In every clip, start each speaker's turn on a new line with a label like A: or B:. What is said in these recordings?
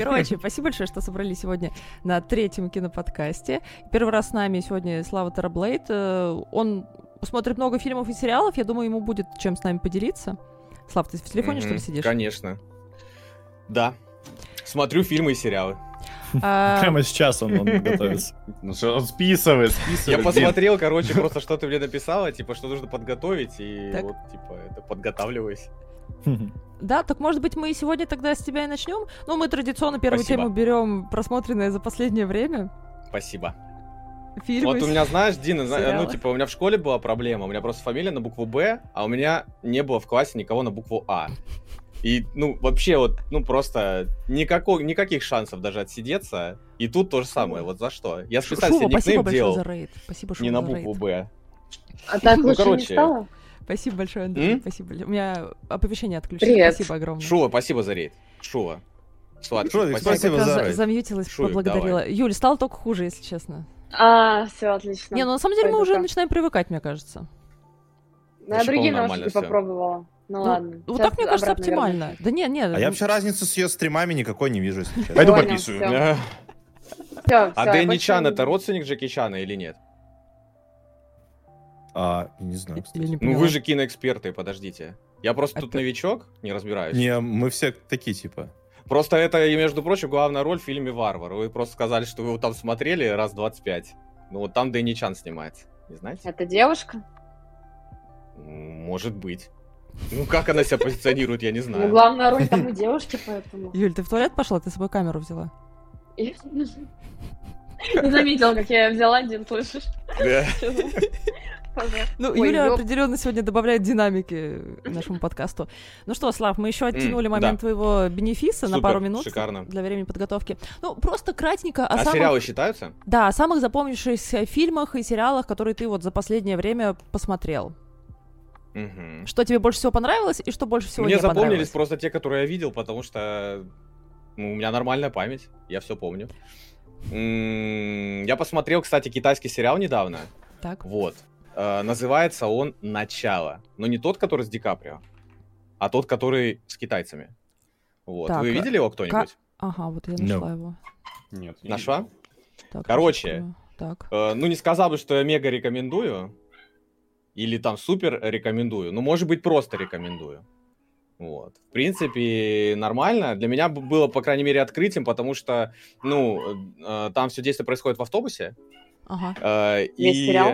A: Короче, спасибо большое, что собрались сегодня на третьем киноподкасте. Первый раз с нами сегодня Слава Тараблейд. Э, Он смотрит много фильмов и сериалов. Я думаю, ему будет чем с нами поделиться. Слав, ты в телефоне, что ли,
B: Мгм,
A: сидишь?
B: Конечно. Да. Смотрю фильмы и сериалы.
A: А,
C: Прямо сейчас он, он готовится.
D: Ну что, он списывает,
B: Я
D: списывает.
B: посмотрел, короче, просто что ты мне написала, типа, что нужно подготовить, и
A: Так.
B: вот, типа, это подготавливаюсь.
A: Да, так может быть мы и сегодня тогда с тебя и начнем. Ну, мы традиционно первую
B: Спасибо.
A: тему берем просмотренное за последнее время.
B: Спасибо.
A: Фильмы.
B: Вот у меня, знаешь, Дина, зна-
A: сериалы.
B: ну, типа, у меня в школе была проблема, у меня просто фамилия на букву Б, а у меня не было в классе никого на букву А. И, ну, вообще, вот, ну, просто никакого, никаких шансов даже отсидеться. И тут то же самое, вот за что. Я
A: Шу-
B: специально
A: Шуба,
B: себе
A: спасибо
B: никнейм
A: большое
B: делал
A: за рейд. Спасибо, Шуба,
B: не на
A: за
B: букву
A: рейд.
B: Б.
E: А так
B: Ну,
E: лучше
B: короче.
E: не стало?
A: Спасибо большое, Андрей.
B: М?
A: Спасибо. У меня оповещение отключено.
E: Привет.
A: Спасибо огромное.
B: Шула, спасибо за рейд. Шула. Сладкий,
D: Шурик,
A: Я
D: спасибо
A: как раз
D: за
A: за-
D: рейд.
A: замьютилась,
B: Шурик,
A: поблагодарила. Юль, стало только хуже, если честно.
E: А, все, отлично.
A: Не, ну на самом деле мы
E: пойду
A: уже
E: так.
A: начинаем привыкать, мне кажется.
E: Ну, я
B: вообще,
E: другие
B: по-моему, нормально
E: наушники
B: всё.
E: попробовала. Ну,
A: Ну,
E: ладно.
A: Вот
E: Сейчас
A: так, мне кажется,
E: обратно
A: оптимально. Да не, ну, не.
D: А я вообще разницу с ее стримами никакой не вижу, если честно.
C: Пойду
E: Понял,
C: пописываю.
E: всё.
B: Э,
E: вернусь. Всё,
B: А
E: всё,
B: Дэнни
E: больше
B: Чан
E: не
B: это
E: буду.
B: родственник Джеки Чана или нет?
D: А, я не знаю,
A: Я не
D: кстати.
B: Ну
A: поняла.
B: вы же киноэксперты, подождите. Я просто тут
A: Это-
B: новичок, не разбираюсь.
D: Не, мы все такие, типа.
B: Просто это, и, между прочим, главная роль в фильме «Варвар». Вы просто сказали, что вы его там смотрели раз 25. Ну вот там Дэнни Чан снимается. Не знаете?
E: Это девушка?
B: М, Может быть. Ну как она себя позиционирует, я не
E: Ну,
B: знаю.
E: главная роль там у девушки, поэтому...
A: Юль, ты в туалет пошла, ты с собой камеру взяла.
E: Я Не заметила, как я её взяла, Дин, слышишь?
B: Да.
E: Пожалуйста.
A: Ну,
E: Ой,
A: Юля
E: ёп.
A: определенно сегодня добавляет динамики нашему подкасту. Ну что, Слав, мы еще оттянули
B: М,
A: момент
B: да.
A: твоего бенефиса на
B: Супер,
A: пару минут
B: шикарно.
A: для времени подготовки. Ну, просто кратенько о
B: А
A: самых,
B: сериалы считаются?
A: да, о самых запомнившихся фильмах и сериалах, которые ты вот за последнее время посмотрел.
B: Мгм.
A: Что тебе больше всего понравилось и что больше всего
B: Мне
A: не понравилось?
B: запомнились просто те, которые я видел, потому что ну, у меня нормальная память, я все помню. М, Я посмотрел, кстати, китайский сериал недавно.
A: Так.
B: Вот. Э, Называется он «Начало». Но не тот, который с Ди Каприо, а тот, который с китайцами. Вот.
A: Так,
B: Вы видели его кто-нибудь?
A: Ага, вот я
D: No.
A: нашла его.
D: Нет.
B: Нашла?
A: Так,
B: Короче.
A: сейчас открою. Так.
B: Э, Ну, не сказал бы, что я мега рекомендую. Или там супер рекомендую. Ну, может быть, просто рекомендую. Вот. В принципе, нормально. Для меня б- было, по крайней мере, открытием, потому что, ну, э, там все действие происходит в автобусе.
A: Ага.
B: э,
E: Весь
B: и...
E: сериал?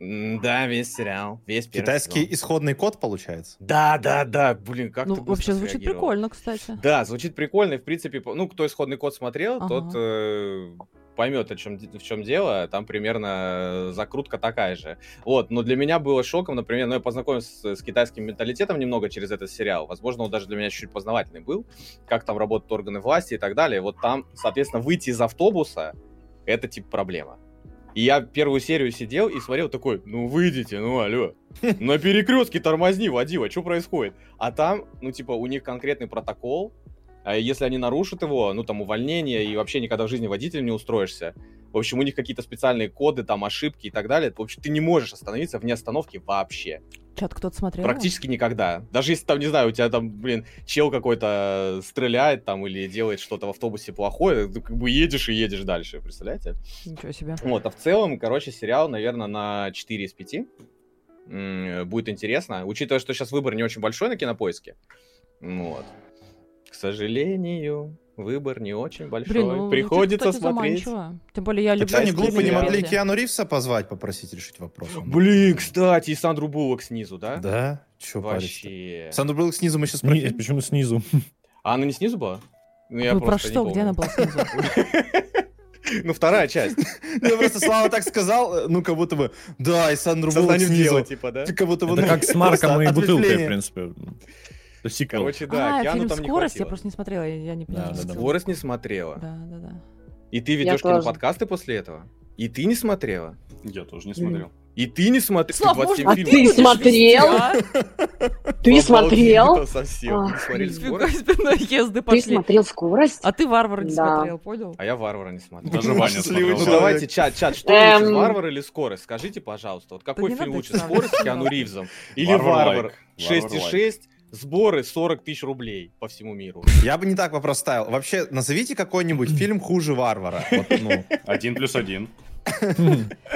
B: М, Да, весь сериал. Весь первый
D: Китайский
B: сезон.
D: исходный код, получается?
B: Да, да, да. Блин, как
A: ну,
B: ты быстро
A: вообще звучит
B: среагировал.
A: прикольно, кстати.
B: Да, звучит прикольно. И, в принципе, по- ну, кто исходный код смотрел,
A: Ага.
B: тот поймет, о чем, в чем дело. Там примерно э, закрутка такая же. Вот, но для меня было шоком, например, ну, я познакомился с, с китайским менталитетом немного через этот сериал. Возможно, он даже для меня чуть познавательный был, как там работают органы власти и так далее. Вот там, соответственно, выйти из автобуса — это, типа, проблема. И я первую серию сидел и смотрел такой, ну выйдите, ну алло, на перекрестке тормозни, водила, что происходит? А там, ну, типа, у них конкретный протокол. а Если они нарушат его, ну, там, увольнение, и вообще никогда в жизни водителем не устроишься. В общем, у них какие-то специальные коды, там, ошибки и так далее. В общем, ты не можешь остановиться вне остановки вообще.
A: Чат кто-то смотрел? его?
B: Практически никогда. Даже если там, не знаю, у тебя там, блин, чел какой-то стреляет там или делает что-то в автобусе плохое, ты как бы едешь и едешь дальше, представляете?
A: Ничего себе.
B: Вот, а в целом, короче, сериал, наверное, на 4 из 5. М, Будет интересно, учитывая, что сейчас выбор не очень большой на кинопоиске. Ну Вот. К сожалению, выбор не очень большой.
A: Блин, ну, звучит,
B: Приходится
A: кстати,
B: смотреть.
A: заманчиво. Тем более я люблю...
D: Почему они
B: китайский
D: глупо не
B: сериал.
D: могли Киану Ривса позвать, попросить решить вопрос? Он-
B: Блин, кстати, и Сандру Буллок снизу, да?
D: Да? Че парень?
B: Вообще.
D: Сандру Буллок снизу мы сейчас
C: Не,
D: проверим.
C: Почему снизу?
B: А она не снизу была? Ну,
A: Вы про
B: просто не
A: что? Где она
B: помню.
A: была снизу?
B: Ну, вторая часть.
D: Ну, Я просто Слава так сказал, э, ну как будто бы, да, и Сандру Буллок
B: Сознанием дела,
D: снизу.
B: типа, да?
D: Ты Как будто бы,
C: Это
D: ну,
C: как с
D: просто
C: Марком и
D: от-
C: бутылкой, в
D: ответвление.
C: принципе. Это сиквел.
B: Короче, да,
A: А,
B: Киану
A: фильм
B: там не
A: «Скорость» я
B: хватило.
A: просто не смотрела, я- я не поняла.
C: Да, да, да.
B: Скорость не смотрела.
A: Да, да, да.
B: И ты ведешь
E: тоже.
B: киноподкасты после этого? И ты не смотрела?
F: Я тоже не
E: Блин.
F: смотрел.
B: И ты не смотрел?
A: Слав, может,
E: А ты смотрел? Ты смотрел?
B: Совсем. Вы не смотрели
A: Сбегай
B: «Скорость»?
A: спиной езды
E: Ты
A: пошли.
E: смотрел скорость?
A: А ты «Варвара» не
E: Да.
A: смотрел, понял?
B: А я «Варвара» не смотрел.
F: Даже Ваня
D: Счастливый
F: смотрел.
B: Ну
D: человек.
B: давайте, чат, чат, что
E: Эм.
B: лучше, «Варвар» или «Скорость»? Скажите, пожалуйста, вот какой
A: не
B: фильм
A: надо
B: лучше,
A: их сравнивать,
B: «Скорость» с
A: пожалуйста.
B: Киану Ривзом? Или
F: Варвар
B: «Варвар»
F: лайк. Варвар лайк.
B: 6,6 Сборы 40 тысяч рублей по всему миру.
D: Я бы не так вопрос ставил. Вообще, назовите какой-нибудь фильм хуже «Варвара». Вот, ну,
F: Один плюс один.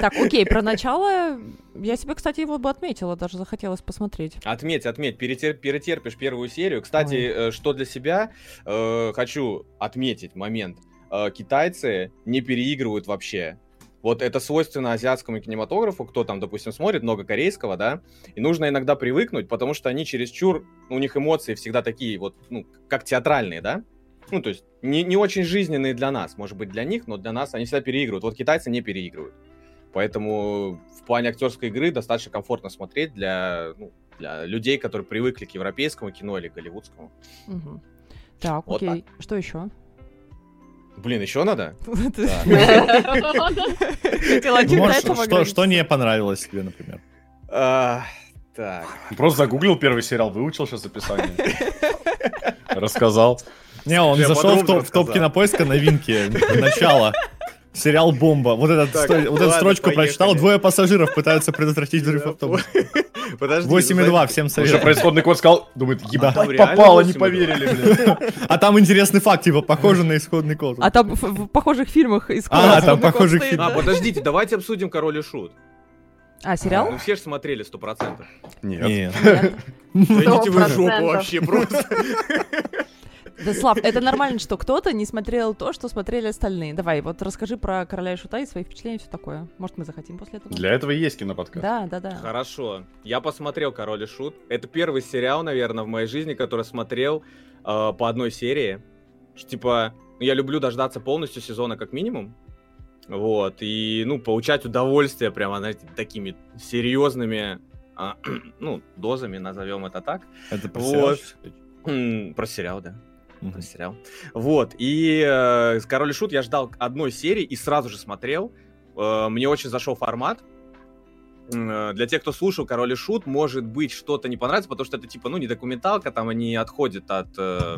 A: Так, окей, про начало. Я себе, кстати, его бы отметила, даже захотелось посмотреть.
B: Отметь, отметь, перетер- перетерпишь первую серию. Кстати, э, что для себя э, хочу отметить момент. Э, китайцы не переигрывают вообще. Вот это свойственно азиатскому кинематографу, кто там, допустим, смотрит много корейского, да, и нужно иногда привыкнуть, потому что они чересчур, ну, у них эмоции всегда такие вот, ну, как театральные, да, ну, то есть не, не очень жизненные для нас, может быть, для них, но для нас они всегда переигрывают. Вот китайцы не переигрывают. Поэтому в плане актерской игры достаточно комфортно смотреть для, ну, для людей, которые привыкли к европейскому кино или голливудскому.
A: Мгм. Так,
B: Вот
A: окей. Что еще?
B: Блин, еще надо? Ну,
A: Хотела
C: Ну, может,
A: китайцам
C: Что
A: ограничиться.
C: что не понравилось тебе, например?
B: А, Так.
F: Просто загуглил первый сериал, выучил сейчас описание. Рассказал.
C: Не, он
F: Я
C: зашел в
F: подробно
C: топ- в топ
F: рассказал.
C: кинопоиска новинки. Начало. Сериал «Бомба». Вот, этот
B: Так,
C: сто- вот эту
B: ладно,
C: строчку
B: поехали.
C: прочитал. Двое пассажиров пытаются предотвратить взрыв автобуса.
B: Подожди. А
C: 8,2, всем
F: Потому что
C: советую.
F: происходный код сказал, думает,
C: Да.
F: ебать,
B: Там реально
F: А попало, не
B: 8,2.
F: поверили, блин.
C: А там интересный факт, типа, похоже на исходный код.
A: А там в- в похожих фильмах из
C: А,
A: класса
C: там
A: такой
C: похожих
A: стоит,
B: А,
A: да?
B: подождите, давайте обсудим «Король и Шут».
A: А, сериал?
B: Ну все же смотрели 100%.
F: Нет.
C: Нет.
B: Да идите вы в
E: 100%.
B: жопу вообще просто.
A: Да, Слав, это нормально, что кто-то не смотрел то, что смотрели остальные. Давай, вот расскажи про короля и шута и свои впечатления и все такое. Может, мы захотим после этого?
F: Для этого и есть киноподкаст.
A: Да, да, да.
B: Хорошо. Я посмотрел «Король и Шут». Это первый сериал, наверное, в моей жизни, который смотрел э, по одной серии. Ш- Типа, ну, я люблю дождаться полностью сезона как минимум. Вот. И, ну, получать удовольствие прямо, знаете, такими серьезными, а, ну, дозами, назовем это так.
C: Это про сериал,
B: Вот.
C: что ли?
B: М, Хм, Про сериал, да.
C: Мгм.
B: Про сериал. Вот. И э, «Король и Шут» я ждал одной серии и сразу же смотрел. Э, мне очень зашел формат. М, э, Для тех, кто слушал «Король и Шут», может быть, что-то не понравится, потому что это, типа, ну, не документалка, там они отходят от, э,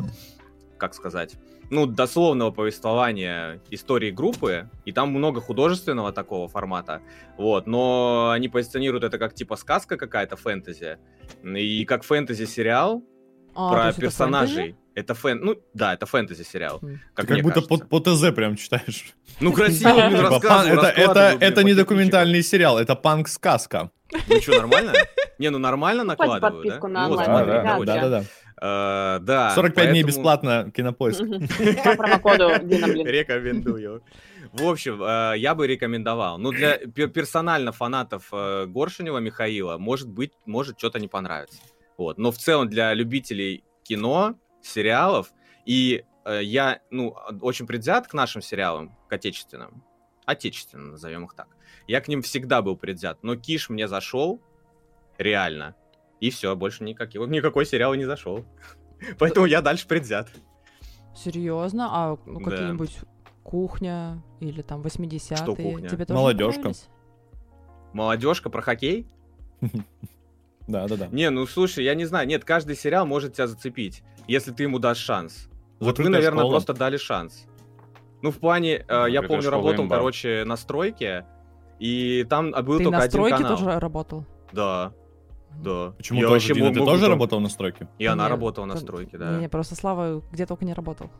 B: как сказать, ну, дословного повествования истории группы, и там много художественного такого формата, вот, но они позиционируют это как, типа, сказка какая-то, фэнтези, и как фэнтези-сериал,
A: А, то
B: про
A: есть это
B: персонажей. Это фэн... Ну, да, это фэнтези-сериал.
A: Мгм.
C: Ты
B: Как,
C: Как
B: мне
C: будто по
B: кажется.
C: по ТЗ прям читаешь.
B: Ну, красиво, блин,
C: Типа, пан-
B: рассказываю,
C: Это это-
B: раскладываю, блин,
C: это не
B: по
C: документальный сериал, это панк-сказка.
B: кирпичикам. Ну что, нормально? Не, ну нормально
E: Покупайте
B: накладываю, да?
E: подписку на
B: Ну, вот,
E: онлайн,
B: смотри,
C: А,
E: да,
B: короче.
E: да.
C: Да-да-да.
B: Э, Да.
C: 45 дней
B: поэтому-
C: бесплатно кинопоиск.
E: По промокоду Дина, блин.
B: Рекомендую. В общем, э, я бы рекомендовал. Ну, для пер- персонально фанатов э, Горшинева Михаила, может быть, может что-то не понравится. Вот. Но в целом для любителей кино, сериалов, и э, я, ну, очень предвзят к нашим сериалам, к отечественным. Отечественным, назовем их так. Я к ним всегда был предвзят, но Киш мне зашел, реально. И все, больше никакого, никакой сериал не зашел. Поэтому я дальше предвзят.
A: Серьезно? А ну,
B: Да.
A: какие-нибудь кухня или там 80-е?
B: Что «Кухня»?
A: Тебе тоже не
C: Молодежка.
A: понравились?
B: Молодежка про хоккей?
C: Да-да-да.
B: Не, ну слушай, я не знаю. Нет, каждый сериал может тебя зацепить, если ты ему дашь шанс. Вот вы,
C: Закрытая
B: наверное,
C: школа.
B: просто дали шанс. Ну, в плане, э, я
F: Закрытая
B: помню,
F: школа
B: работал,
C: А.
F: имба.
B: короче, на стройке, и там а, был
A: Ты
B: только
A: на
B: один
A: стройке
B: канал.
A: тоже работал?
B: Да, да.
C: Почему
B: Я
C: тоже,
B: вообще
C: Дина,
B: мог-
C: ты
B: мог
C: тоже
B: бы-
C: работал на стройке?
B: И она
A: Не,
B: работала на
A: кон-
B: стройке, да.
A: Не, просто Слава где только не работал.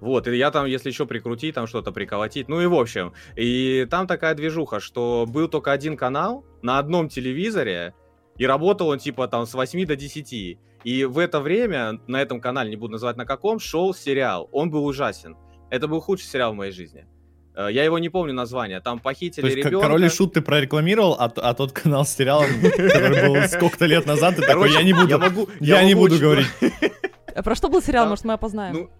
B: Вот, и я там, если еще прикрутить, там что-то приколотить. Ну и в общем. И там такая движуха, что был только один канал на одном телевизоре, и работал он типа там с 8 до 10. И в это время, на этом канале, не буду называть на каком, шел сериал. Он был ужасен. Это был худший сериал в моей жизни. Э, Я его не помню название. Там
C: То
B: похитили
C: есть к-
B: ребенка.
C: Король и Шут ты прорекламировал, а, т- а тот канал с сериалом, который был сколько-то лет назад, ты такой,
B: Короче,
C: я не буду,
B: Я могу,
C: я не
B: могу
C: буду
B: очень-
C: говорить.
A: А Про что был сериал,
B: Там-
A: может, мы опознаем?
B: Ну,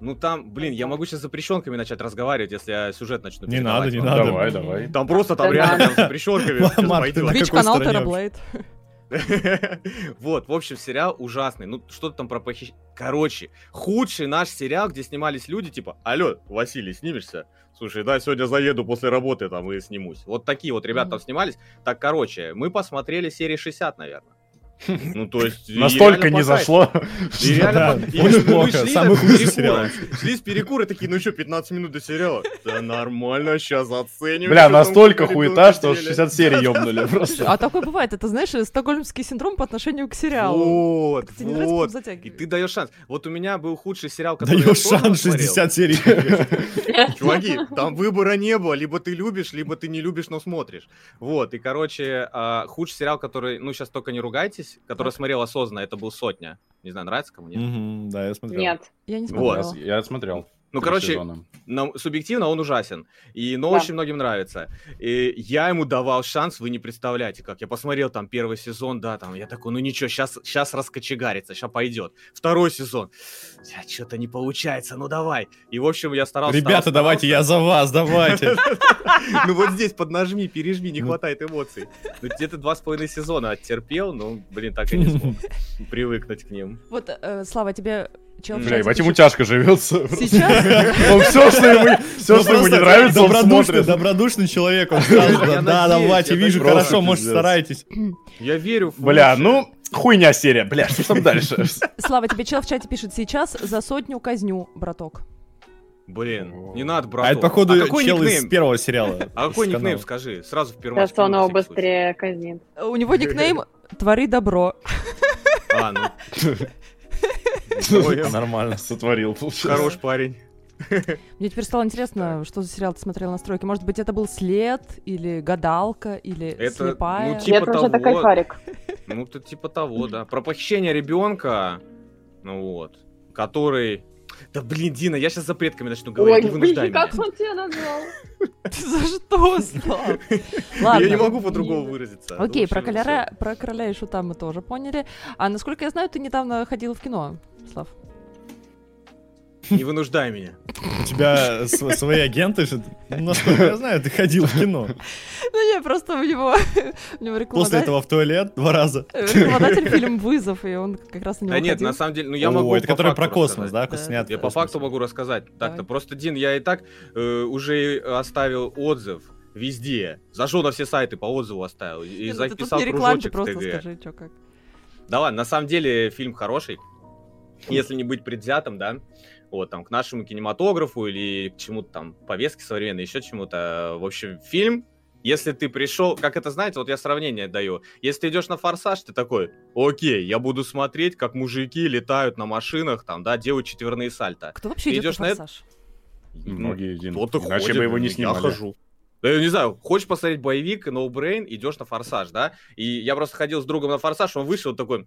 B: ну там, блин, я могу сейчас запрещенками начать разговаривать, если я сюжет начну
C: Не
B: передавать
C: надо, не
B: вам.
C: надо.
F: Давай, давай.
B: Там просто там
E: Да
B: реально
E: надо.
B: прям с запрещенками сейчас
C: Марк,
B: пойду.
C: ты на какой
A: Twitch-канал
C: стороне
A: Тераблейд.
B: Вот, в общем, сериал ужасный. Ну, что-то там про похищение. Короче, худший наш сериал, где снимались люди, типа, алло, Василий, снимешься? Слушай, да, сегодня заеду после работы там и снимусь. Вот такие вот ребята там
A: Мгм.
B: снимались. Так, короче, мы посмотрели серии 60, наверное. Ну, то есть... и
F: Настолько
B: реально
F: не
B: плохая.
F: зашло.
B: И
F: что-
B: реально
C: Да,
B: плохая. И
C: очень
B: мы
C: плохо,
B: шли
C: самый
B: так, с
C: худший
B: перекура. Шли с перекура такие, ну что, 15 минут до сериала? Да нормально, сейчас оценим.
F: Бля,
B: что там
F: настолько
B: будет на
F: хуета, что
B: деле.
F: 60 серий ёбнули просто.
A: А такое бывает, это, знаешь, стокгольмский синдром по отношению к сериалу.
B: Вот,
A: Тебе не нравится,
B: вот.
A: потом затягивает?
B: И ты даешь шанс. Вот у меня был худший сериал, который я
C: Даешь
B: тоже
C: шанс
B: смотрел.
C: 60 серий.
B: Чуваки, там выбора не было. Либо ты любишь, либо ты не любишь, но смотришь. Вот, и, короче, а, худший сериал, который, ну, сейчас только не ругайтесь, который я смотрел осознанно, это был «Сотня». Не знаю, нравится кому, нет?
C: Мгм, Да, я смотрел.
E: Нет.
A: Я не
B: Вот.
A: смотрела.
F: Я смотрел.
B: Ну,
F: три
B: короче,
F: сезона.
B: на- субъективно он ужасен, и, но
E: Да.
B: очень многим нравится. И я ему давал шанс, вы не представляете, как. Я посмотрел там первый сезон, да, там, я такой, ну ничего, сейчас, сейчас раскочегарится, сейчас пойдет. Второй сезон, что-то не получается, ну давай. И, в общем, я старался...
C: Ребята, давайте, я за вас, давайте.
B: Ну вот здесь поднажми, пережми, не
C: Ну.
B: хватает эмоций. Ну где-то два с половиной сезона оттерпел, но, блин, так и не смог привыкнуть к ним.
A: Вот, э, Слава, тебе чел в
F: Бля,
A: чате
F: ебать, ему
A: пишет,
F: тяжко живется.
A: Сейчас?
F: Он все, что ему, все,
C: Ну,
F: что ему не
C: просто
F: нравится, он
C: добродушный-
F: смотрит.
C: Добродушный человек, он сразу,
B: Я
C: да, да,
B: надеюсь,
C: давайте,
B: я
C: вижу,
B: так
C: хорошо,
F: просто
C: может,
F: пиздец.
C: стараетесь.
B: Я верю в
F: Бля,
B: лучшее.
F: ну, хуйня серия. Бля, что ж там дальше?
A: Слава, тебе чел в чате пишет, сейчас за сотню казню, браток.
B: Блин, не надо, браток.
C: А это, походу,
B: А какой
C: чел из
B: никнейм?
C: первого сериала.
B: А какой
C: из канала.
B: никнейм, скажи, сразу в первом
E: Сейчас
B: очке,
E: он
B: на
E: его
B: всякий случай.
E: быстрее казнит.
A: Э, У него никнейм «Твори добро».
B: А, ну. Ой,
F: Нормально. Сотворил, получается.
B: Хорош парень.
A: Мне теперь стало интересно, что за сериал ты смотрел на стройке. Может быть, это был «След» или «Гадалка» или
B: Это,
A: «Слепая».
B: ну, типа
E: Я тоже это
B: того.
E: кайфарик.
B: Ну, тут типа того, да. Про похищение ребенка, ну вот, который... Да блин, Дина, я сейчас за предками начну
E: Ой,
B: говорить, не вынуждай
E: блин,
B: меня.
E: как он тебя назвал?
A: За что, Слав? Ладно.
B: Я не могу по-другому выразиться.
A: Окей, про
B: каляра.
A: короля, про короля и шута мы тоже поняли. А насколько я знаю, ты недавно ходил в кино, Слав.
B: Не вынуждай меня.
C: У тебя св- свои агенты, же- ну, насколько я знаю, ты ходил в кино.
A: Ну не, просто у него, у него
C: После
A: рекламодатель, э,
C: этого в туалет два раза.
A: рекламодатель фильм «Вызов», и он как раз на него
B: Да нет,
A: ходил.
B: на самом деле, ну я
C: Я
B: могу
C: это
B: по
C: который про
B: факту
C: космос,
B: рассказать.
C: да?
A: Да,
C: снят
B: Я
C: в
B: по факту
C: космосе.
B: могу рассказать. Так-то
A: Давай.
B: просто, Дин, я и так э, уже оставил отзыв везде. Зашел на все сайты, по отзыву оставил. И
A: Не, ну ты
B: записал
A: тут не реклам, ты
B: кружочек в
A: просто
B: ТГ.
A: скажи, что как.
B: Да ладно, на самом деле фильм хороший. Если не быть предвзятым, да, вот, там, к нашему кинематографу или к чему-то там, повестке современной, еще чему-то. В общем, фильм, если ты пришел, как это, знаете, вот я сравнение даю. Если ты идешь на «Форсаж», ты такой, окей, я буду смотреть, как мужики летают на машинах, там, да, делают четверные сальто. Ну,
A: Кто вообще
B: Ты
A: идет
B: идёшь
A: на
B: на это-
A: «Форсаж»?
F: Многие Дин.
B: Кто-то
F: Иначе
B: ходит,
F: бы его не
B: я
F: снимали.
B: хожу. Да я не знаю, хочешь посмотреть боевик, No Brain, идешь на форсаж, да? И я просто ходил с другом на форсаж, он вышел такой,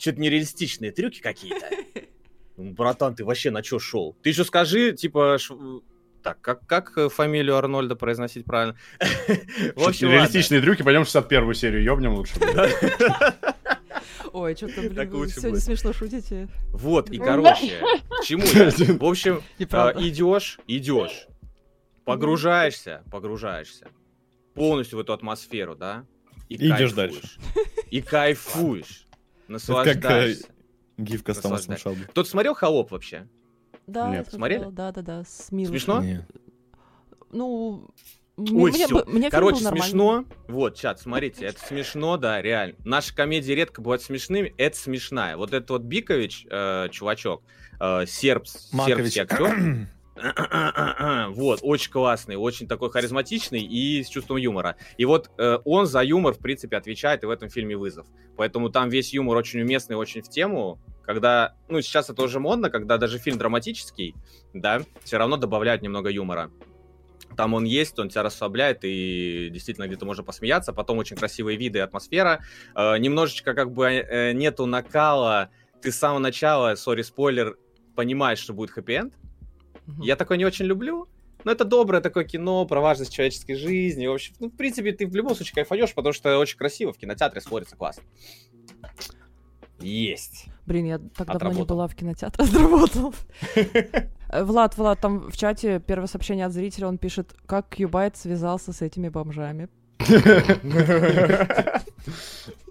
B: что-то нереалистичные трюки какие-то. Ну, Братан, ты вообще на что шел? Ты еще скажи, типа, ш- так, как, как э, фамилию Арнольда произносить правильно? В общем, ладно.
F: Реалистичные трюки, пойдем 61 серию, ёбнем лучше.
A: Ой, что-то, блин,
B: Так
A: вы
B: лучше
A: сегодня
B: будет.
A: смешно шутите.
B: Вот, и
E: Да.
B: короче, к чему я? В общем,
A: Неправда.
B: А, идешь, идешь, погружаешься, погружаешься полностью в эту атмосферу, да? И кайфуешь.
C: Идёшь дальше.
B: И кайфуешь,
C: э,
B: наслаждаешься.
C: Гифка с Томасом
B: Наслаждаюсь.
C: Шелби.
B: Кто-то смотрел «Холоп» вообще?
A: Да,
F: Нет.
A: я
B: Смотрели?
A: смотрела, Да-да-да, с Милой.
B: Смешно?
D: Не.
A: Ну,
B: Ой,
A: м- мне,
B: всё.
A: бы- мне фильм
B: Короче,
A: был нормальный.
B: смешно. Вот, чат, смотрите, это смешно, да, реально. Наши комедии редко бывают смешными, это смешная. Вот этот вот Бикович, э, чувачок, э, серб,
D: Макович.
B: сербский актер, Вот, очень классный, очень такой харизматичный и с чувством юмора. И вот э, он за юмор, в принципе, отвечает и в этом фильме «Вызов». Поэтому там весь юмор очень уместный, очень в тему. Когда, ну, сейчас это уже модно, когда даже фильм драматический, да, все равно добавляют немного юмора. Там он есть, он тебя расслабляет, и действительно где-то можно посмеяться. Потом очень красивые виды и атмосфера. Э, немножечко как бы э, нету накала. Ты с самого начала, сори, спойлер, понимаешь, что будет хэппи-энд.
A: Мгм.
B: Я такое не очень люблю. Но это доброе такое кино про важность человеческой жизни. В общем, ну, в принципе, ты в любом случае кайфанешь, потому что очень красиво в кинотеатре смотрится классно. Есть.
A: Блин, я так давно не
B: Отработал.
A: была в кинотеатре, отработал. Э, Влад, Влад, там в чате первое сообщение от зрителя, он пишет, как Кьюбайт связался с этими бомжами.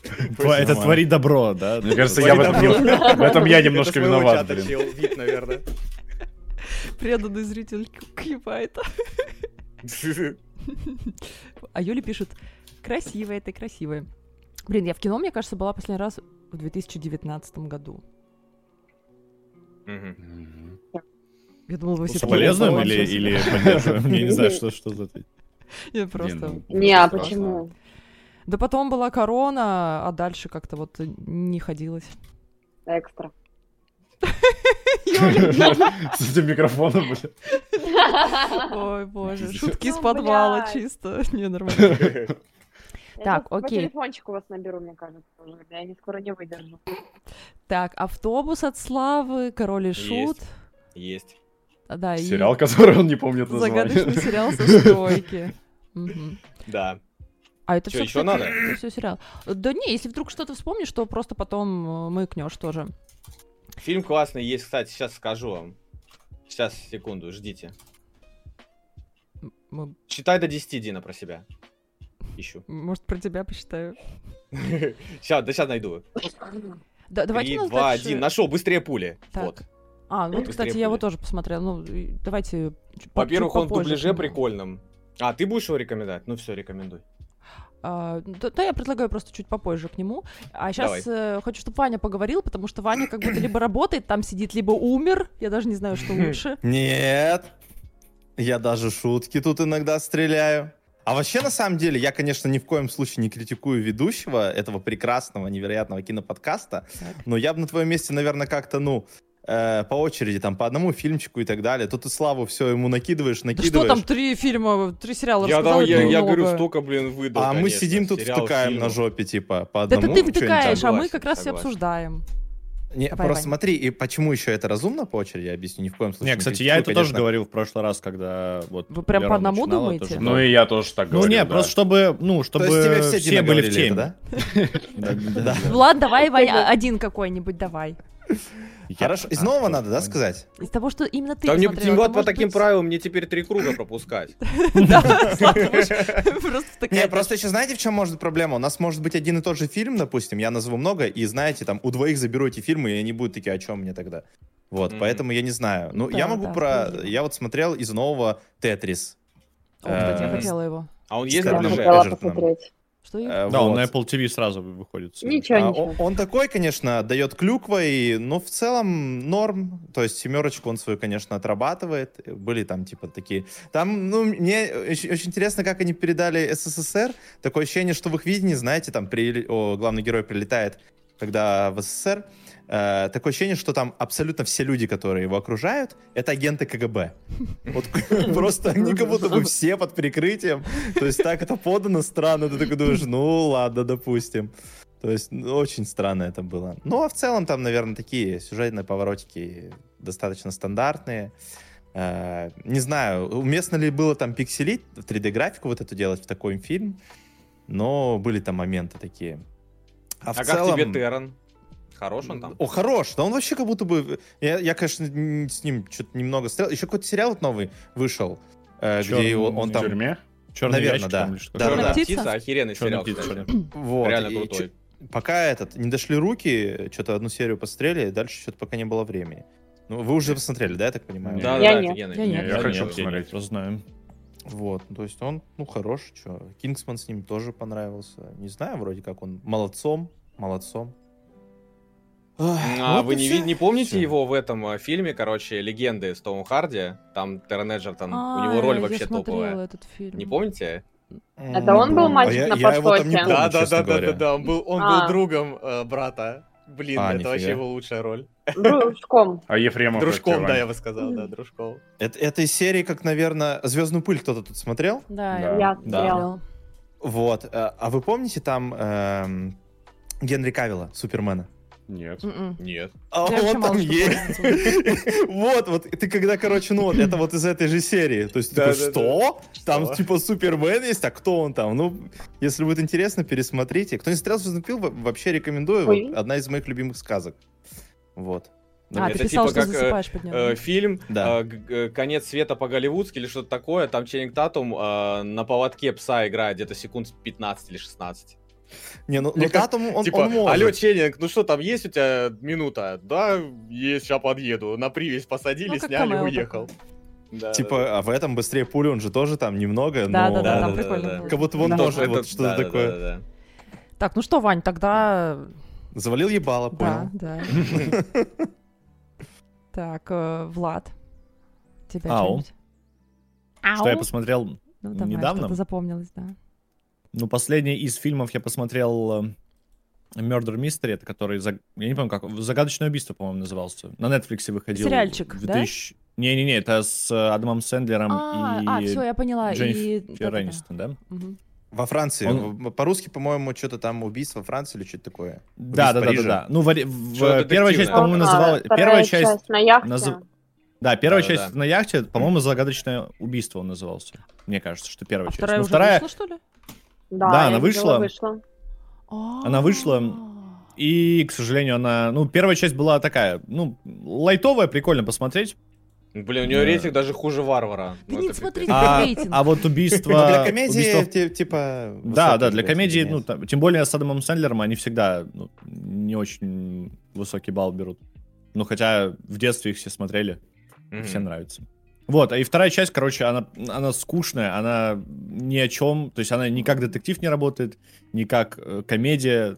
C: Тва- Это твори добро, да?
F: Мне кажется, я в этом, не- в этом я немножко
B: Ну, Это с моего
F: виноват,
B: чата,
F: блин.
B: чел, вид, наверное.
A: Преданный зритель Кью- Кьюбайта. А Юля пишет, красивая ты, красивая. Блин, я в кино, мне кажется, была последний раз в 2019 году.
B: Мгм.
A: Я думала, вы все такие-
C: Соболезнуем
A: «Ой,
C: или,
A: всё,
C: или поддерживаем? Я не знаю, что, что за ответ.
A: Я просто...
F: Блин, ну,
E: Не, а
F: страшно.
E: почему?
A: Да потом была корона, а дальше как-то вот не ходилось.
E: Экстра.
F: С этим микрофоном, блин.
A: Ой, боже,
F: Пиздец.
A: шутки из
E: Ну,
A: подвала
E: блядь.
A: чисто. Не, нормально.
E: Я
A: Так,
E: сейчас
A: окей.
E: По телефончику вас наберу, мне кажется, уже. Я не скоро не выдержу.
A: Так, автобус от Славы, король и
B: Есть.
A: шут.
B: Есть.
A: А, Да, и
F: Сериал, который он не помнит
A: загадочный
F: название.
A: сериал со стойки. Мгм.
B: Да.
A: А это
B: Чё,
A: все,
B: ещё надо?
A: Это все сериал. Да не, если вдруг что-то вспомнишь, то просто потом э, маякнешь тоже.
B: Фильм классный есть, кстати, сейчас скажу вам. Сейчас, секунду, ждите.
A: М-
B: Считай до 10, Дина, про себя. Ищу.
A: Может, про тебя посчитаю.
B: Сейчас, да сейчас найду.
A: Да, давайте
B: Три,
A: у нас
B: два,
A: дальше-
B: один. Нашел, быстрее пули.
A: Так.
B: Вот.
A: А, ну вот,
B: Быстрее
A: кстати, я его
B: будет.
A: тоже посмотрела. Ну, и давайте... чуть по-
B: Во-первых,
A: чуть
B: он в
A: попозже.
B: дубляже прикольном. А, ты будешь его рекомендовать? Ну все, рекомендуй.
A: А, да, да, я предлагаю просто чуть попозже к нему. А сейчас хочу, чтобы Ваня поговорил, потому что Ваня как будто либо работает, там сидит, либо умер. Я даже не знаю, что лучше.
D: Нет. Я даже шутки тут иногда стреляю. А вообще, на самом деле, я, конечно, ни в коем случае не критикую ведущего этого прекрасного, невероятного киноподкаста,
A: Так.
D: но я бы на твоем месте, наверное, как-то, ну, э, по очереди, там, по одному фильмчику и так далее. То ты Славу все ему накидываешь,
A: Да что
D: накидываешь.
A: там, три фильма, три сериала
B: Я,
A: рассказал,
B: дам- я,
A: это
B: я говорю,
A: много.
B: столько, блин, выдал.
D: а мы
B: конечно.
D: сидим тут
B: Сериал,
D: втыкаем
B: фильм.
D: на жопе, типа, по
A: Да
D: одному.
A: это ты
D: что-нибудь
A: втыкаешь, а мы
B: Согласен,
A: как раз и
B: согласен.
A: обсуждаем.
D: Не,
A: Давай,
D: просто
A: Вань.
D: смотри, и почему еще это разумно по очереди, я объясню, ни в коем случае.
C: Не, кстати, я это
D: критикую,
C: тоже
D: конечно.
C: говорил в прошлый раз, когда вот...
A: Вы прям по
C: Вера
A: одному
C: начинала
A: думаете?
C: тоже.
F: Ну и я тоже так
C: Ну
F: говорю.
C: не,
F: да.
C: просто чтобы, ну, чтобы
D: То есть тебе все,
C: все
D: Дина,
C: были в
D: говорили это,
C: теме.
D: да?
C: Да.
A: Ну ладно, давай, Ваня, один какой-нибудь давай.
D: Хорошо, из
C: А,
D: нового
C: всё,
D: надо, да,
C: понял.
D: сказать?
A: Из того, что именно ты
B: Да мне
A: посмотрела,
B: вот
A: это
B: по
A: может
B: таким
A: быть-
B: правилам мне теперь три круга пропускать.
A: Да, Слава, вы ж просто такая...
D: Не, просто еще знаете, в чем может проблема? У нас может быть один и тот же фильм, допустим, я назову много, и знаете, там у двоих заберу эти фильмы, и они будут такие, о чем мне тогда? Вот,
B: Мгм.
D: поэтому я не знаю. Ну,
A: Да,
D: я могу
A: да,
D: про...
A: справедливо.
D: Я вот смотрел из нового «Тетрис».
A: О, кстати, я
D: Э,
A: хотела его.
B: А он есть
D: Скажем,
E: Я
B: дубляже?
D: хотела-
E: хотела
D: Эджертоном.
E: посмотреть.
A: Что я-
D: Э,
C: Да, он
D: вот.
C: на Apple TV сразу выходит. всё.
E: Ничего,
D: А,
E: ничего.
D: он, он такой, конечно, дает клюквой, но ну, в целом норм. То есть семерочку он свою, конечно, отрабатывает. Были там типа такие. Там, ну, мне очень, очень интересно, как они передали СССР. Такое ощущение, что в их видении, знаете, там при... о, главный герой прилетает, когда в СССР. Э, такое ощущение, что там абсолютно все люди, которые его окружают, это агенты КГБ. Вот просто они как будто бы все под прикрытием. То есть так это подано странно. Ты такой думаешь, ну ладно, допустим. То есть ну, очень странно это было. Ну, а в целом там, наверное, такие сюжетные поворотики достаточно стандартные. Э, Не знаю, уместно ли было там пикселить, 3D-графику вот эту делать в такой фильм, но были там моменты такие.
B: А
D: в
B: как
D: целом-
B: тебе Террен? Хорош он там?
D: о, хорош. Да он вообще как будто бы... Я, я, конечно, н- с ним что-то немного стрелял. Еще какой-то сериал вот новый вышел, э, где
C: Чёрный
D: его- он
F: В
D: там...
F: тюрьме?
C: Чёрный
D: Наверное,
C: ящик
D: да.
C: там или что-то.
D: Да,
B: Черная
A: да.
B: птица,
A: Птица?
B: охеренный
C: Чёрный
B: сериал,
C: пицца,
B: кстати.
C: чёрный.
D: Вот.
B: Реально
D: и
B: крутой.
D: чё- Пока этот, не дошли руки, что-то одну серию пострелили, дальше что-то пока не было времени. Ну, вы уже посмотрели, да, я так понимаю?
B: Да, да,
E: Я
B: да,
E: нет.
B: офигенный.
A: Я
F: Не,
A: нет.
F: Я
C: Да,
F: хочу
C: нет,
F: посмотреть.
C: просто знаю.
D: Вот, ну, то есть он, ну, хорош, что. Кингсман с ним тоже понравился. Не знаю, вроде как он молодцом, молодцом.
E: ну,
B: А
D: Ну, Вот
B: вы
D: и
B: не,
D: всё.
B: ви- не помните
D: Всё.
B: его в этом э, фильме, короче, «Легенды» с Томом Харди? Там Террен Эджертон, у
A: А,
B: него роль
A: я
B: вообще
A: смотрела
B: топовая.
A: этот фильм.
B: Не помните?
E: Это он был
D: А
E: мальчик
D: я-
E: на
D: я его там не
E: подхвате?
D: помню, честно говоря.
B: он был, он
E: А.
B: другом э, брата. Блин,
D: А, нифига.
B: лучшая роль.
E: Дружком.
F: А Ефремов? как тебе, Вань?
B: бы сказал, дружком.
D: Это, это из серии, как, наверное, «Звездную пыль» кто-то тут смотрел.
A: Да,
F: Да.
A: я
E: Я смотрела.
A: смотрела.
D: Вот. э, А вы помните там эм, Генри Кавилла, Супермена?
F: Нет.
A: Мгм.
B: Нет.
D: А
A: Я вообще
D: он там
A: мало что
D: есть. Вот, вот, ты когда, короче, ну вот, это вот из этой же серии. То есть ты такой,
B: Да-да-да.
D: что? Там
B: Что?
D: типа Супермен есть, а кто он там? Ну, если будет интересно, пересмотрите. Кто не смотрел «Звездную пыль», во- вообще рекомендую.
E: Ой.
D: Вот одна из моих любимых сказок. Вот.
A: А,
B: Это
A: ты писал,
B: типа
A: что
B: как, э,
A: засыпаешь под
B: Э,
A: него.
B: фильм
D: Да.
B: э, г- г- «Конец света по-голливудски» или что-то такое, там Ченнинг Татум э, на поводке пса играет где-то секунд 15 или 16.
D: Не, ну,
B: Мне
D: ну Татум, он,
B: типа,
D: он может.
B: алло, Ченнинг, ну что, там есть у тебя минута? Да, есть, сейчас подъеду. На привязь посадили,
A: Ну, как
B: сняли,
A: камео
B: уехал. Да, да,
D: Типа, а в этом быстрее пули, он же тоже там немного, но...
A: Да-да-да,
B: да,
A: Ну, там
B: да, да,
A: прикольно
B: да.
A: было.
D: Как будто он
B: да.
D: может
B: Это-
D: вот что-то
B: да, да,
D: такое.
B: да, да.
A: Так, ну что, Вань, тогда...
D: Завалил ебало,
A: Да,
D: понял.
A: да. Так, э, Влад, тебя
C: Ау.
A: что-нибудь? Ау.
C: Что я посмотрел?
A: Ну, давай,
C: недавно?
A: что-то запомнилось, да.
C: Ну, последний из фильмов я посмотрел э, Murder Mystery, это который, заг- я не помню, как, «Загадочное убийство», по-моему, назывался. На Netflix выходил.
A: Сериальчик,
C: в
A: да?
C: 2000 Не-не-не, это с э, Адамом Сэндлером
A: А,
C: и
A: все, я поняла. И...
C: Дженнифер
A: да-да-да.
C: Энистон, да?
A: Мгм.
D: Во Франции.
C: Он-
D: в- По-русски, по-моему, что-то там убийство во Франции или что-то такое.
C: Да, да, да, да,
D: Парижа.
C: да. Ну, вари- в-
B: Что-то
C: первая часть,
B: детективное.
C: по-моему, называлась.
E: Вторая
C: Первая часть.
E: на яхте.
C: назыв- Да, первая
B: Да-да-да.
C: часть на яхте, по-моему, загадочное убийство он назывался. Мне кажется, что первая
A: А
C: часть.
A: вторая
C: Ну,
A: уже
C: вторая,
A: вышла, что ли?
E: Да,
C: Да,
E: я
C: она
E: видела,
C: вышла.
E: вышла.
C: Она вышла,
A: А.
C: и, к сожалению, она. Ну, первая часть была такая, ну, лайтовая, прикольно посмотреть.
B: Блин, у нее
C: Да.
B: рейтинг даже хуже варвара.
A: Ты
B: Ну,
A: не
B: это
A: смотри
B: пипец.
C: А,
A: на рейтинг.
C: а вот убийство.
D: Ну, для комедии,
C: убийство-
D: ти- типа...
C: Да,
D: высокий
C: да, для
D: рейтинг
C: комедии,
D: имеет.
C: ну, там- тем более с Адамом Сэндлером они всегда ну, не очень высокий балл берут. Ну, хотя в детстве их все смотрели.
B: Мгм.
C: всем нравится. Вот, а и вторая часть, короче, она, она скучная, она ни о чем, то есть она ни как детектив не работает, ни как э, комедия,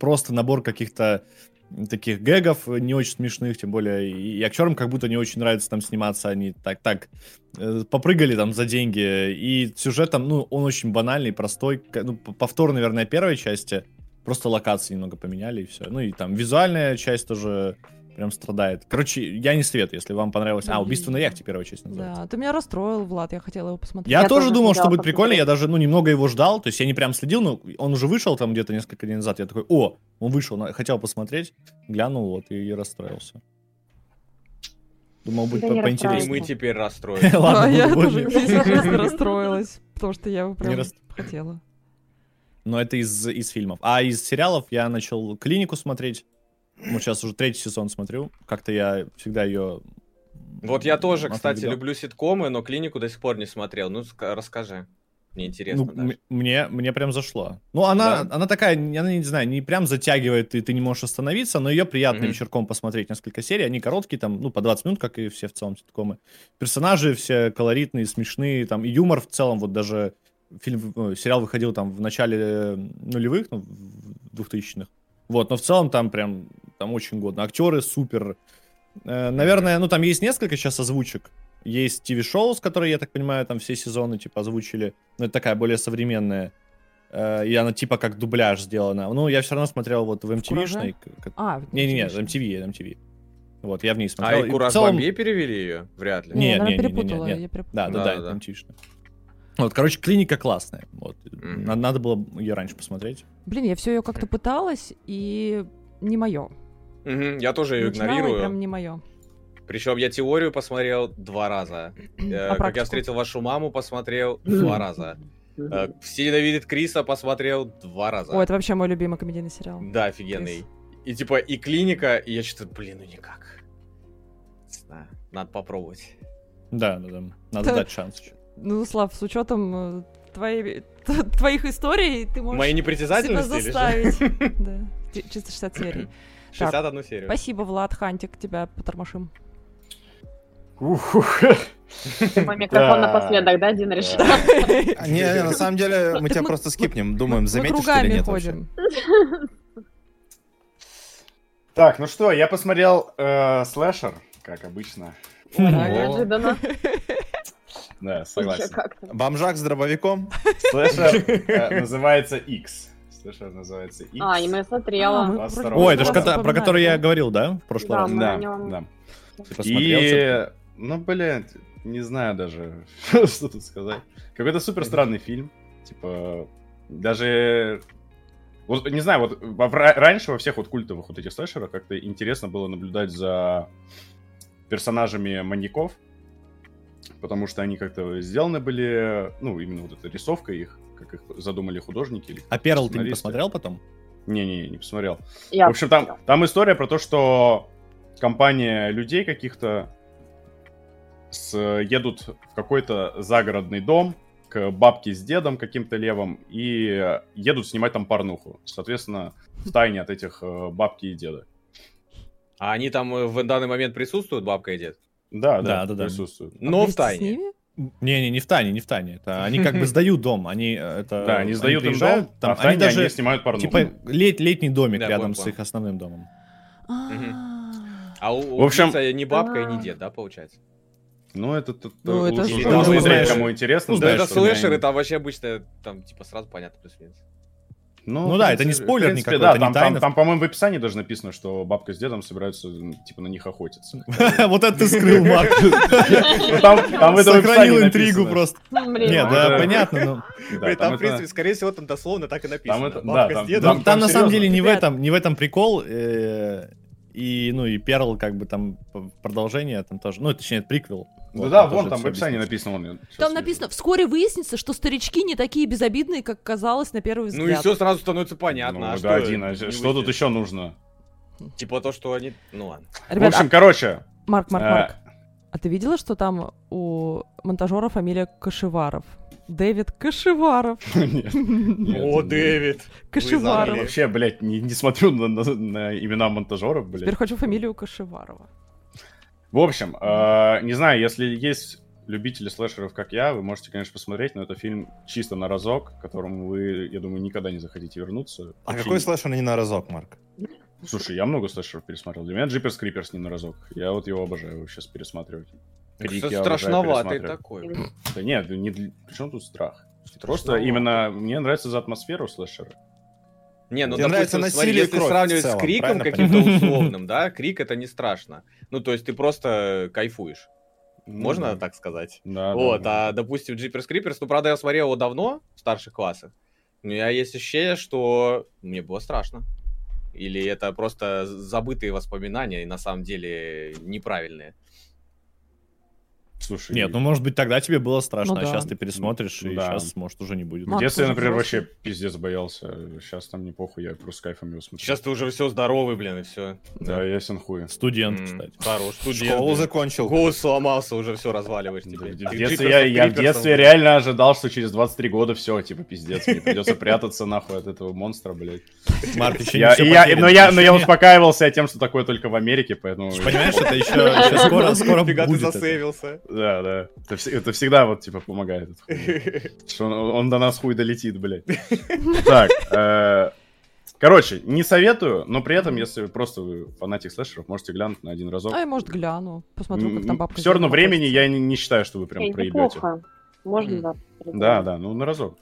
C: просто набор каких-то таких гэгов э, не очень смешных, тем более и, и актерам как будто не очень нравится там сниматься, они так так э, попрыгали там за деньги, и сюжет там, ну, он очень банальный, простой, к- ну, п- повтор, наверное, первой части, просто локации немного поменяли и все, ну и там визуальная часть тоже прям страдает. Короче, я не свет, если вам понравилось. А,
A: Блин.
C: убийство на яхте первая часть называется.
A: Да, ты меня расстроил, Влад, я хотела его посмотреть.
C: Я,
E: Я
C: тоже
E: тоже
C: думал, что
E: хотела
C: будет прикольно, я
E: посмотреть.
C: даже, ну, немного его ждал, то есть я не прям следил, но он уже вышел там где-то несколько дней назад, я такой, о, он вышел, на- хотел посмотреть, глянул вот и расстроился. Думал, будет
E: Да не
C: по-
B: И
E: расстраивайся.
C: поинтереснее.
B: мы теперь расстроились.
C: Ладно,
A: Да, А я
C: буду
A: тоже,
C: более-
A: если честно, расстроилась, потому что я его прям
C: рас-
A: хотела.
C: Но это из, из фильмов. А из сериалов я начал «Клинику» смотреть, вот сейчас уже третий сезон смотрю, как-то я всегда ее...
B: Вот я тоже, кстати, люблю ситкомы, но клинику до сих пор не смотрел. Ну, ска- расскажи. Мне интересно.
C: Ну,
B: даже.
C: м- мне, мне прям зашло. Ну, она,
B: Да?
C: она такая, не- она, не знаю, не прям затягивает, и ты не можешь остановиться, но ее приятно
B: Мгм.
C: вечерком посмотреть несколько серий. Они короткие, там, ну, по 20 минут, как и все в целом ситкомы. Персонажи все колоритные, смешные, там, и юмор в целом, вот даже фильм, ну, сериал выходил там в начале э, нулевых, ну, в 2000-х. Вот, но в целом там прям, там очень годно. Актеры супер. Э, Наверное, ну, там есть несколько сейчас озвучек. Есть ТВ-шоу, с которой, я так понимаю, там все сезоны, типа, озвучили. Ну, это такая более современная. Э, И она типа как дубляж сделана. Ну, я все равно смотрел вот в эм MTV-шной.
A: А,
C: Не-не-не, эм
A: отлично.
C: MTV, MTV. Вот, я в ней
B: А
C: смотрел.
B: и
C: в
B: Кураж
C: целом-
B: Бомбей перевели ее? Вряд ли.
C: Не,
A: Не, наверное,
C: не-не-не-не-не.
A: перепутала, я перепутала.
C: Да, да, да,
B: Да-да-да.
C: это MTV-шная. Вот, короче, клиника классная. Вот.
B: Мгм.
C: На- Надо было ее раньше посмотреть.
A: Блин, я все ее как-то пыталась, и не мое.
B: Мгм, Я тоже ее
A: прям
B: игнорирую.
A: не мое.
B: Причем я теорию посмотрел два раза. Э, Как я встретил вашу маму, посмотрел два раза. Э, Все ненавидят Криса, посмотрел два
A: Ой,
B: раза.
A: это вообще мой любимый комедийный сериал.
B: Да, офигенный. И типа и клиника, и я что-то, блин, ну никак. Не знаю, Надо попробовать.
C: Да, да, да. Надо
A: Да.
C: дать шанс. еще.
A: Ну, Слав, с учетом твоей, твоих историй, ты можешь
B: Мои
A: себя
B: непритязательности или что?
A: заставить. Да, Ти- чисто 60 серий.
B: 61 серию.
A: Спасибо, Влад Хантик, тебя потормошим.
F: Ух.
E: Мой микрофон
F: Да.
E: напоследок, да, Дина решил?
D: А, Не, не, на самом деле, мы тебя просто скипнем. Думаем,
A: Мы
D: заметишь ты или
A: кругами
D: нет вообще.
A: ходим.
F: Так, ну что, я посмотрел э, слэшер, как обычно.
A: Так.
E: Неожиданно.
F: Да,
E: Вообще
F: согласен.
E: как-то.
D: Бомжак с дробовиком.
F: Слэшер э, называется X. Слэшер называется X.
E: А, и мы
A: А,
E: смотрела.
A: мы
F: Вас
A: вроде
F: здорово.
C: Ой, это ж
A: раз
F: кота-
C: кота- про
A: вспоминали,
C: который я
A: да?
C: говорил, да, в прошлый
E: Да,
C: раз?
E: мы
F: Да,
E: о нем.
F: да.
C: Ты посмотрел всё-таки?
F: И, ну, блин, не знаю даже, что тут сказать. Какой-то супер странный фильм. Типа, даже... Вот, не знаю, вот во- ра- раньше во всех вот культовых вот этих слэшерах как-то интересно было наблюдать за персонажами маньяков, потому что они как-то сделаны были, ну, именно вот эта рисовка их, как их задумали художники. или-
C: А Перл ты не
F: Сценаристы.
C: посмотрел потом?
F: Не-не, не посмотрел.
E: Я
F: В общем, там,
E: посмотрела.
F: там история про то, что компания людей каких-то с, едут в какой-то загородный дом к бабке с дедом каким-то левым и едут снимать там порнуху. Соответственно, в тайне от этих э, бабки и деда.
B: А они там э, в данный момент присутствуют, бабка и дед?
F: Да,
C: Да,
F: да,
C: да, да.
F: присутствуют.
B: Но в
A: Вместе с
B: тайне.
A: ними?
C: Не-не, не в Тане, не в Тане. Это они как бы сдают дом. Они э, это.
F: Да, они сдают им
C: приезжают,
F: дом, там, а в
C: они
F: Тайне
C: даже
F: они снимают порнуху.
C: типа лет- летний домик
B: Да, понял,
C: рядом с
B: понял.
C: их основным домом.
B: А у,
F: В общем-
B: убийца не бабка и не дед, да, получается?
F: Ну, это тут
A: Ну,
F: э,
A: это
F: лучше
A: ж-
F: уже
C: ну,
F: посмотреть,
C: знаешь,
F: кому интересно.
C: ну,
F: да,
C: знаешь,
B: это
F: что у меня
B: слэшеры,
F: не-
B: там вообще обычно, там, типа, сразу понятно плюс-минус.
C: Ну
F: в
C: да, это не
F: принципе-
C: спойлер
F: в принципе,
C: никакой,
F: Да,
C: это не
F: там, там-
C: тайна.
F: там, по-моему, в описании даже написано, что бабка с дедом собираются, м, типа, на них охотиться.
C: Вот это ты скрыл, Марк.
F: Ну, Там там это в
C: Сохранил
F: описании
C: интригу
F: написано.
C: просто.
E: М, Ну, блин.
C: Нет,
F: Да.
C: да, понятно, но
F: Да,
B: Блин, там,
F: там
B: в
F: это-
B: принципе, скорее всего, там дословно так и написано.
F: Там это-
B: бабка
F: да,
B: с
F: там-
B: дедом.
C: там, там на самом деле
F: серьезно.
C: не в
A: Ребят.
C: этом, не в этом прикол. э, И, ну, и Перл, как бы там п- продолжение там тоже. Ну, точнее, приквел.
F: Да,
C: Вот,
F: да,
C: тоже
F: вон
C: это
F: там в
C: всё
F: описании
C: объяснится.
F: написано. вон, я щас
A: Там
F: вижу.
A: написано, вскоре выяснится, что старички не такие безобидные, как казалось на первый
B: Ну и
A: взгляд.
B: все сразу становится понятно. а
F: Ну,
B: что,
F: да, один, а
B: не
F: что тут
B: выяснилось?
F: еще нужно?
B: Типа то, что они... Ну ладно.
F: В
A: Ребят,
F: общем, короче,
A: а- Марк, Марк,
F: а,
A: Марк, а ты видела, что там у монтажера фамилия Кашеваров? Дэвид Кашеваров.
F: э, нет, нет,
B: О,
F: нет.
B: Дэвид!
F: Я
A: Кашеваров.
B: знали.
F: Вообще, блядь, не, не смотрю на, на- на имена монтажеров,
A: Теперь
F: блядь.
A: хочу фамилию Кашеварова.
F: В общем, э, не знаю, если есть любители слэшеров, как я, вы можете, конечно, посмотреть, но это фильм чисто на разок, к которому вы, я думаю, никогда не захотите вернуться.
D: А
F: Вообще
D: какой
F: не-
D: слэшер не на разок, Марк?
F: Слушай, я много слэшеров пересмотрел. Для меня Джиперс Криперс не на разок. Я вот его обожаю его сейчас пересматривать. Крик
B: Кстати,
F: я обожаю
B: Страшноватый
F: пересматривать.
B: такой.
F: Да нет, не для- почему тут страх? Просто
B: Страшноватый.
F: именно мне нравится за атмосферу слэшера.
B: Не, ну,
D: Тебе нравится
B: допустим, смотри,
D: насилие и
B: если
D: кровь в
B: сравнивать
D: целом,
B: с криком
D: правильно
B: каким-то
C: понимаю?
B: условным, да, крик это не страшно. Ну, то есть ты просто кайфуешь. Можно так сказать?
F: Ну Да, да,
B: вот,
F: да.
B: а, допустим, Джиперс Криперс, ну, правда, я смотрел его давно, в старших классах. У меня есть ощущение, что мне было страшно. Или это просто забытые воспоминания и на самом деле неправильные.
F: Слушай,
C: Нет, ну может быть тогда тебе было страшно,
A: Ну
C: а
A: да.
C: сейчас ты пересмотришь, и
F: Да.
C: сейчас, может, уже не будет.
A: Марк,
F: в детстве,
A: тоже
F: например,
A: взрослый.
F: вообще пиздец боялся. Сейчас там не похуй, я просто с кайфом его смотрю.
B: Сейчас ты уже все здоровый, блин, и все.
F: Да, ясен хуй.
C: Студент, кстати.
B: Хорош, студент.
D: Школу
B: блин.
D: закончил.
B: Голос сломался, уже все разваливаешь
F: Да,
B: теперь.
F: В
B: Типа, Ты
F: детстве
B: Джиперсом
F: я, я в
B: Криперсом,
F: детстве
B: блин.
F: реально ожидал, что через 23 года все, типа, пиздец, мне придется прятаться нахуй от этого монстра, блядь.
C: Марк, еще
F: Я,
C: не всё
F: и я-
C: потеряно.
F: но, я,
C: Еще
F: но я
C: не-
F: успокаивался тем, что такое только в Америке, поэтому...
C: Понимаешь, это еще, еще скоро, скоро
B: Фига ты
C: будет это.
B: засейвился.
F: Да, да. Это, вс- это всегда вот, типа, помогает. эта хуйня. Что он, он до нас хуй долетит, блядь. Так, э, короче, не советую, но при этом, если вы просто вы фанатик слэшеров, можете глянуть на один разок.
A: А я, может, гляну, посмотрю, как там бабка.
F: Все равно
A: сделала.
F: времени я не, не считаю, что вы прям
E: Эй,
F: проебете.
E: неплохо. Можно,
B: Мгм.
E: да.
F: Да, да, ну на разок.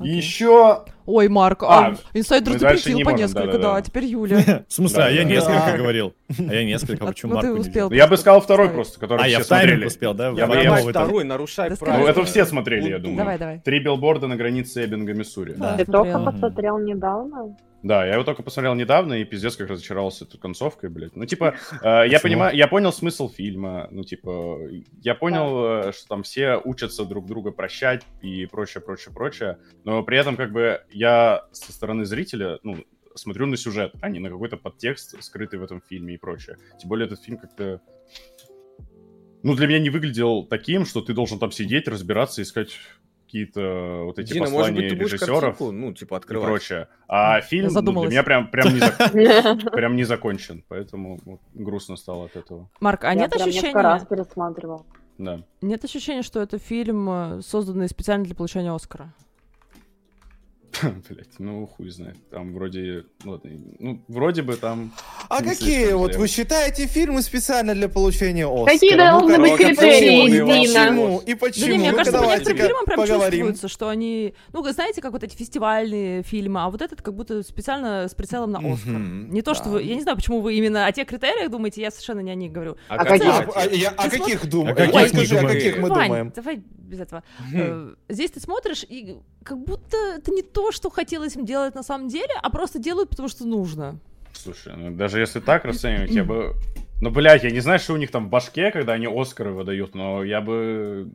A: Окей.
F: Еще
A: Ой, Марк,
F: А,
A: а, инсайдер
F: мы дальше
A: запретил
F: не
A: по
F: можем,
A: несколько,
F: да-да-да.
A: да, а теперь Юля.
C: В смысле, а я
F: Да.
C: несколько
A: Да.
C: говорил. А я несколько,
A: А,
C: почему
A: ну ты
C: Марку нельзя?
A: успел.
F: Ну, я бы сказал второй
A: Ставить.
F: просто, который
C: А я
F: все
C: в тайминг
F: смотрели.
C: успел, да?
F: Я
C: в одном
B: Давай
F: боялся.
C: в этом.
B: второй, нарушай
A: Да
B: правила.
F: Ну, это все смотрели, я думаю.
A: Давай, давай.
F: Три билборда на границе Эббинга, Миссури.
C: Да.
E: Ты только
A: Смотрела.
E: посмотрел недавно?
F: Да, я его только посмотрел недавно, и пиздец, как разочаровался тут концовкой, блядь. Ну, типа, э, я понимаю, я понял смысл фильма. Ну, типа, я понял, э, что там все учатся друг друга прощать и прочее, прочее, прочее. Но при этом, как бы, я со стороны зрителя, ну, смотрю на сюжет, а не на какой-то подтекст, скрытый в этом фильме и прочее. Тем более, этот фильм как-то. Ну, для меня не выглядел таким, что ты должен там сидеть, разбираться, искать какие-то вот эти
B: Дина, может
F: послания
B: быть, ты будешь
F: режиссеров
B: картинку, ну, типа,
F: и
B: открывать.
F: прочее. А фильм ну, для
A: задумалась.
F: меня прям, прям, не зак-
E: Я
F: прям не закончен, поэтому вот грустно стало от этого.
A: Марк, а нет
E: прям несколько раз
A: ощущения,
E: пересматривал.
F: Да.
A: нет ощущения, что это фильм, э, созданный специально для получения Оскара?
F: Блять, ну хуй знает. Там вроде, ну, ладно, ну вроде бы там.
D: А
F: Не
D: какие
F: слишком
D: вот
F: зря.
D: вы считаете фильмы специально для получения Оскара?
E: Какие должны
D: Ну-ка,
E: быть
D: почему?
E: критерии,
D: И
E: Дина?
D: Почему? И
A: Да
D: почему?
A: не, мне
D: Ну-ка,
A: кажется, по некоторым
D: давайте-ка
A: фильмам прям
D: Ну, поговорим.
A: чувствуется, что они... Ну, вы знаете, как вот эти фестивальные фильмы, а вот этот как будто специально с прицелом на Оскар.
D: Мгм,
A: Не то, что
D: да.
A: вы... Я не знаю, почему вы именно о тех критериях думаете, я совершенно не о них говорю.
B: А
E: А
B: как
E: какие?
B: делать?
D: А, а я- а
A: Ты
D: каких думаем?
C: А каких
D: Ой,
C: мы
D: скажи, о
B: думаем?
D: каких мы
A: Вань,
D: думаем?
A: давай без этого. Э, Здесь ты смотришь, и как будто это не то, что хотелось им делать на самом деле, а просто делают, потому что нужно.
F: Слушай, ну, даже если так расценивать, я бы. Ну, блядь, я не знаю, что у них там в башке, когда они Оскары выдают, но я бы,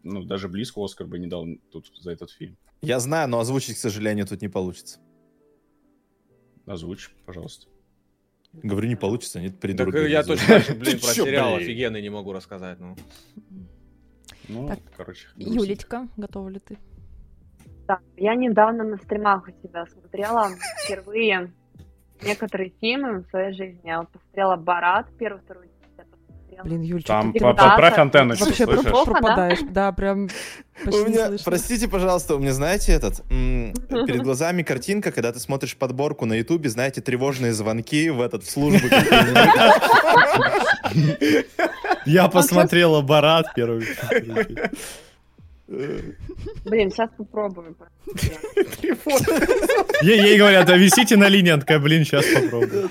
F: ну, даже близко Оскар бы не дал тут за этот фильм.
D: Я знаю, но озвучить, к сожалению, тут не получится.
F: Озвучь, пожалуйста.
D: Говорю, не получится, нет,
B: Так
D: придурок.
B: э, я
D: Ты
B: точно, так же, блин,
D: чё,
B: про сериал
D: блин?
B: офигенный не могу рассказать, ну.
F: Ну,
A: Так,
F: короче. грустно.
A: Юлечка, готова ли ты?
E: Да, я недавно на стримах у тебя смотрела впервые некоторые фильмы в своей жизни. Я вот посмотрела «Барат», первый, второй, я посмотрела
A: Блин, Юль, что
F: Там
A: ты
E: ты
F: по-
E: пытался?
F: поправь
E: ну
F: антенну, если
A: вообще
F: слышишь.
A: про-
E: Плохо, да?
A: пропадаешь? Да, прям почти
D: У
A: не
D: меня,
A: слышно.
D: простите, пожалуйста, у меня, знаете, этот, м, перед глазами картинка, когда ты смотришь подборку на Ютубе, знаете, тревожные звонки в этот, в службу. какую-нибудь.
B: А
C: Я посмотрела Барат первый.
E: Блин, сейчас попробую.
C: Ей, ей говорят, а висите на линии, она такая, блин, сейчас попробую.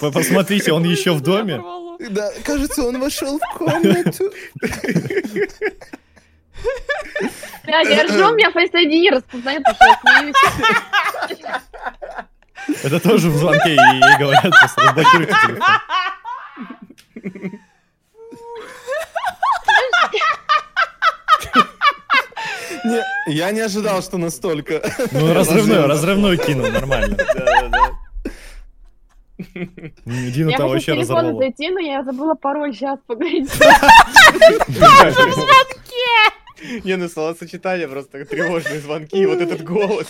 C: Вы Посмотрите, он еще в доме.
A: Порвало.
D: Да, кажется, он вошел в комнату.
E: Я, я ржу, у меня Face ID не распознает, потому что я смеюсь.
C: Это тоже в звонке, и ей говорят, просто разблокируйте телефон.
D: Не, Я не ожидал, что настолько.
C: Ну, разрывную, разрывную кинул, нормально. М, Дина
E: Я
C: Ну,
E: хотела с
C: там вообще
E: телефона
C: разорвала.
E: зайти, но я забыла пароль. Сейчас, погодите.
B: Не, ну словосочетание просто тревожные звонки, и вот этот голос.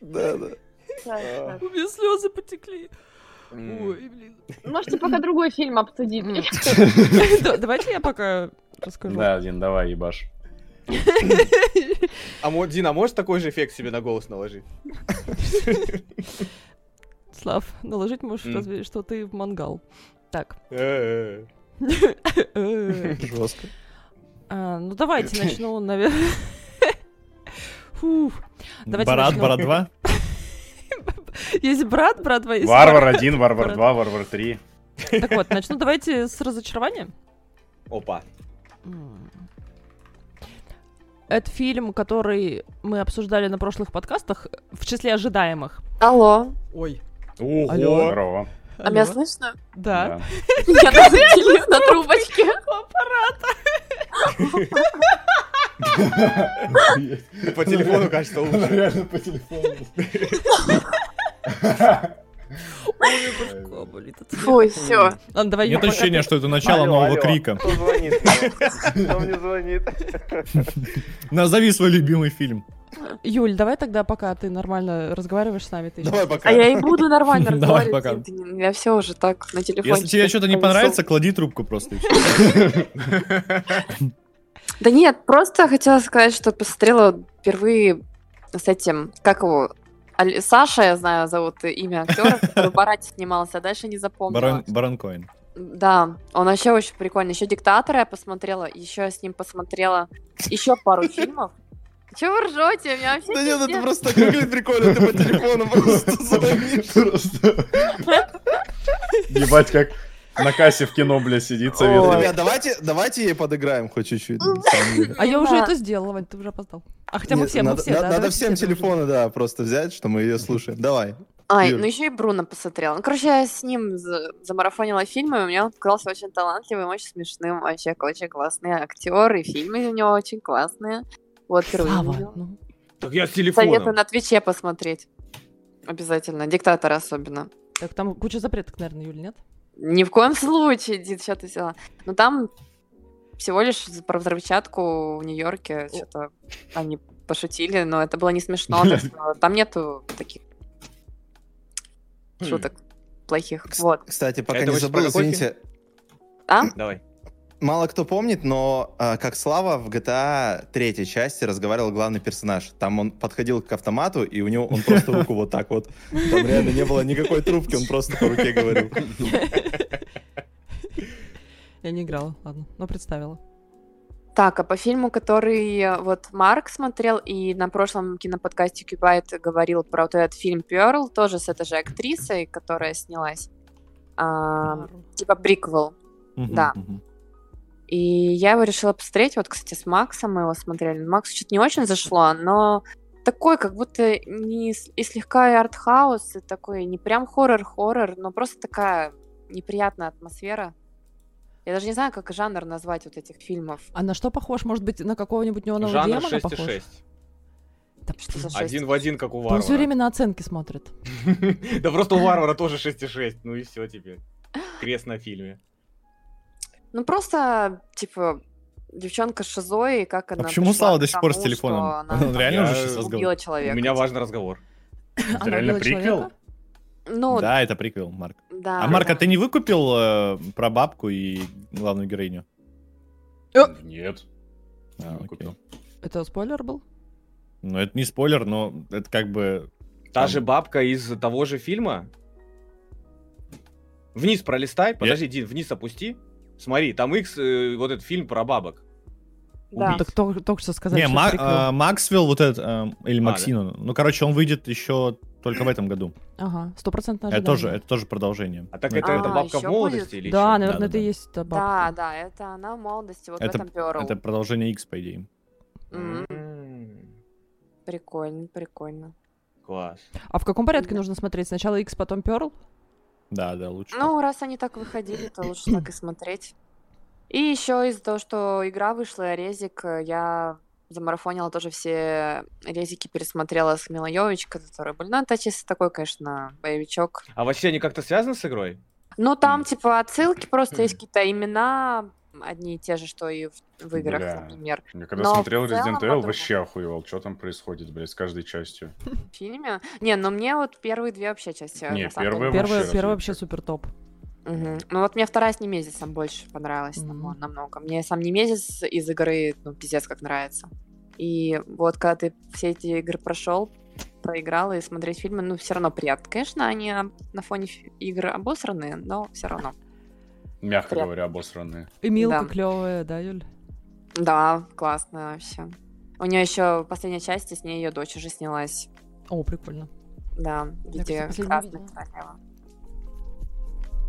D: Да, да.
E: Сейчас, сейчас.
A: У меня слезы потекли. Ой, блин.
E: Можете пока другой фильм обсудить.
A: М. Да, Давайте я пока расскажу.
F: Да, Дин, давай, ебашь.
B: А мо- Дина, можешь такой же эффект себе на голос наложить?
A: Слав, наложить можешь
B: М.
A: разве что ты в мангал. Так.
B: Э-э.
A: Э,
D: Жестко.
A: а, Ну давайте начну, наверное. Фух. Давайте
C: Барат,
A: начнем.
C: Барат 2.
A: Есть брат, брат два есть
F: Варвар 1, Варвар
A: Брат.
F: 2, Варвар 3.
A: брат. Так вот, начну давайте с разочарования.
B: Опа.
A: М. Это фильм, который мы обсуждали на прошлых подкастах, в числе ожидаемых.
G: Алло,
A: Ой. Алло.
F: Здорово.
G: а меня слышно?
A: Да.
G: Я даже делюсь на трубочке.
B: По телефону, кажется,
F: Он
B: лучше.
F: реально по телефону.
A: Ой, башка болит.
G: Ой, все.
A: Ладно, давай
C: Нет
A: Юль, а пока
C: ощущения, что это начало нового крика.
H: Кто звонит? Кто мне звонит?
C: Назови свой любимый фильм.
A: ты- Юль, давай тогда, пока ты нормально разговариваешь с нами. Ты
D: Давай пока.
G: А я и буду нормально
C: Давай,
G: разговаривать.
C: пока.
G: Евгений, Я все уже так на телефоне.
C: Если тебе что-то не понравится, клади трубку просто. и всё.
G: Да нет, просто хотела сказать, что посмотрела впервые с этим, как его, Аль- Саша, я знаю, зовут имя актера, который в Барате снимался, а дальше не запомнила.
C: Барон Барон Коэн.
G: Да, он вообще очень прикольный. Еще диктатора я посмотрела, еще я с ним посмотрела еще пару фильмов. Чего вы ржете? У меня вообще
D: Да нет, это
G: пиздец.
D: просто так выглядит прикольно, ты по телефону просто звонишь.
F: Просто. Ебать, как на кассе в кино, бля, сидит, советует.
D: Ребят, давайте, давайте ей подыграем хоть чуть-чуть. на самом деле.
A: А я уже
G: Да.
A: это сделала, Вань, ты уже опоздал. А хотя мы
D: Нет,
A: все, мы
D: надо,
A: все,
D: на-
A: да,
D: надо
A: давайте
D: всем
A: все дружим.
D: телефоны, да, просто взять, что мы ее слушаем. Давай.
G: Ай,
D: Юль.
G: ну еще и Бруно посмотрела. Ну, короче, я с ним за- замарафонила фильмы, и мне он показался очень талантливым, очень смешным, вообще очень классный актер, и фильмы у него очень классные. Вот, впервые
A: Слава,
G: увидела.
A: ну.
B: Так я с
G: Советую
B: телефоном.
G: на Твиче посмотреть. Обязательно. Диктатора особенно.
A: Так, там куча запреток, наверное, Юль, нет?
G: Ни в коем случае, Дид, что ты взяла. Но там всего лишь за- про взрывчатку в Нью-Йорке что-то они пошутили, но это было не смешно. так что Там нету таких шуток плохих.
D: Кс-
G: Вот.
D: Кстати, пока
B: Это
D: не
B: вы сейчас про
D: забыл,
B: какой фильм?
D: извините,
B: Хм. Давай.
D: мало кто помнит, но а, как Слава в GTA третьей части разговаривал главный персонаж. Там он подходил к автомату, и у него он просто руку вот так вот. Там реально не было никакой трубки, он просто по руке говорил.
A: Я не играла, ладно, но представила.
G: Так, а по фильму, который э, вот Марк смотрел и на прошлом киноподкасте Кьюбайт говорил про вот этот фильм Перл, тоже с этой же актрисой, которая снялась. А, типа приквел.
C: Мгм,
G: Да.
C: мгм.
G: И я его решила посмотреть. Вот, кстати, с Максом мы его смотрели. Макс что-то не очень зашло, но такой, как будто не с- и слегка и артхаус, и такой не прям хоррор-хоррор, но просто такая неприятная атмосфера. Я даже не знаю, как жанр назвать вот этих фильмов.
A: А на что похож? Может быть, на какого-нибудь неонового
B: Жанр
A: демона похож?
B: 6,6.
A: Да,
G: Что за
A: блин.
G: ш-
B: Один в один, как у
A: Он все
B: варвара.
A: время на оценки смотрит.
B: Да просто у варвара тоже 6,6. Ну и все теперь. Крест на фильме.
G: Ну просто, типа, девчонка с шизой, и как
C: А
G: она
C: почему
G: пришла
C: Слава
G: к
C: до сих пор с
G: тому, что
C: телефоном?
G: она
C: Он реально
B: Я-
C: уже сейчас разговаривает.
G: убила
B: У
G: человека. Типа,
B: меня важный разговор.
A: Она
F: реально
A: убила
F: приквел?
A: человека?
G: Ну,
C: Да, это приквел, Марк.
G: Да.
C: А Марк, а ты не выкупил э, про бабку и главную героиню?
F: Нет.
C: Э.
F: Ну,
C: А,
F: Не
C: окей.
F: купил.
A: Это спойлер был?
C: Ну, это не спойлер, но это как бы...
B: Та
C: Там-
B: же бабка из того же фильма. Вниз пролистай, подожди, Дин, вниз опусти. Смотри, там X, э, вот этот фильм про бабок.
G: Да.
A: Так только, только что сказали,
C: не,
A: что
C: Ма-
A: это приквел.
C: э, Максвелл вот этот, э, или
G: А,
B: да.
C: Максин, он. ну, короче, он выйдет еще только в этом году.
A: Ага, стопроцентно
C: Это тоже, это тоже продолжение.
B: А так
C: Ну,
B: это,
G: А,
B: это бабка в
G: ещё
B: молодости
G: будет? ну,
B: или
A: Да,
B: чё?
A: наверное, это
C: Да-да-да.
A: и есть та
G: Да,
A: бабка.
G: да, это она в молодости, вот
C: Это-
G: в этом перл.
C: Это продолжение X, по идее.
G: М,
B: М,
G: Прикольно, прикольно.
B: М-м, Класс.
A: А в каком порядке нужно смотреть? Сначала X, потом Pearl?
C: Да, да, лучше. так.
G: Ну, раз они так выходили, то лучше так и смотреть. И еще из-за того, что игра вышла, резик, э, я замарафонила тоже все резики, пересмотрела с Милой Йовович, которые были. Ну, это чисто такой, конечно, боевичок.
B: А вообще они как-то связаны с игрой?
G: Ну, там, типа, отсылки, просто есть какие-то имена, одни и те же, что и в, в играх,
F: Бля.
G: например,
F: Я когда
G: Но в
F: смотрел
G: целом
F: Resident Evil,
G: по-другому.
F: вообще охуевал, что там происходит, блядь, с каждой частью.
G: в фильме. Не, ну мне вот первые две вообще части,
F: Не,
G: на самом деле,
F: первая
A: Первая,
G: больше.
F: вообще
A: первая
F: разведчик.
A: вообще супер топ.
G: Мгм. Ну вот мне вторая с Немезисом больше понравилась
A: Мгм.
G: намо- намного. Мне сам Немезис из игры, ну, пиздец, как нравится. И вот когда ты все эти игры прошел, проиграл и смотреть фильмы, ну, все равно приятно. Конечно, они а, на фоне фи- игр обосранные, но все равно.
F: Мягко
G: Прям.
F: говоря, обосранные.
A: И Милка
G: Да.
A: клевая, да, Юль?
G: Да, классно вообще. У нее еще последняя часть, и с ней ее дочь уже снялась.
A: О, прикольно.
G: Да, в виде
A: кстати, последнюю
G: красной
A: видела.
G: королевы.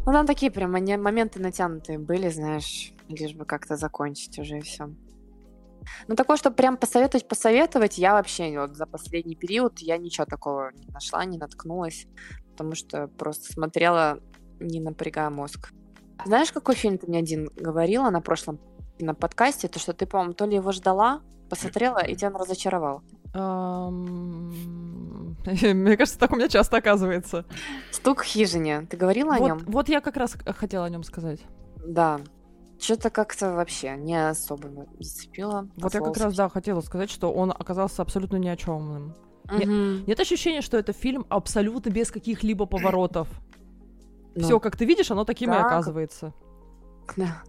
G: Ну, там такие прям моне- моменты натянутые были, знаешь, лишь бы как-то закончить уже и все. Ну, такое, что прям посоветовать, посоветовать, я вообще вот за последний период я ничего такого не нашла, не наткнулась, потому что просто смотрела, не напрягая мозг. Знаешь, какой фильм ты мне один говорила на прошлом на подкасте, то, что ты, по-моему, то ли его ждала, посмотрела, и тебя он разочаровал.
A: Ам, Мне кажется, так у меня часто оказывается.
G: Стук в хижине. Ты говорила о нем?
A: Вот, вот я как раз хотела о нем сказать.
G: Да. Что-то как-то вообще не особо м- зацепило.
A: Вот я как раз, да, хотела сказать, что он оказался абсолютно ни о чем.
G: Мгм.
A: Нет ощущения, что это фильм абсолютно без каких-либо поворотов.
G: Ну,
A: Все, как ты видишь, оно таким и
G: Да, как-
A: оказывается.
G: да.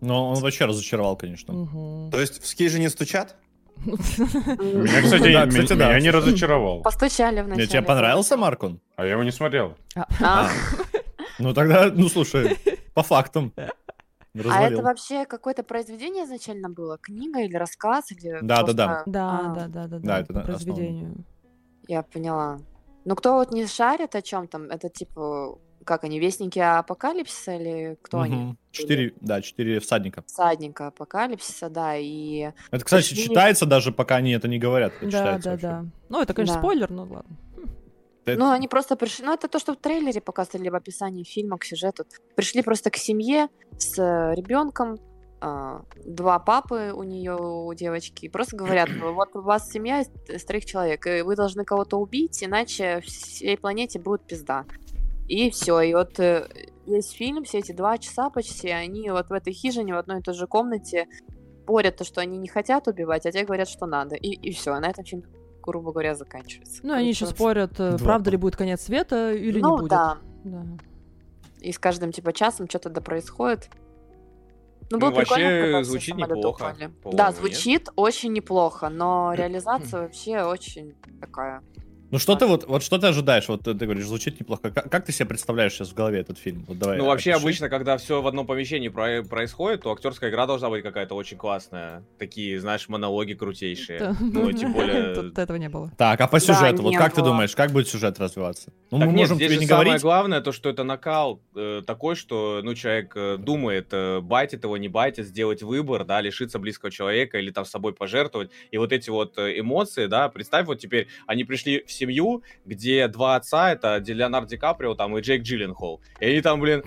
C: Но он вообще разочаровал, конечно.
A: Мгм.
D: То есть в ски же не стучат?
F: Меня, кстати,
C: Да,
F: м-
C: кстати, да.
F: меня не разочаровал.
G: Постучали в
C: Мне
G: начале.
C: тебе понравился, Марк, он?
F: А я его не смотрел.
G: А,
C: Ну тогда, ну слушай, по фактам.
G: а это
C: Развалил.
G: вообще какое-то произведение изначально было? Книга или рассказ? Или
C: Да, да, да.
G: просто-
A: Да,
G: А,
A: да, да, да,
C: Да,
A: да.
C: это
A: по
C: на- основное.
A: произведению.
G: Я поняла. Ну, кто вот не шарит о чем там, это типа, как они, вестники апокалипсиса или кто они?
C: Мгм. Четыре, да, четыре всадника.
G: Всадника апокалипсиса, да, и...
C: Это, кстати,
G: Четыре.
C: читается даже, пока они это не говорят. это
A: Да,
C: читается
A: да,
C: вообще.
A: да. Ну, это, конечно,
G: Да.
A: спойлер, но ладно.
C: Это-
G: Ну, они просто пришли... Ну, это то, что в трейлере показывали, либо описании фильма к сюжету. Пришли просто к семье с ребенком, два папы у нее, у девочки, и просто говорят, вот у вас семья из из трех человек, и вы должны кого-то убить, иначе всей планете будет пизда. И все, и вот э, весь фильм, все эти два часа почти, они вот в этой хижине, в одной и той же комнате борят то, что они не хотят убивать, а те говорят, что надо. И, и все, на этом фильм, грубо говоря, заканчивается.
A: Ну, и они еще
G: Короче,
A: спорят, э,
C: Два
A: правда ли
C: пар-
A: будет конец света или
G: ну,
A: не будет.
G: да.
A: Да.
G: И с каждым, типа, часом что-то да происходит.
B: Ну,
G: было
B: вообще,
G: прикольно, когда все
B: звучит
G: самолеты
B: неплохо,
G: упали.
B: по-моему,
G: Да,
B: нет?
G: звучит очень неплохо, но реализация вообще очень такая.
C: Ну что ты вот, вот что ты ожидаешь? Вот ты ты говоришь, звучит неплохо. Как, как ты себе представляешь сейчас в голове этот фильм? Вот давай.
B: Ну, вообще,
C: опиши.
B: обычно, когда все в одном помещении про- происходит, то актерская игра должна быть какая-то очень классная. Такие, знаешь, монологи крутейшие.
A: Да.
B: Ну, и тем более...
A: Тут этого не было.
C: Так, а по
G: Да,
C: сюжету, вот
G: не
C: как ты
G: было.
C: думаешь, как будет сюжет развиваться? Ну,
B: Так
C: мы
B: нет,
C: можем
B: здесь
C: тебе
B: же
C: не
B: самое
C: говорить.
B: главное, то, что это накал э, такой, что, ну, человек э, думает, э, байтит его, не байтит, сделать выбор, да, лишиться близкого человека или там с собой пожертвовать. И вот эти вот э, эмоции, да, представь, вот теперь они пришли в семью, где два отца, это Ди- Леонардо Ди Каприо там и Джейк Джилленхол. И они там, блин,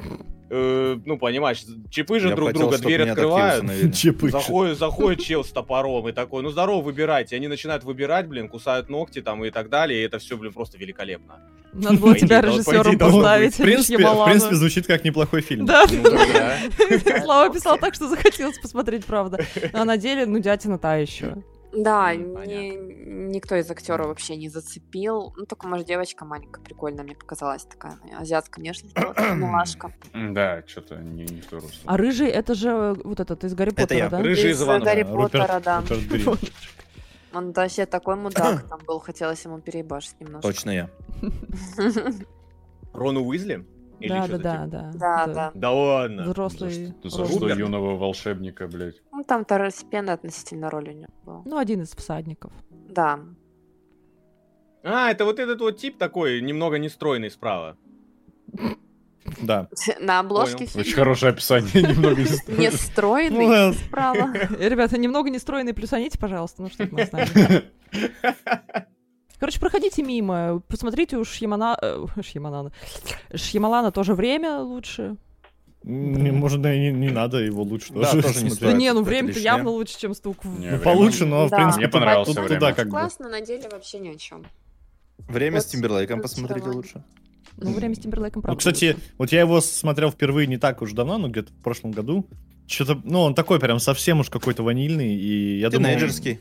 B: э, ну, понимаешь, чипы же
D: Я
B: друг
D: хотел,
B: друга,
D: чтоб
B: дверь
D: меня такие
B: открывают.
D: установили.
C: Чипы.
B: Заходит, заходит чел с топором и такой, ну здорово, выбирайте. И Они начинают выбирать, блин, кусают ногти там и так далее, и это все, блин, просто великолепно.
A: Надо было тебя
B: идее, по идее,
A: режиссером
B: должно
A: поставить.
C: В принципе,
A: Мишки
C: в принципе,
A: Малана.
C: звучит как неплохой фильм.
A: Да,
B: Ну, да.
A: Слава писал так, что захотелось посмотреть, правда. А на деле, ну, дятина та еще.
G: Да,
B: Непонятно.
G: не- никто из актеров вообще не зацепил. Ну, только, может, девочка маленькая, прикольная мне показалась такая. ну, Азиатская внешность, была, такая милашка.
F: Да, что-то не, не в ту русло.
A: А рыжий это же вот этот из Гарри Поттера,
D: я.
A: да?
F: Рыжий
G: Из
F: из
G: э,
F: Иванова.
G: Гарри
C: Руперт-
G: Поттера, да.
C: Руперт Грин.
G: Он вообще такой мудак там был, хотелось ему переебашить немножко.
D: Точно я.
B: Рону Уизли? Или
A: Да,
B: чё-то
A: да, да,
B: типа?
A: да.
G: Да,
A: Это
G: да.
B: Да ладно.
A: Взрослый.
F: За, что- за
A: рост.
F: что
B: Руперт.
F: юного волшебника, блядь?
G: Ну, там второстепенная относительно роль у него была.
A: Ну, один из всадников.
G: Да.
B: А, это вот этот вот тип такой, немного нестройный справа.
C: Да.
G: На обложке
F: Очень
G: фильма
F: хорошее описание, немного не стоит.
G: не стройный
C: Ну,
G: справа.
A: Э, Ребята, немного нестроенные плюсаните, пожалуйста, ну что это мы знаем. Короче, проходите мимо, посмотрите у Шьямана... э, Шьяманана. Шьямалана тоже время лучше.
C: М, Может, да и не, не надо его лучше
D: Да,
C: тоже,
D: тоже не
C: смотреть.
A: Да
D: Да,
A: не, ну
D: это
A: время-то
D: лишнее.
A: явно лучше, чем стук. в-
F: Не,
C: Ну,
F: время-
C: Получше, но, в
G: Да.
C: принципе,
F: Мне понравился
C: тут-
F: время.
C: туда как бы.
G: Классно, на деле вообще ни о чем.
D: Время с
G: Вот
D: Тимберлейком
G: тут
D: посмотрели
G: сравнение.
D: лучше.
A: Ну, время с Тимберлейком, правда.
C: Вот, кстати,
A: лучше.
C: вот я его смотрел впервые не так уж давно, но где-то в прошлом году. Что-то, ну, он такой прям совсем уж какой-то ванильный, и я думаю...
D: Тинейджерский.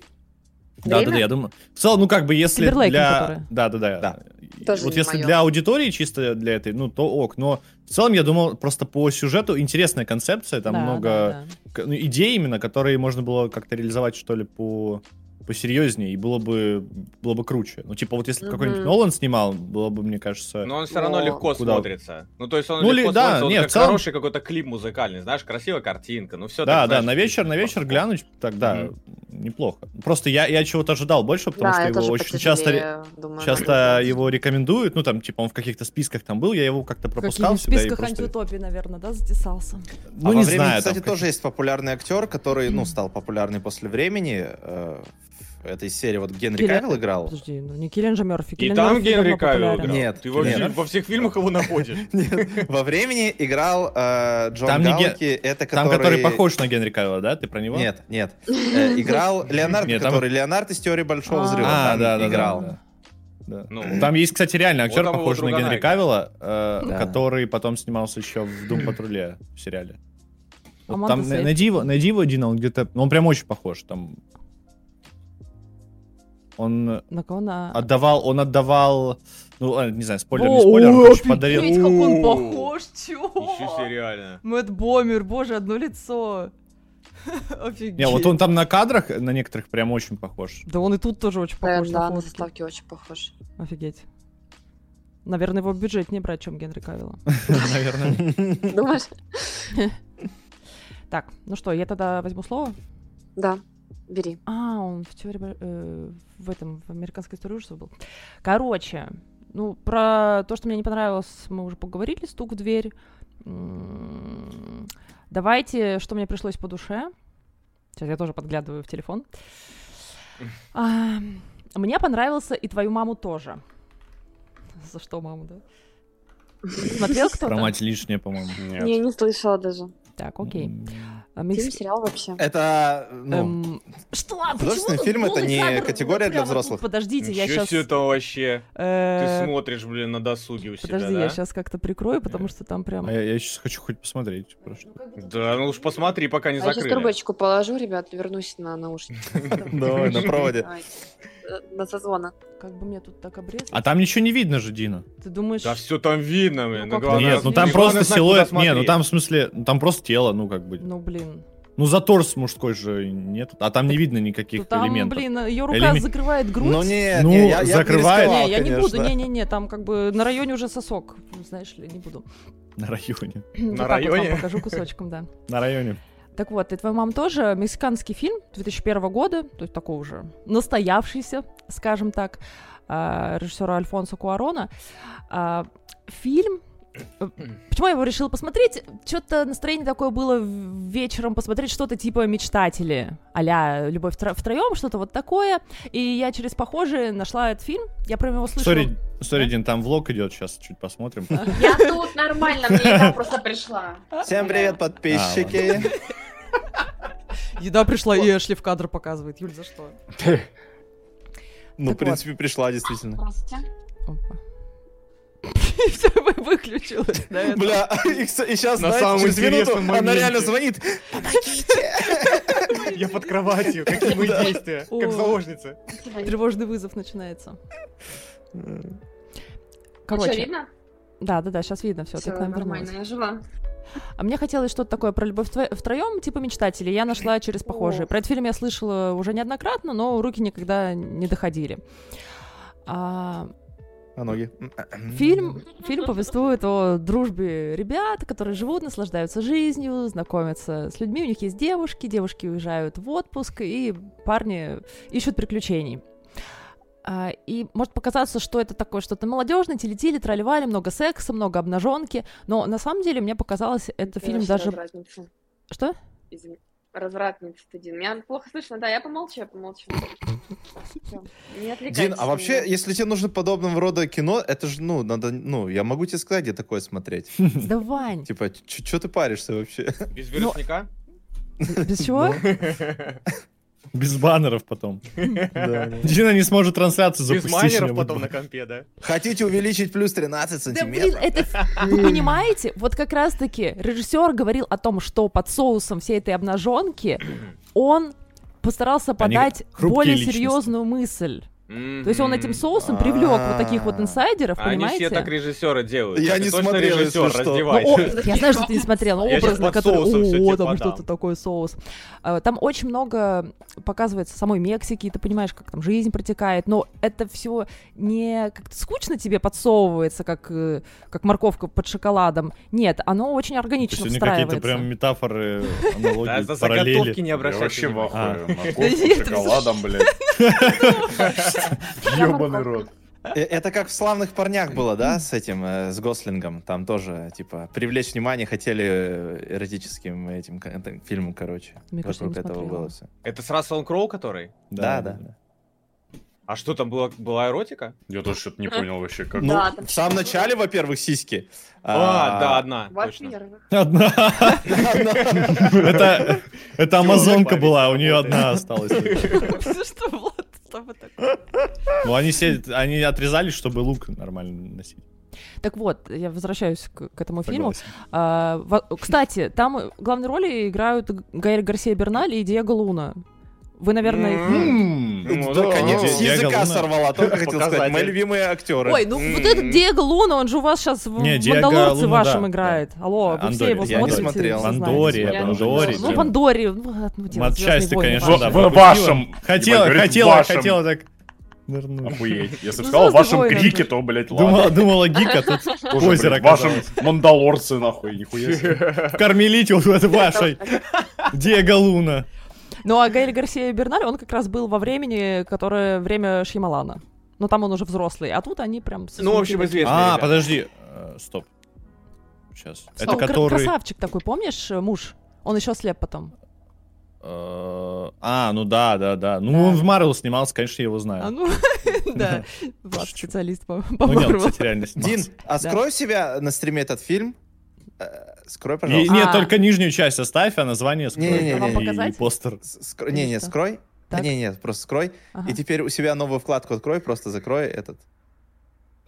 C: Да, да, да,
G: Время?
C: я думаю. В целом, ну как бы если
A: Тимберлейком, который.
C: для, да, да, да,
D: Да.
C: И
G: Тоже
C: вот
G: не
C: если
G: моё.
C: для аудитории чисто для этой, ну то ок. Но в целом я думал просто по сюжету интересная концепция, там
A: Да,
C: много
A: да, да.
C: к- ну, идей именно, которые можно было как-то реализовать что ли по посерьезнее и было бы было бы круче. Ну типа вот если бы
G: Мгм.
C: какой-нибудь Нолан снимал, было бы мне кажется.
B: Но он все равно
G: Но-
B: легко
C: Куда?
B: смотрится. Ну, то есть он
C: Ну, ли-
B: легко
C: да,
B: смотрится, он
C: не, в
B: как
C: целом-
B: хороший какой-то клип музыкальный, знаешь, красивая картинка, ну все
C: Да, да, на вечер, на вечер глянуть, тогда
F: Мгм.
C: неплохо. Просто я, я чего-то ожидал больше, потому
G: Да,
C: что
G: я
C: его
G: тоже
C: очень часто, ре-
G: потяжелее, думаю,
C: часто
G: наверное.
C: его рекомендуют, ну там типа он в каких-то списках там был, я его как-то
A: В
C: пропускал
A: каких
C: всегда. и
A: списках
C: просто-
A: антиутопии, наверное, да, затесался?
C: Ну
D: а во
C: не
D: времени,
C: знаю.
D: кстати,
C: там
D: тоже есть популярный актер, который, ну, стал популярный после времени. э, в этой серии вот Генри
A: Киллер-
D: Кавилл играл.
A: Подожди, ну не Киллиан же Мёрфи.
B: И
A: Киллиан
B: там
A: Мёрфи
B: Генри
A: давно
B: Кавилл
A: популярен.
B: играл.
D: Нет,
B: Ты во
D: нет.
B: всех- во всех фильмах его находишь.
D: Нет, Во времени играл э, Джон
C: Там не Ген-
D: Галки, это
C: Там,
D: который...
C: который похож на Генри Кавилла, да? Ты про него?
D: Нет, нет. Э, Играл Леонард,
C: Нет, там-
D: который Леонард из «Теории Большого
A: А.
D: Взрыва»
C: А,
D: там
C: да, да,
D: играл.
C: да, да.
B: Ну,
C: Там есть, кстати, реально актер,
B: Вот там его
C: похожий на
B: другана
C: Генри
B: играл.
C: Кавилла, э,
D: Да.
C: который потом снимался еще в Дум Патруле в сериале. Вот
A: Аманда
C: там, на-
A: Сейфрид.
C: найди его, найди его один, он где-то... ну, Он прям очень похож. Там он
A: На кого? На...
C: отдавал, он отдавал, ну, ладно, не знаю, спойлер, не
A: О,
C: спойлер, он,
A: о,
C: короче,
A: Офигеть,
C: подарил...
A: как он
B: О.
A: похож, чего?
B: Ничего себе, реально.
A: Мэтт Бомер, боже, одно лицо. Офигеть.
C: Не, вот он там на кадрах, на некоторых прям очень похож.
A: Да он и тут тоже очень
G: Да,
A: похож
G: Э, да,
A: на
G: на
A: фотки.
G: заставке очень похож.
A: Офигеть. Наверное, его бюджет не брать, чем Генри Кавилла. Ну
C: Наверное.
G: Думаешь?
A: Так, ну что, я тогда возьму слово?
G: Да, бери.
A: А, он в теории... бо- э, в этом, в американской истории ужасов был. Короче, ну, про то, что мне не понравилось, мы уже поговорили, стук в дверь. М, Давайте, что мне пришлось по душе. Сейчас я тоже подглядываю в телефон. А, Мне понравился и твою маму тоже. За что маму, да? Смотрел
C: Про
A: кто-то?
C: мать лишнее, по-моему.
G: Не, не слышала даже.
A: Так, окей.
C: М,
A: А,
G: Фильм,
A: микс-
G: сериал вообще.
D: Это, ну,
A: Эм, Что? Почему
D: Художественный
A: тут
D: фильм это
A: голый
D: не
A: кадр вот
D: категория для
A: прямо тут?
D: взрослых.
A: Подождите, я
B: Ничего
A: сейчас...
B: себе это вообще. Ты смотришь, блин, на досуге у себя,
A: Э, Подожди, я
B: да?
A: сейчас как-то прикрою, потому что там прям...
C: а Я, я сейчас хочу хоть посмотреть. про что.
B: Да, ну уж посмотри, пока не
G: А я сейчас
B: закрыли.
G: трубочку положу, ребят, вернусь на наушники.
A: Эм,
D: давай, на проводе.
G: Давайте. Э, На созвона.
A: Как бы мне тут так обрезать?
C: А там ничего не видно же, Дина.
A: Ты думаешь...
B: Да все там видно, блин.
A: Ну,
B: Ну,
A: как-то
B: главное-
C: Нет, ну там
B: главное
C: просто
B: знать, куда
C: силуэт. Не, ну
B: смотреть.
C: там в смысле, ну, там просто тело, ну как бы.
A: Ну, блин.
C: Ну за торс мужской же нет. А там не видно
A: Ну,
C: никаких
A: там,
C: элементов.
A: блин, ее рука
C: Элемен-
A: закрывает грудь.
D: ну не,
C: Ну,
D: не, я, я бы
C: закрывает.
D: не,
A: Не,
D: рисковал,
A: я не буду,
D: конечно.
A: не-не-не, там как бы на районе уже сосок, знаешь ли, не буду.
C: На районе.
A: Вот так вот
B: районе?
A: вам покажу кусочком, да.
C: На районе.
A: Так вот, и твоя мама тоже мексиканский фильм 2001 года, то есть такой уже настоявшийся, скажем так, а, режиссера Альфонсо Куарона. А, Фильм... э, Почему я его решила посмотреть? Что-то настроение такое было в- вечером посмотреть что-то типа «Мечтатели», а «Любовь втро- втроем», что-то вот такое. И я через похожие нашла этот фильм. Я про него слышала.
C: Сори, сори, Дин, там влог идет, сейчас чуть посмотрим.
E: Я тут нормально, мне еда просто пришла.
D: Всем привет,
C: А,
D: подписчики.
A: Еда пришла, и Эшли в кадр показывает. Юль, за что?
D: Ну,
A: Так
D: в принципе, пришла действительно.
G: Здравствуйте.
A: Опа. И все, выключилось. да, это.
D: Бля, и, кс- и сейчас,
B: На
D: знаете,
B: самом
D: через минуту
B: интересном
D: она
B: моменте.
D: реально звонит. Помогите!
I: Я под кроватью. Какие мои действия?
A: О.
I: Как заложница.
A: Тревожный вызов начинается.
E: Что,
A: Короче,
E: видно?
A: да, да, да, сейчас видно все, ты
E: Все,
A: к нам
E: нормально,
A: вернулась.
E: я жива.
A: А мне хотелось что-то такое про любовь втроем, типа мечтателей. Я нашла через похожие. Про этот фильм я слышала уже неоднократно, но руки никогда не доходили. А,
D: А ноги?
A: Фильм, фильм повествует о дружбе ребят, которые живут, наслаждаются жизнью, знакомятся с людьми. У них есть девушки, девушки уезжают в отпуск, и парни ищут приключений. А, И может показаться, что это такое что-то молодежное, телетили, тролливали, много секса, много обнаженки, но на самом деле мне показалось, это фильм
E: Короче,
A: даже...
E: развратница.
A: Что?
E: Извини. Развратница ты, Дин. Меня плохо слышно, да, я помолчу, я помолчу. Всё, Не отвлекайтесь.
D: Дин, а
E: на
D: вообще,
E: меня.
D: если тебе нужно подобного рода кино, это же, ну, надо, ну, я могу тебе сказать, где такое смотреть.
A: Да, Вань,
D: Типа, что ты паришься вообще?
B: Без вирусника?
A: без чего?
C: Без баннеров потом.
I: Да, да.
C: Дина не сможет трансляцию
I: Без
C: запустить.
I: майнеров
C: чтобы-
I: потом на компе, да?
D: Хотите увеличить плюс 13
A: Да блин,
D: сантиметров?
A: это ф- вы понимаете, вот как раз-таки режиссер говорил о том, что под соусом всей этой обнаженки он постарался
C: Они
A: подать
C: хрупкие
A: более
C: личности.
A: серьезную мысль.
B: Мгм. А
A: То есть он этим соусом привлек вот таких вот
D: А-а-а.
A: инсайдеров,
B: Они все так
A: понимаете?
B: режиссеры делают.
D: Я
B: Ты
D: не
B: точно
D: смотрел, если
B: режиссер,
D: что.
A: Ну,
B: раздевайся.
A: о, я знаю, что ты не смотрел, но
B: Я щас
A: образно,
B: под
A: который,
B: соусом
A: о,
B: всё тебе
A: там
B: подам.
A: что-то такое, соус. А, Там очень много показывается самой Мексики, и ты понимаешь, как там жизнь протекает, но это все не как-то скучно тебе подсовывается, как, э, как морковка под шоколадом. Нет, оно очень
C: То
A: органично
B: ну
C: есть они какие-то
A: встраивается.
C: прям метафоры,
B: Да, за
C: аналогии,
B: заготовки
C: параллели.
B: не
F: Я вообще
B: обращайте
F: в
B: внимания. А.
A: Да
F: ахуе. Морковку
A: нет,
F: с шоколадом, блядь. Ёбаный рот.
D: Э, Это как в «Славных парнях» было, да, с этим, э, с Гослингом? Там тоже, типа, привлечь внимание хотели э, эротическим этим к- это, фильмом, короче.
A: Мне кажется,
D: Вокруг
A: не
D: этого
A: смотрела.
D: было все.
B: Это с Расселом Кроу, который?
D: Да, да.
B: А что там было? Была эротика?
F: Я тоже что-то не понял вообще, как.
D: Ну,
E: Да, там
D: в самом
E: всё
D: начале, во-первых, сиськи.
B: А, да, одна. Точно.
E: Во-первых.
C: Одна. Это это амазонка
F: парень,
C: была, у нее
F: работает.
C: одна осталась.
A: Ну Что, Влад, с тобой такое?
C: Ну, они все, они отрезались, чтобы лук нормально носить.
A: Так вот, я возвращаюсь к, к этому фильму.
C: Согласен.
A: А, во- кстати, там главные роли играют Г- Гаэль Гарсия Берналь и Диего Луна. Вы,
D: М-м.
A: наверное, их-
F: М, ну да.
D: Конец с
C: Диего
D: языка
C: Луна.
D: сорвала, только хотел сказать.
F: Показатель.
D: Мои любимые актеры.
A: Ой, ну вот этот Диего Луна, он же у вас сейчас в
C: Не,
A: в
C: Диего
A: «Мандалорце»
C: Луна,
A: вашем
C: да,
A: играет. Алло, вы все
C: Андоре.
A: его
D: Я не
A: смотрите.
D: смотрел.
A: все знаете.
C: Пандоре,
E: Я-
C: Пандоре.
A: Ну, Пандоре, ну, ладно, дело,
C: Матчасти,
A: «Звездные войны»,
C: конечно,
A: ваши.
C: да.
F: В
C: пропустила.
F: вашем.
C: Хотела,
F: Ебать, говорит,
C: хотела,
F: вашем.
C: хотела так. нырнуть.
F: Охуеть. Если бы
A: Ну,
F: сказал в
A: «Звёздные
F: вашем
A: войны»,
F: крике,
A: да.
F: то, блядь, ладно.
C: Думала, думала гик, а тут
F: Тоже, блядь,
C: озеро
F: В вашем
C: оказалось.
F: мандалорце, нахуй, нихуя себе.
C: Кармелите вот это вашей. Диего Луна.
A: Ну, а Гаэль Гарсия Берналь, он как раз был во времени, которое время Шьямалана. Но там он уже взрослый, а тут они прям...
B: Ну, в общем,
A: сосунки.
B: известно.
C: А, подожди. э, Стоп. Сейчас. Это
A: Ну, кра-
C: который...
A: Красавчик такой, помнишь, э, муж? Он еще слеп потом.
C: Э, А, ну да, да, да. Ну, он в Марвел снимался, конечно, я его
A: А
C: знаю.
A: ну, да, Влад, специалист по по
C: Ну, нет,
A: Марвел.
C: кстати, реально
D: Дин,
A: Ну,
C: снимался.
D: открой себя на стриме этот фильм. Э, Скрой,
C: И-
D: пожалуйста.
C: Нет,
A: А.
C: только нижнюю часть оставь, а название скрой.
D: Не-не-не-не. Вам
C: И
A: показать?
C: постер.
D: С- скро- Не,
A: Или
D: не,
A: что?
D: скрой. Да
A: Так.
D: не, нет, просто скрой.
A: Ага,
D: И теперь у себя новую вкладку открой, просто закрой этот.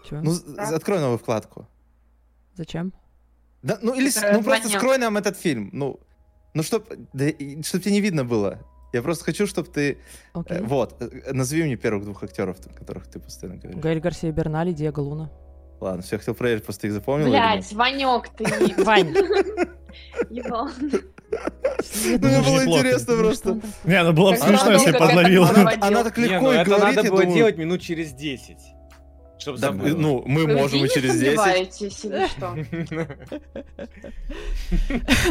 A: чё?
D: Ну, з- з- открой новую вкладку.
A: Зачем?
D: Да, ну или с-
E: Э,
D: ну, просто
E: понятно.
D: скрой нам этот фильм. Ну, ну чтоб, да, и- чтоб тебе не видно было. Я просто хочу, чтобы ты... э,
A: Окей.
D: вот, э, назови мне первых двух актеров, т- которых ты постоянно говоришь.
A: Гаэль Гарсия Берналь и Диего Луна.
D: Ладно, все, хотел проверить, просто их запомнил. я думаю.
E: Блядь, Ванек ты.
A: Вань.
E: Ебал.
D: Ну, мне
C: Даже
D: было
C: неплохо.
D: интересно
A: Ну,
D: просто.
A: что он там?
C: Не, ну было бы
E: Как она
C: смешно, если
E: долго к
C: подловил.
E: этому
D: Она,
E: проводила.
D: она так
B: Не,
D: легко
B: ну
D: и
B: это
D: говорит,
B: надо
D: я
B: было
D: думаю,
B: делать минут через 10. Чтобы
D: да,
B: забыло.
D: ну, мы
E: Вы в
D: можем и
E: Дине
D: через Ну, 10.
E: сомневаетесь или что?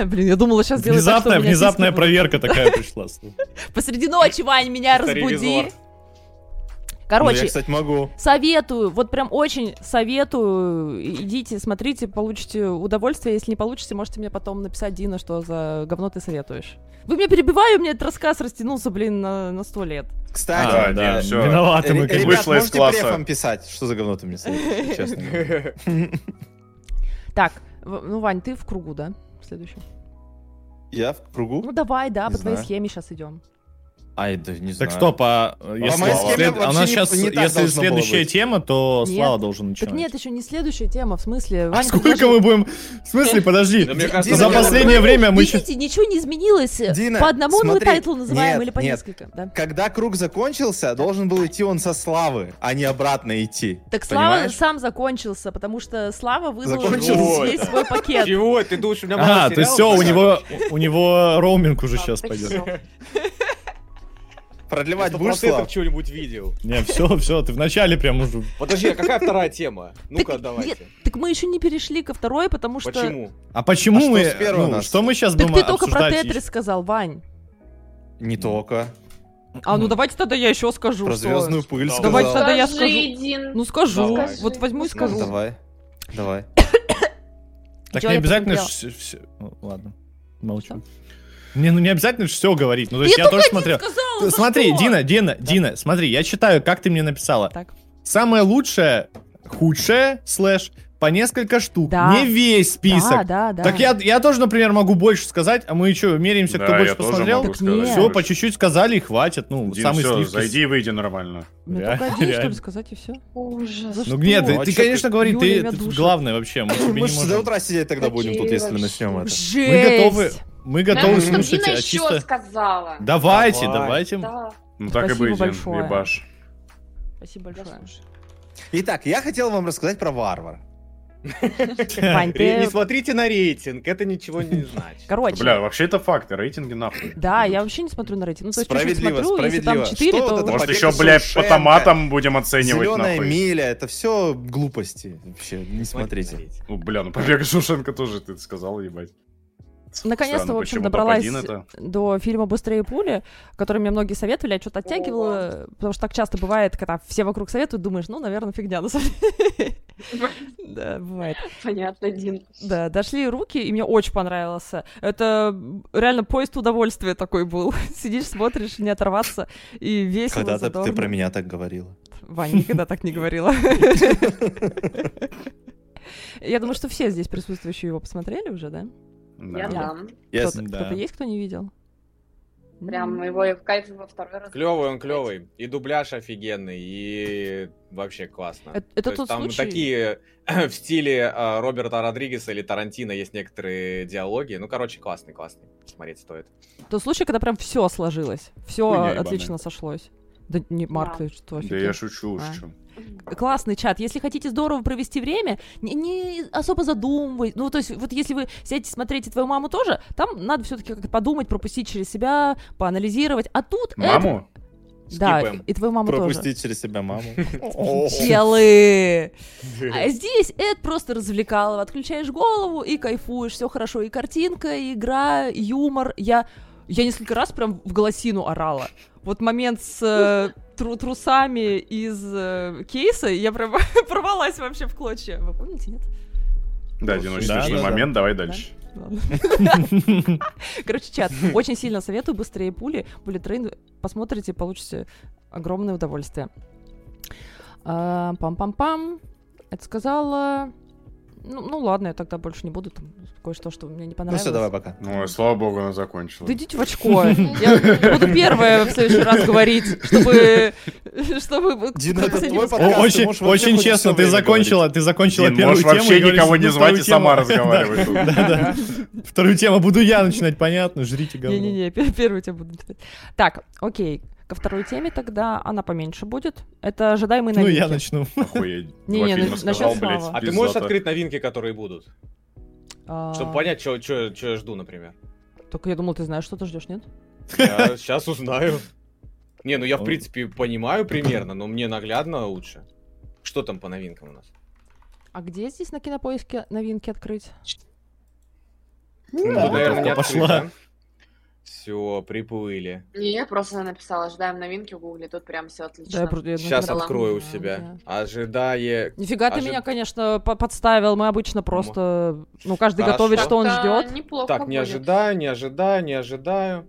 A: Блин, я думала, сейчас сделаю так, что у
C: Внезапная,
A: меня
C: внезапная
A: сиськи будут.
C: проверка такая пришла.
A: Посреди ночи, Вань, меня
B: Это
A: разбуди.
B: ревизор.
D: Ну, я,
A: Короче,
D: кстати, могу.
A: советую, вот прям очень советую. И- Идите, смотрите, получите удовольствие. Если не получите, можете мне потом написать, Дина, что за говно ты советуешь. Вы меня перебиваете, у меня этот рассказ растянулся, блин, на на сто лет.
D: Кстати,
F: А, да,
D: да,
F: всё.
C: Виноваты мы,
D: Ре-
C: как
F: Ребята,
C: бы.
D: Ребят,
F: вышла из
D: можете
F: класса.
D: префом писать, что за говно ты мне советуешь, честно говоря.
A: Так, в- ну, Вань, ты в кругу, да? Следующий.
D: Я в кругу?
A: Ну давай, да,
D: Не
A: по твоей
D: знаю.
A: схеме сейчас идем.
D: Ай, да не знаю.
C: Так стоп, а э, если
D: моей схеме
C: след-
D: вообще
C: у нас
D: не-
C: сейчас,
D: не так
C: если
D: должно было
C: следующая
D: быть.
C: тема, то
A: Нет.
C: Слава должен
A: Так
C: начинать.
A: нет, еще не следующая тема, в смысле.
C: а
A: Ваня,
C: сколько
A: предложил-
C: мы будем? В смысле, подожди.
B: Да мне
D: Ди-
B: кажется,
D: Дина,
C: За
D: я
C: последнее время мы еще...
A: Видите, ничего не изменилось. э,
D: Дина,
A: по одному мы
D: смотри.
A: тайтл называем
D: Нет,
A: или по
D: нет.
A: несколько. да.
D: Когда круг закончился, должен был идти он со славы, а не обратно идти.
A: Так Слава
D: Понимаешь?
A: сам закончился, потому что Слава вызвала
D: Закончился.
A: весь свой пакет.
B: Чего? Ты думаешь, у меня
C: А,
B: мало
C: то есть все,
B: сериалов?
C: у него, у него роуминг уже сейчас пойдет.
D: Продлевать
B: Ну,
I: Сто
D: будешь, Слав?
I: процентов чего-нибудь видел.
C: Не, все, все, ты вначале прям уже...
B: Подожди, а какая вторая тема? Ну-ка,
A: Так, нет,
B: давайте.
A: так мы еще не перешли ко второй, потому что...
B: Почему?
C: А почему
D: А что
C: мы...
D: с первого
C: ну,
D: нас?
C: что мы сейчас
A: Так
C: будем
A: ты только про
C: обсуждать
A: Тетрис
C: ещё?
A: сказал, Вань.
D: Не только.
A: А, ну давайте тогда я еще скажу.
D: Про
A: что-
D: звездную пыль
I: Давай.
A: Давайте
D: сказал.
A: тогда я скажу.
E: Скажи, Дин.
A: Ну скажу,
E: Давай.
A: вот возьму и
E: Ну,
D: Ну,
A: скажу.
D: давай. Давай.
C: Так
A: Чё
C: не
A: я
C: обязательно...
A: потом
C: ж- всё- ну, Ладно, молчу. Не, ну не обязательно все говорить. Ну, то есть
A: Я
C: я тоже смотрел.
A: Сказала,
C: Ты
A: за
C: Смотри,
A: что?
C: Дина, Дина, Дина, смотри, я читаю, как ты мне написала.
A: Так.
C: Самое лучшее, худшее, слэш, по несколько штук.
A: Да.
C: Не весь
A: Да,
C: список.
A: да, да.
C: Так я, я тоже, например, могу больше сказать, а мы что, меряемся, кто
F: Да,
C: больше
F: я тоже
C: посмотрел?
F: могу
A: Так
F: сказать.
A: нет.
C: Все, по чуть-чуть сказали и хватит. Ну,
F: Дин,
C: самый
F: всё,
C: сливки.
F: зайди и выйди нормально.
A: Ну
C: Реально,
A: только один, что ли,
C: реально.
A: сказать, и все?
E: Ужас.
A: За
C: Ну
A: что?
C: нет, ты,
D: А
C: ты,
D: чё ты-
C: конечно, говори,
A: Юля,
C: ты,
A: меня
C: ты
A: душит.
C: главное вообще. Мы тебе
D: Мы
C: не
D: же до
C: можем.
D: утра сидеть тогда будем тут,
E: Какие
D: если
E: вообще?
D: начнем это.
A: Жесть!
C: Мы готовы, мы готовы
E: Надо, чтобы
C: слушать
E: Дина
C: а
E: еще
C: чисто.
E: сказала.
C: Давайте,
D: Давай.
C: давайте.
E: Да.
F: Ну так
A: Спасибо
F: и быть,
A: большое.
F: Дин, ебаш.
A: Спасибо большое.
D: Итак, я хотел вам рассказать про варвар.
A: Вань,
B: Ре- Не
A: ты...
B: смотрите на рейтинг, это ничего не значит.
A: Короче,
F: Бля, вообще это факты, рейтинги нахуй.
A: да, я вообще не смотрю на рейтинг. Ну, то есть, чуть-чуть
D: Справедливо,
A: смотрю, если там
D: справедливо.
A: 4,
D: Что вот
A: то...
D: это
F: Может
D: Побег
F: еще,
D: из
F: блядь, по
D: Шоушенка.
F: томатам будем оценивать
D: Зеленая
F: нахуй.
D: миля, это все глупости. Вообще, не смотрите.
F: Ну, бля, ну побег из Шушенко тоже ты сказал, ебать.
A: Наконец-то,
F: Странно,
A: в общем,
F: почему
A: добралась
F: топ-1 это?
A: до фильма «Быстрее пули», который мне многие советовали, я что-то оттягивала, потому что так часто бывает, когда все вокруг советуют, думаешь, ну, наверное, фигня на самом деле. Да, бывает.
E: Понятно, Дин.
A: Да, дошли руки, и мне очень понравился. Это реально поезд удовольствия такой был. Сидишь, смотришь, не оторваться, и весело,
D: Когда-то ты
A: задорно.
D: про меня так говорила.
A: Ваня никогда так не говорила. Я думаю, что все здесь присутствующие его посмотрели уже, да?
E: Я
F: Да.
E: дам.
D: Я
A: Кто-то
C: да.
A: кто-то есть, кто не видел?
E: Прям
A: М.
E: его я в кайфе во второй раз.
B: Клевый он клевый. И дубляж офигенный, и вообще классно.
A: Э- это
B: То есть
A: тот
B: там
A: случай-
B: такие в стиле э, Роберта Родригеса или Тарантино есть некоторые диалоги. Ну, короче, классный, классный. Смотреть стоит.
A: Тот случай, когда прям все сложилось. Все
F: Хуйня ебаная.
A: отлично сошлось. Да не, Марк,
E: Да.
A: ты что,
F: Да
A: офигел?
F: я шучу уж,
A: А.
F: чё.
A: Классный чат. Если хотите здорово провести время, не, не особо задумываясь. Ну, то есть, вот если вы сядете смотреть и твою маму тоже, там надо все-таки как-то подумать, пропустить через себя, поанализировать. А тут это-
F: Маму?
A: Да,
B: Скипаем.
A: и твою маму Ну, тоже.
D: Пропустить через себя маму. Ну
A: Челы! А здесь это просто развлекалово. Отключаешь голову и кайфуешь. Все хорошо. И картинка, и игра, и юмор. Я, я несколько раз прям в голосину орала. Вот момент с э, тру- трусами из э, кейса, я прям порвалась вообще в клочья. Вы помните, нет?
F: Да, Дин, очень
C: Да,
F: смешной
C: да, да.
F: момент, давай дальше.
A: Ладно. Короче, чат, очень сильно советую быстрее пули. Bullet Train посмотрите, получите огромное удовольствие. А, Пам-пам-пам. Это сказала. Ну, ну ладно, я тогда больше не буду. Там кое-что, что мне не
D: Ну
A: понравилось.
D: все, давай, пока.
F: Ну, и слава богу, она закончила.
A: Да идите в очко. Я буду первая в следующий раз говорить, чтобы... чтобы
D: Дина,
A: как
D: это
A: с этим-
D: твой
C: О,
D: подкаст, ты
C: очень,
D: можешь вообще
C: очень
D: хоть
C: честно,
D: всё
C: ты
D: время
C: закончила, ты закончила
F: Дин,
C: первую
F: можешь
C: тему.
F: вообще
C: и говоришь,
F: никого не
C: «Ну,
F: звать и
C: вторую
F: сама
C: тему».
F: разговаривай. тут.
C: Да, да. Вторую тему буду я начинать, понятно, жрите говно.
A: Не-не-не, пе- первую тебя буду читать. Так, окей. Ко второй теме тогда она поменьше будет. Это ожидаемые
C: Ну,
A: новинки.
C: я начну.
F: Охуеть.
A: Не,
D: ну,
F: Два
A: не,
F: фильма
A: на-
F: сказал,
A: насчет
F: блядь,
A: Слава.
B: А ты
F: пиздата.
B: можешь открыть новинки, которые будут?
A: А,
B: Чтобы понять, что я жду, например.
A: Только я думал, ты знаешь, что ты ждешь, нет?
B: Я сейчас узнаю. Не, ну я в
C: О.
B: принципе понимаю примерно, но мне наглядно лучше. Что там по новинкам у нас?
A: А где здесь на кинопоиске новинки открыть?
B: Ну, тут, наверное, не
C: Готовка пошла.
B: Все, приплыли.
E: Не, я просто написала, ожидаем новинки в Гугле, тут прям все отлично.
B: Сейчас
E: Ладно,
B: открою у
A: да,
B: себя. А Ожидая...
A: Нифига ты
B: Ожи-
A: меня, конечно, по- подставил. Мы обычно просто, ну, каждый
B: Хорошо.
A: готовит, что он
E: Так-то
A: ждет.
E: Неплохо
B: Так, не
E: будет.
B: ожидаю, не ожидаю, не ожидаю.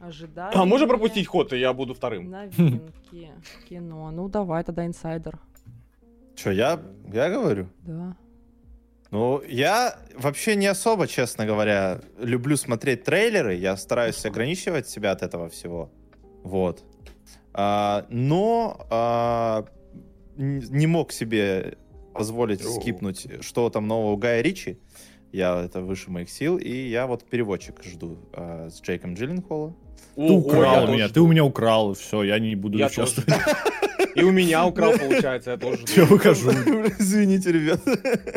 A: Ожидаем.
B: А можно пропустить ход, и я буду вторым?
A: Новинки. Кино. Ну, давай тогда инсайдер.
D: говорить. Чё, я, я говорю?
A: Да.
D: Ну, я вообще не особо, честно говоря, люблю смотреть трейлеры. Я стараюсь ограничивать себя от этого всего. Вот. А, но а, н- не мог себе позволить
B: О.
D: скипнуть, что там нового у Гая Ричи. Я это выше моих сил, и я вот переводчик жду а, с Джейком Джилленхола.
B: О, о,
C: Ты
B: я
C: украл
B: тоже
C: меня,
B: жду.
C: ты у меня украл, все, я не буду
B: Я
C: участвовать.
B: тоже. И у меня украл, получается, я тоже.
C: Я
B: жду.
C: выхожу.
D: Извините, ребят.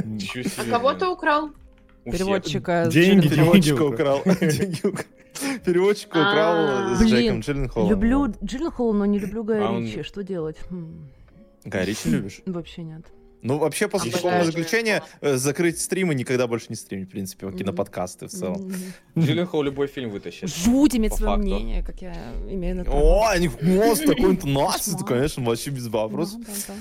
B: Ничего себе,
E: А кого ты
B: блин.
E: украл?
B: У всех.
A: Переводчика. с
C: Деньги,
A: Джиллен-
D: Переводчика
C: деньги
D: украл. Деньги украл. Переводчика украл
E: А.
D: с Джейком
A: Блин,
D: Джилленхолом.
A: Люблю Джилленхола, но не люблю Гая
B: А он-
A: Ричи. Что делать? М,
D: Гая Ричи любишь?
A: Вообще нет.
D: Ну, вообще, после
E: Обожаю
D: такого
E: Джеймса
D: заключения э, закрыть стрим и никогда больше не стримить, в принципе,
A: Мгм.
D: киноподкасты в целом.
A: М,
B: Джилленхол любой фильм вытащит.
A: Жуть иметь
B: По
A: свое
B: факту.
A: мнение, как я имею на
D: О, они мост такой-то нас,
A: Да.
D: конечно, вообще без вопросов.
A: Да, да, да.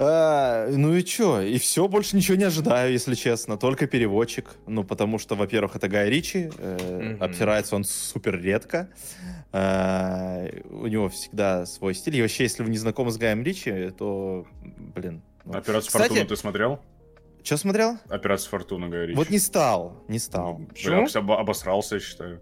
D: А, ну и чё, и все, больше ничего не ожидаю, если честно, только переводчик. Ну, потому что, во-первых, это Гай Ричи, э,
B: Мгм.
D: обсирается он супер редко, А, у него всегда свой стиль. И вообще, если вы не знакомы с Гаем Ричи, то, блин. ну.
F: Операцию
D: Кстати-
F: Фортуна ты смотрел?
D: Чё смотрел?
F: Операцию Фортуна, говоришь. Ну,
D: Вот не стал, не стал.
F: Почему? обосрался, я считаю.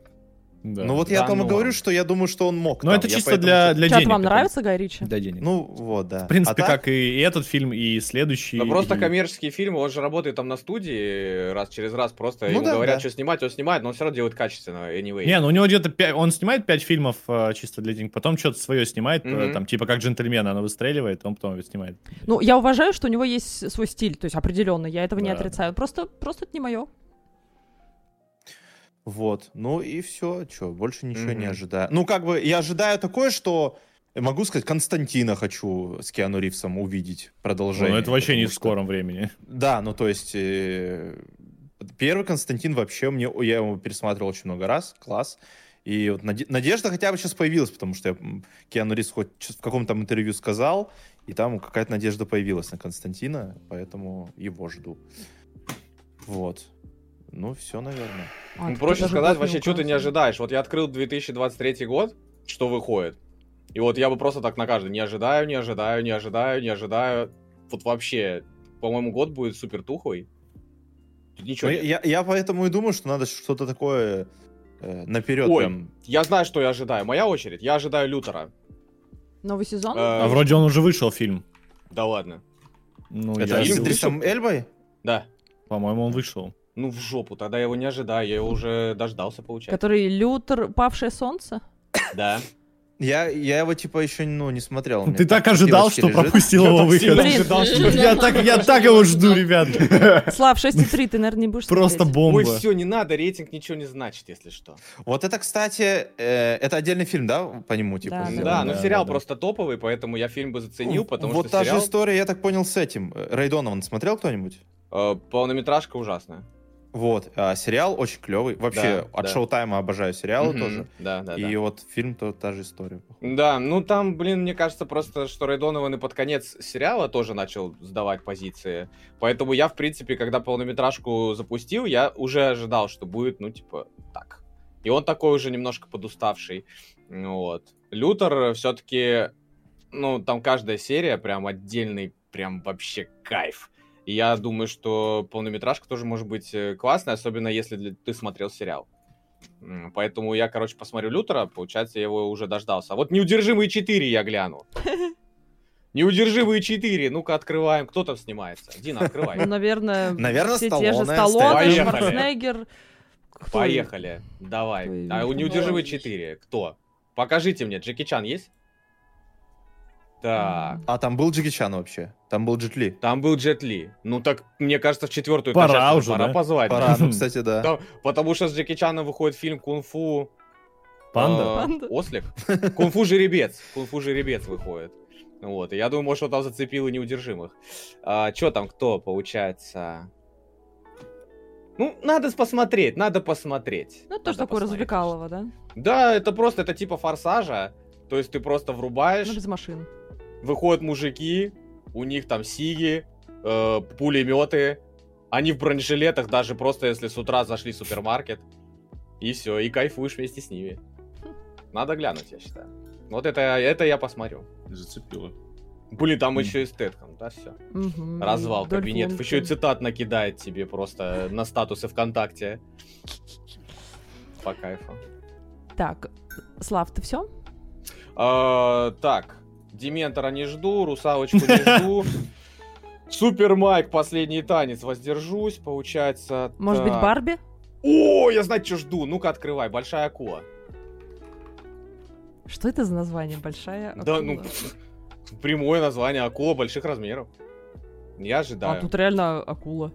D: Ну вот я
B: Да
D: о том и
B: ну
D: говорю,
B: ладно.
D: что я думаю, что он мог.
C: Но
D: там.
C: Ну, это
D: Я
C: чисто
D: поэтому
C: для,
D: чё-
C: для
A: Чат,
C: денег.
A: вам
C: это-
A: нравится Гай Ричи?
C: Для денег.
D: Ну вот, да.
C: в
D: А
C: принципе,
D: так,
C: как и этот фильм, и следующий.
B: Да просто
C: и-
B: коммерческие фильмы, он же работает там на студии раз через раз, просто
D: Ну
B: ему
D: да,
B: говорят,
D: да.
B: что снимать, он снимает, но он все равно делает качественно, anyway.
C: Не, ну у него где-то пя- он снимает 5 фильмов э, чисто для денег, потом что-то свое снимает, э,
B: Мгм.
C: там типа как джентльмена, она выстреливает, он потом снимает.
A: Ну, я уважаю, что у него есть свой стиль, то есть определенно, я этого не
C: Да,
A: отрицаю. Просто, просто это не мое.
D: Вот. Ну и все, что, больше ничего не
B: Мгм.
D: ожидаю. Ну как бы я ожидаю такое, что могу сказать, Константина хочу с Киану Ривзом увидеть продолжение.
C: Ну это вообще не
D: потому
C: в
D: что-
C: скором времени.
D: Да, ну то есть э, первый Константин вообще мне, я его пересматривал очень много раз, класс. И вот наде- надежда хотя бы сейчас появилась, потому что я, м, Киану Ривз хоть чё- в каком-то там интервью сказал, и там какая-то надежда появилась на Константина, поэтому его жду. Вот. Ну, все, наверное.
A: А,
B: Ну,
A: ты
B: проще
A: даже
B: сказать,
A: год
B: вообще, что ты не
A: указываешь.
B: ожидаешь. Вот я открыл 2023 год, что выходит. И вот я бы просто так на каждый не ожидаю, не ожидаю, не ожидаю, не ожидаю. Вот вообще, по-моему, год будет супер тухлый. Тут ничего.
D: Ну,
B: нет.
D: я, я поэтому и думаю, что надо что-то такое э, наперед.
B: Ой.
D: прям.
B: Я знаю, что я ожидаю. Моя очередь. Я ожидаю Лютера.
A: Новый сезон?
B: Э,
C: А вроде он уже вышел фильм.
B: Да ладно.
C: Ну,
D: Это
C: я-
D: с
B: фильм?
D: Идрисом Эльбой?
B: Да.
C: по-моему, он вышел.
B: Ну в жопу, тогда я его не ожидаю. Я его уже дождался, получается.
A: Который Лютер, Павшее солнце?
B: Да.
D: Я, я его типа еще ну, не смотрел. у меня
C: Ты
D: там
C: так ожидал,
D: копилочки
C: что
D: лежит.
C: пропустил его выход.
A: Блин,
B: ну
C: Я так, я так его жду, ребят.
A: Слав, 6,3, ты, наверное, не будешь
C: Просто
A: смотреть.
C: бомба.
B: Ой, все, не надо, рейтинг ничего не значит, если что.
D: Вот это, кстати, э, это отдельный фильм, да, по нему, типа?
A: Да,
D: сделан?
B: Да, ну,
A: да,
B: но
C: да,
B: сериал
C: да.
B: просто топовый, поэтому я фильм бы заценил, потому
D: вот
B: что
D: та
B: сериал
D: же история, я так понял, с этим. Э, Рэй Донован смотрел кто-нибудь?
B: э, полнометражка ужасная.
D: Вот, а сериал очень клевый. Вообще,
B: Да,
D: от
B: да.
D: Шоутайма обожаю сериалы
B: Мгм,
D: тоже.
B: Да, да,
D: И
B: да.
D: вот фильм то та же история. походу.
B: Да, ну там, блин, мне кажется просто, что Рэй Донован и под конец сериала тоже начал сдавать позиции. Поэтому я, в принципе, когда полнометражку запустил, я уже ожидал, что будет, ну, типа, так. И он такой уже немножко подуставший. Ну Вот. Лютер все-таки, ну, там каждая серия прям отдельный, прям вообще кайф. И я думаю, что полнометражка тоже может быть э, классной, особенно если для- ты смотрел сериал. М, Поэтому я, короче, посмотрю Лютера, получается, я его уже дождался. А вот «Неудержимые 4» я гляну. «Неудержимые 4», ну-ка открываем, кто там снимается? Дина,
A: Ну,
B: открывай.
A: наверное,
D: Наверное,
A: все те же
D: Сталлоне,
A: Сталлоне,
B: Поехали.
A: Шварценеггер. Кто-
B: Поехали, давай.
A: Кто
B: А у
A: их
B: «Неудержимые
E: там?
B: 4» кто? Покажите мне, Джеки Чан есть? Так,
D: А там был Джеки Чан вообще? Там был Джет Ли?
B: там был Джет Ли. Ну так, мне кажется, в четвертую
C: Пора
B: часть
C: уже,
B: пора
C: да?
B: позвать.
D: Пора, ну, кстати, да.
B: Да, потому что с Джеки Чаном выходит фильм «Кунг-фу».
C: Панда.
B: э,
A: Панда.
B: Ослик? Кунг-фу жеребец. Кунг-фу жеребец выходит. Вот, и я думаю, может, он там зацепил и неудержимых. А, чё там, кто, получается? Ну, надо посмотреть, надо посмотреть.
A: Ну, это
B: Надо
A: тоже такое
B: посмотреть.
A: развлекалово, да?
B: Да, это просто, это типа форсажа. То есть ты просто
A: Ну,
B: врубаешь,
A: без машин.
B: выходят мужики, у них там сиги, э, пулеметы, они в бронежилетах даже просто, если с утра зашли в супермаркет, и все, и кайфуешь вместе с ними. Надо глянуть, я считаю. Вот это, это я посмотрю.
F: Зацепило.
B: Блин, там
C: Мгм.
B: еще и Стэтхэм, да, все.
A: Мгм.
B: Развал
A: Дольф
B: кабинетов.
A: Лундгрен.
B: Еще и цитат накидает тебе просто на статусы ВКонтакте. По кайфу.
A: Так, Слав, ты все?
B: А, так, Дементора не жду, Русалочку не жду. Супер Майк, последний танец, воздержусь, получается.
A: Может быть,
B: так.
A: Барби?
B: О, я знать, что жду. Ну-ка, открывай. Большая акула.
A: Что это за название? Большая
B: Да,
A: акула.
B: ну, прямое название. Акула больших размеров. Я
A: А
B: ожидаю.
A: тут реально акула.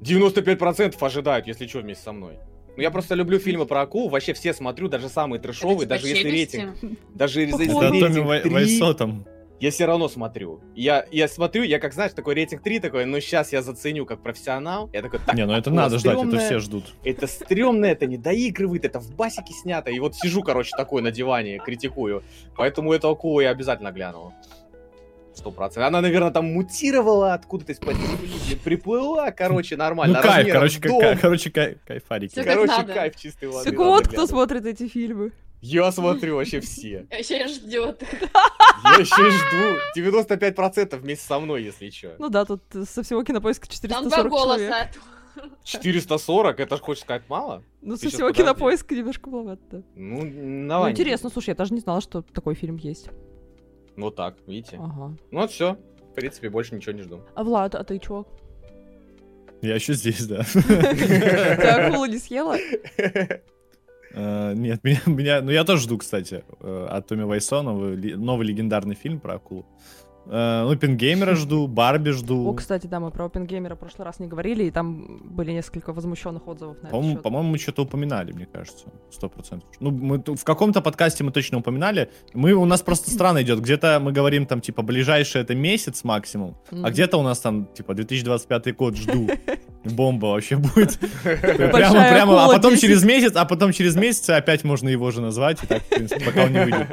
B: 95% ожидают, если что, вместе со мной. Ну, я просто люблю фильмы про акул. Вообще все смотрю, даже самые трешовые, даже если рейтинг. Даже если
A: Походу.
C: Да, Томми
B: рейтинг
C: Вай-
B: 3,
C: Вайсо там.
B: я все равно смотрю. Я, я смотрю, я как, знаешь, такой рейтинг 3 такой, ну сейчас я заценю как профессионал. Я такой, так,
C: Не, ну это
B: акула
C: надо ждать, это
B: стрёмная.
C: все ждут.
B: это стрёмно, это не доигрывает, это в басике снято. И вот сижу, короче, такой на диване, критикую. Поэтому эту акулу я обязательно гляну. Сто процентов. Она, наверное, там мутировала откуда-то из-под земли, приплыла, короче,
C: Ну
B: нормально.
C: кайф,
B: размером
C: короче,
B: в
C: ка-
B: дом.
C: ка- короче, кай- кайфарики.
E: Всё как
B: Короче,
E: надо.
B: кайф чистой воды.
A: Так
B: надо
A: вот кто
B: глянуть.
A: смотрит эти фильмы.
B: Я смотрю вообще все.
E: Вообще ждет.
B: Я еще и жду. 95% вместе со мной, если что.
A: Ну да, тут э, со всего кинопоиска
E: Там два
A: 440 человек.
E: голоса.
B: 440, это ж хочешь сказать мало?
A: Ну, со
B: Ты щас
A: всего
B: подожди.
A: кинопоиска немножко маловато. да.
B: Ну,
A: Ну,
B: давай.
A: интересно, слушай, я даже не знала, что такой фильм есть.
B: Вот так, видите?
A: Ага.
B: Ну вот все. В принципе, больше ничего не жду.
A: А Влад, а ты чё?
C: Я еще здесь, да.
A: Ты акулу не съела?
C: Э, Нет, меня, меня, ну я тоже жду, кстати, э, от Томми Вайсо новый, ле- новый легендарный фильм про акулу. Э, Ну, Пингеймера жду, Барби
A: О,
C: жду.
A: кстати, да, мы про Опенгеймера в прошлый раз не говорили, и там были несколько возмущенных отзывов на
C: По-моему,
A: это.
C: по-моему, мы что-то упоминали, мне кажется, сто процентов. Ну, мы ту- в каком-то подкасте мы точно упоминали. Мы у нас просто странно идет. Где-то мы говорим там типа ближайший это месяц максимум, а где-то у нас там типа 2025 год жду. Бомба вообще будет. Прямо,
A: Большая
C: прямо, а
A: акула
C: потом
A: 10.
C: через месяц, а потом через месяц опять можно его же назвать, и так, в принципе, пока он не выйдет.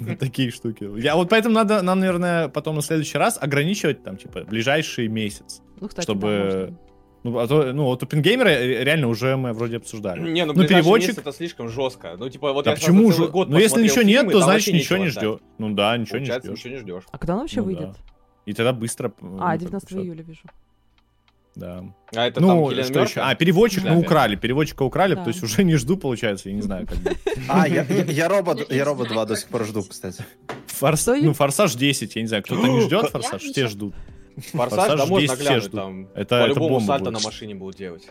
C: Ну, Такие штуки. Я вот поэтому надо, нам, наверное, потом на следующий раз ограничивать там, типа, ближайший месяц.
A: Ну, кстати,
C: чтобы-
A: да,
C: Ну, а то, ну, вот Опенгеймера э, реально уже мы вроде обсуждали.
B: Не, ну,
C: Ну,
B: ближайший
C: переводчик-
B: месяц это слишком жестко. Ну, типа, вот
C: Да
B: я сейчас
C: почему
B: за целый
C: же?
B: год
C: Ну, если
B: посмотрел
C: ничего нет,
B: фильмы,
C: то
B: там
C: значит
B: вообще
C: ничего не
B: ничего
C: ждет. Ну да, ничего не
B: Получается,
C: ждешь.
B: ничего не ждешь.
A: А когда он вообще
C: Ну
A: выйдет?
C: И тогда быстро. ну,
A: А,
C: как бы
A: 19
C: всё.
A: июля вижу.
C: Да.
B: А это там
C: Ну,
B: Киллиан
C: что
B: Мёрфи?
C: еще? А, переводчик
B: Да.
C: мы украли. Переводчика украли,
A: Да.
C: то есть уже не жду, получается, я не знаю, как бы.
D: А, я, я- я робот,
E: Я не
D: я робот 2
E: знаю,
D: до
E: как
D: сих пор жду,
E: быть.
D: кстати.
C: Форс...
A: Что, Юль?
C: Ну, Форсаж 10, я не знаю, кто-то не ждет Форсаж,
E: не
C: все
E: жду.
C: ждут.
B: Форсаж
C: «Форсаж»
B: домой
C: 10 все
B: наглянуть
C: ждут.
B: там.
C: Это, это
B: По-любому
C: бомба
B: сальто
C: будет.
B: на машине будут делать.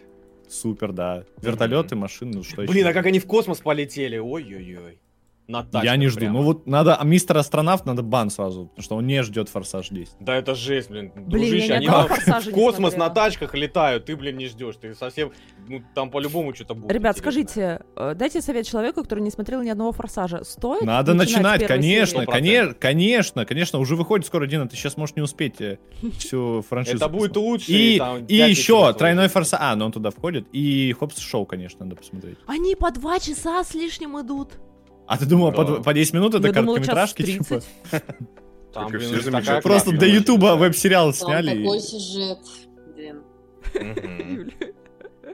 C: Супер, да. Вертолеты, машины, ну что
B: Блин,
C: еще?
B: а как они в космос полетели? Ой-ой-ой. На
C: Я
B: тачках
C: не жду.
B: прямо.
C: Ну вот надо, а мистер астронавт надо бан сразу, потому что он не ждет Форсаж 10.
B: Да это жесть, блин.
A: Блин, я
B: Дружище,
A: ни
B: они
A: одного
B: там
A: «Форсажа»
B: в
A: не
B: космос на
A: смотрела.
B: тачках летают, ты, блин, не ждешь. Ты совсем, ну, там по-любому что-то будет.
A: Ребят,
B: интересное.
A: скажите, э, дайте совет человеку, который не смотрел ни одного форсажа. Стоит?
C: Надо начинать,
A: Ну, с первой
C: конечно,
A: серии?
C: конечно, конечно, конечно, уже выходит скоро, Дина, ты сейчас, может, не успеть э, всю франшизу.
B: Это будет
C: посмотреть.
B: лучше.
C: И,
B: там
C: и
B: пятница
C: еще
B: выходит.
C: тройной форсаж. А, ну он туда входит. И Хопс Шоу, конечно, надо посмотреть.
A: Они по два часа с лишним идут.
C: А ты думала,
F: Да.
C: по, по 10 минут это
A: Я думала, час
C: короткометражки? типа?
A: 30.
B: Там,
F: Как и
B: блин,
F: все
B: такая
F: замечательно.
C: Просто
B: картина
C: до
B: вообще.
C: Ютуба а
E: Там
C: веб-сериал сняли.
E: такой
C: и-
E: сюжет. Блин,
B: Мгм.
A: Юля.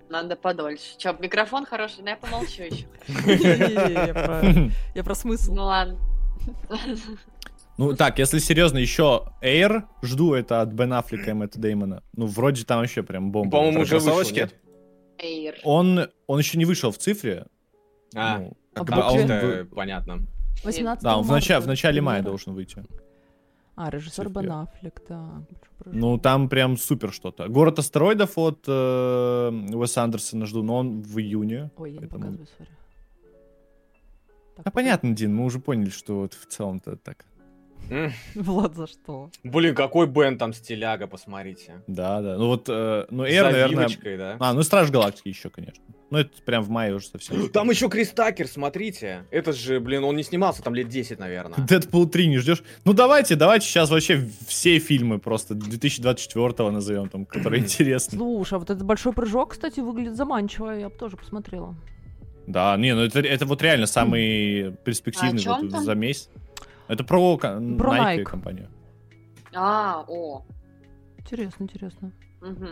E: надо подольше. Че, микрофон хороший, но я помолчу еще.
A: Не-не-не, я про- Я про смысл.
E: Ну ладно.
C: Ну так, если серьезно, еще Air жду, это от Бен Аффлека и Мэтта Деймона. Ну, вроде там вообще прям бомба.
B: По-моему,
C: Про
B: уже вышел,
C: кроссовочки.
B: нет?
E: Эйр.
C: Он, он еще не вышел в цифре.
B: А,
C: ну,
A: А
C: как бы, а он
A: букве?
C: бы-
B: это понятно.
A: 18
C: да, он в, начале, в начале мая
A: должен.
C: должен выйти.
A: А, режиссер
C: Цифре.
A: Бен Аффлек, да. Прошу прощения.
C: Ну, там прям супер что-то. Город астероидов от э, Уэса Андерсона жду, но он в июне.
A: Ой, я не
C: поэтому-
A: показываю, сори. Так,
C: А понятно, Дин, мы уже поняли, что вот в целом-то так.
B: М,
A: Влад, за что?
B: Блин, какой Бен там стиляга, посмотрите.
C: Да, да. Ну вот, э, ну,
B: С
C: Air, наверное...
B: завивочкой, да?
C: А, ну, Страж Галактики еще, конечно. Ну, это прям в мае уже совсем.
B: Там еще Крис Такер, смотрите. Этот же, блин, он не снимался там лет 10, наверное.
C: Дэдпул 3 не ждешь? Ну давайте, давайте сейчас вообще все фильмы просто 2024 назовем, там, которые интересны.
A: Слушай, а вот этот большой прыжок, кстати, выглядит заманчиво, я бы тоже посмотрела.
C: Да, не, ну это, это вот реально самый перспективный
E: чём
C: вот
E: там?
C: за месяц. Это про, ко-
A: Про
C: Nike
A: Nike.
C: компанию.
E: А, о.
A: Интересно, интересно.
E: Угу.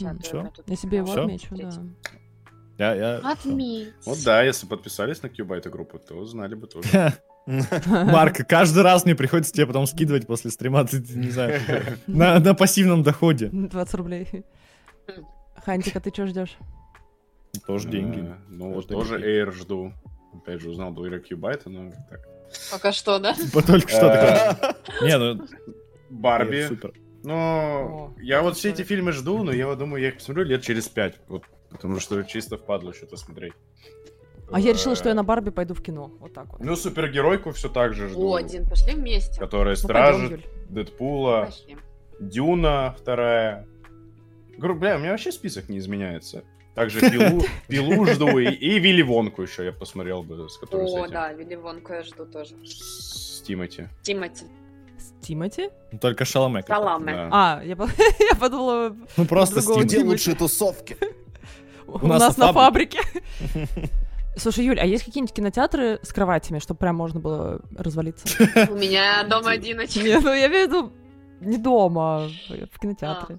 A: М,
C: всё.
A: Я себе его
C: Всё?
A: отмечу, да.
C: Я, я...
E: Отметь.
F: Вот да, если подписались на Кьюба эту группу, то знали бы тоже.
C: Ха, Марк, каждый раз мне приходится тебе потом скидывать после стрима, ты, ты не знаю, на, на пассивном доходе.
A: 20 рублей. Хм. Хантик, а ты что ждешь?
C: Тоже деньги.
F: Э, Ну вот
C: Тоже
F: тоже
C: деньги.
F: Air жду. Опять же, узнал до Ира Кьюбайта, но так. Э,
E: Пока что, да?
C: Типа только что такое. Не, ну...
F: Барби.
C: Супер.
F: Ну,
A: О,
F: я вот все
A: человек.
F: эти фильмы жду, но я вот думаю, я их посмотрю лет через пять. Вот, потому что чисто впадло что-то смотреть.
A: А я решила, что я
F: Э,
A: на Барби пойду в кино. Вот так вот.
F: Ну, супергеройку все так же жду.
E: О, Дин, пошли вместе.
F: Которая
A: Ну, пойдём,
F: стражит,
A: Юль.
F: Дэдпула,
E: Пошли.
F: Дюна вторая. Говорю, бля, у меня вообще список не изменяется. Также Пилу, Пилу жду и, и Вилли Вонку еще я посмотрел бы, с которым с
E: О,
F: этим,
E: да, Вилли Вонка я жду тоже.
F: с Тимати.
E: Тимати.
A: С Тимати?
C: Ну, Только Шаломе. как-то.
E: Саламе.
A: А, я по- я подумала,
C: Ну просто
A: Другого
C: Стим.
A: типа.
D: Где лучшие тусовки?
A: У нас на
C: фабрике.
A: фабрике. Слушай, Юль, а есть какие-нибудь кинотеатры с кроватями, чтобы прям можно было развалиться?
E: У меня дом а одиночка.
A: Не, ну я имею в виду не дома, а в кинотеатре.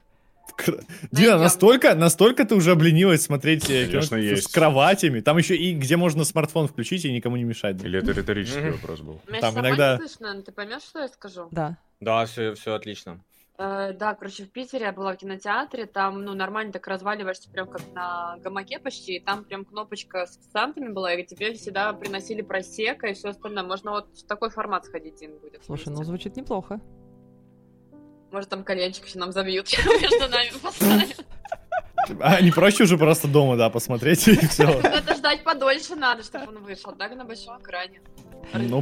C: Кра- Дина,
E: Найдём.
C: настолько, настолько ты уже обленилась смотреть э, кино
F: Конечно,
C: с-
F: есть.
C: с кроватями. Там еще и где можно смартфон включить и никому не мешать.
F: Или это риторический
B: Мгм.
F: вопрос был?
E: Меня
C: Там
E: сейчас нормально
C: иногда-
E: слышно, но ты поймешь, что я скажу?
A: Да.
B: Да, все, все отлично.
E: Э, да, короче, в Питере я была в кинотеатре, там, ну, нормально так разваливаешься, прям как на гамаке почти, и там прям кнопочка с курсантами была, и тебе всегда приносили просека и все остальное. Можно вот в такой формат сходить, Дин, будет.
A: Слушай, ну
E: вместе.
A: звучит неплохо.
E: Может, там кальянчик еще нам забьют между нами поставят.
C: А не проще уже просто дома, да, посмотреть и все.
E: Ну, Это ждать подольше надо, чтобы он вышел, так, на большом экране.
C: Ну,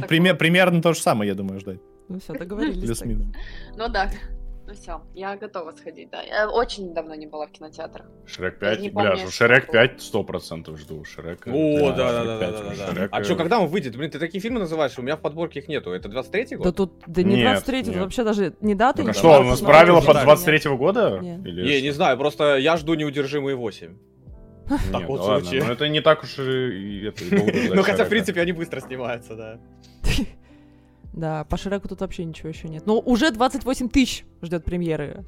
E: Такое.
C: пример- примерно то же самое, я думаю, ждать.
A: Ну все, договорились.
C: Плюс-минус.
A: тогда.
E: Ну да, ну все, я готова сходить, да. Я очень давно не была в кинотеатрах.
F: Шрек
E: Даже не
F: 5, бля,
E: помню,
F: ну,
E: что
F: Шрек
E: было.
F: 5 100% жду. Шрек.
B: О,
F: э,
B: да, да,
F: Шрек
B: да,
F: 5,
B: да, да,
F: ну,
B: да.
F: Шрек,
B: А
F: э,
B: что, когда он выйдет? Блин, ты такие фильмы называешь, у меня в подборке их нету. Это 23-й
A: Да
B: год?
A: тут да не
F: Нет,
A: 23
F: нет.
A: тут вообще даже не даты.
F: Ну,
A: не
F: что, у нас
A: даты,
F: правила
A: смотрю,
F: под
A: даже
F: 23 года?
A: Нет.
F: Или
B: Не, не
F: что?
B: знаю, просто я жду неудержимые 8.
F: Нет,
B: так вот
F: ну ладно,
B: звучит.
F: ну это не так уж и и это, и долго ждать
I: Ну, хотя,
F: Шрека.
I: в принципе, они быстро снимаются, да.
A: нет. Да, по Шреку тут вообще ничего еще нет. Но уже 28 тысяч ждет премьеры.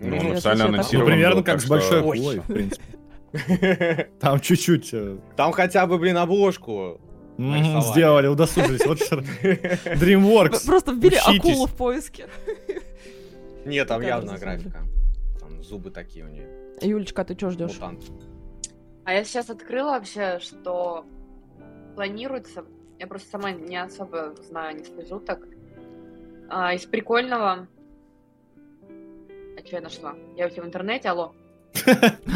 F: Ну,
A: Ну,
F: он
A: я
F: официально
A: слушаю,
C: Ну,
A: Первым
F: анонсирован
C: примерно
F: был,
C: как
F: так
C: с большой
F: что-
C: акулой, в принципе. Там чуть-чуть э,
B: Там хотя бы, блин, обложку.
C: м,
B: Нарисовали.
C: сделали, удосужились. Вот что- DreamWorks.
A: Просто вбили
C: Учитесь.
A: акулу в поиске.
B: Нет, там
A: Да,
B: явно
A: разумно.
B: графика. Там зубы такие у нее. Ну,
A: Юлечка, ты что ждешь?
B: Мутант.
E: А я сейчас открыла вообще, что планируется. Я просто сама не особо знаю, не слежу так. А, из прикольного... А что я нашла? Я у тебя в интернете, алло.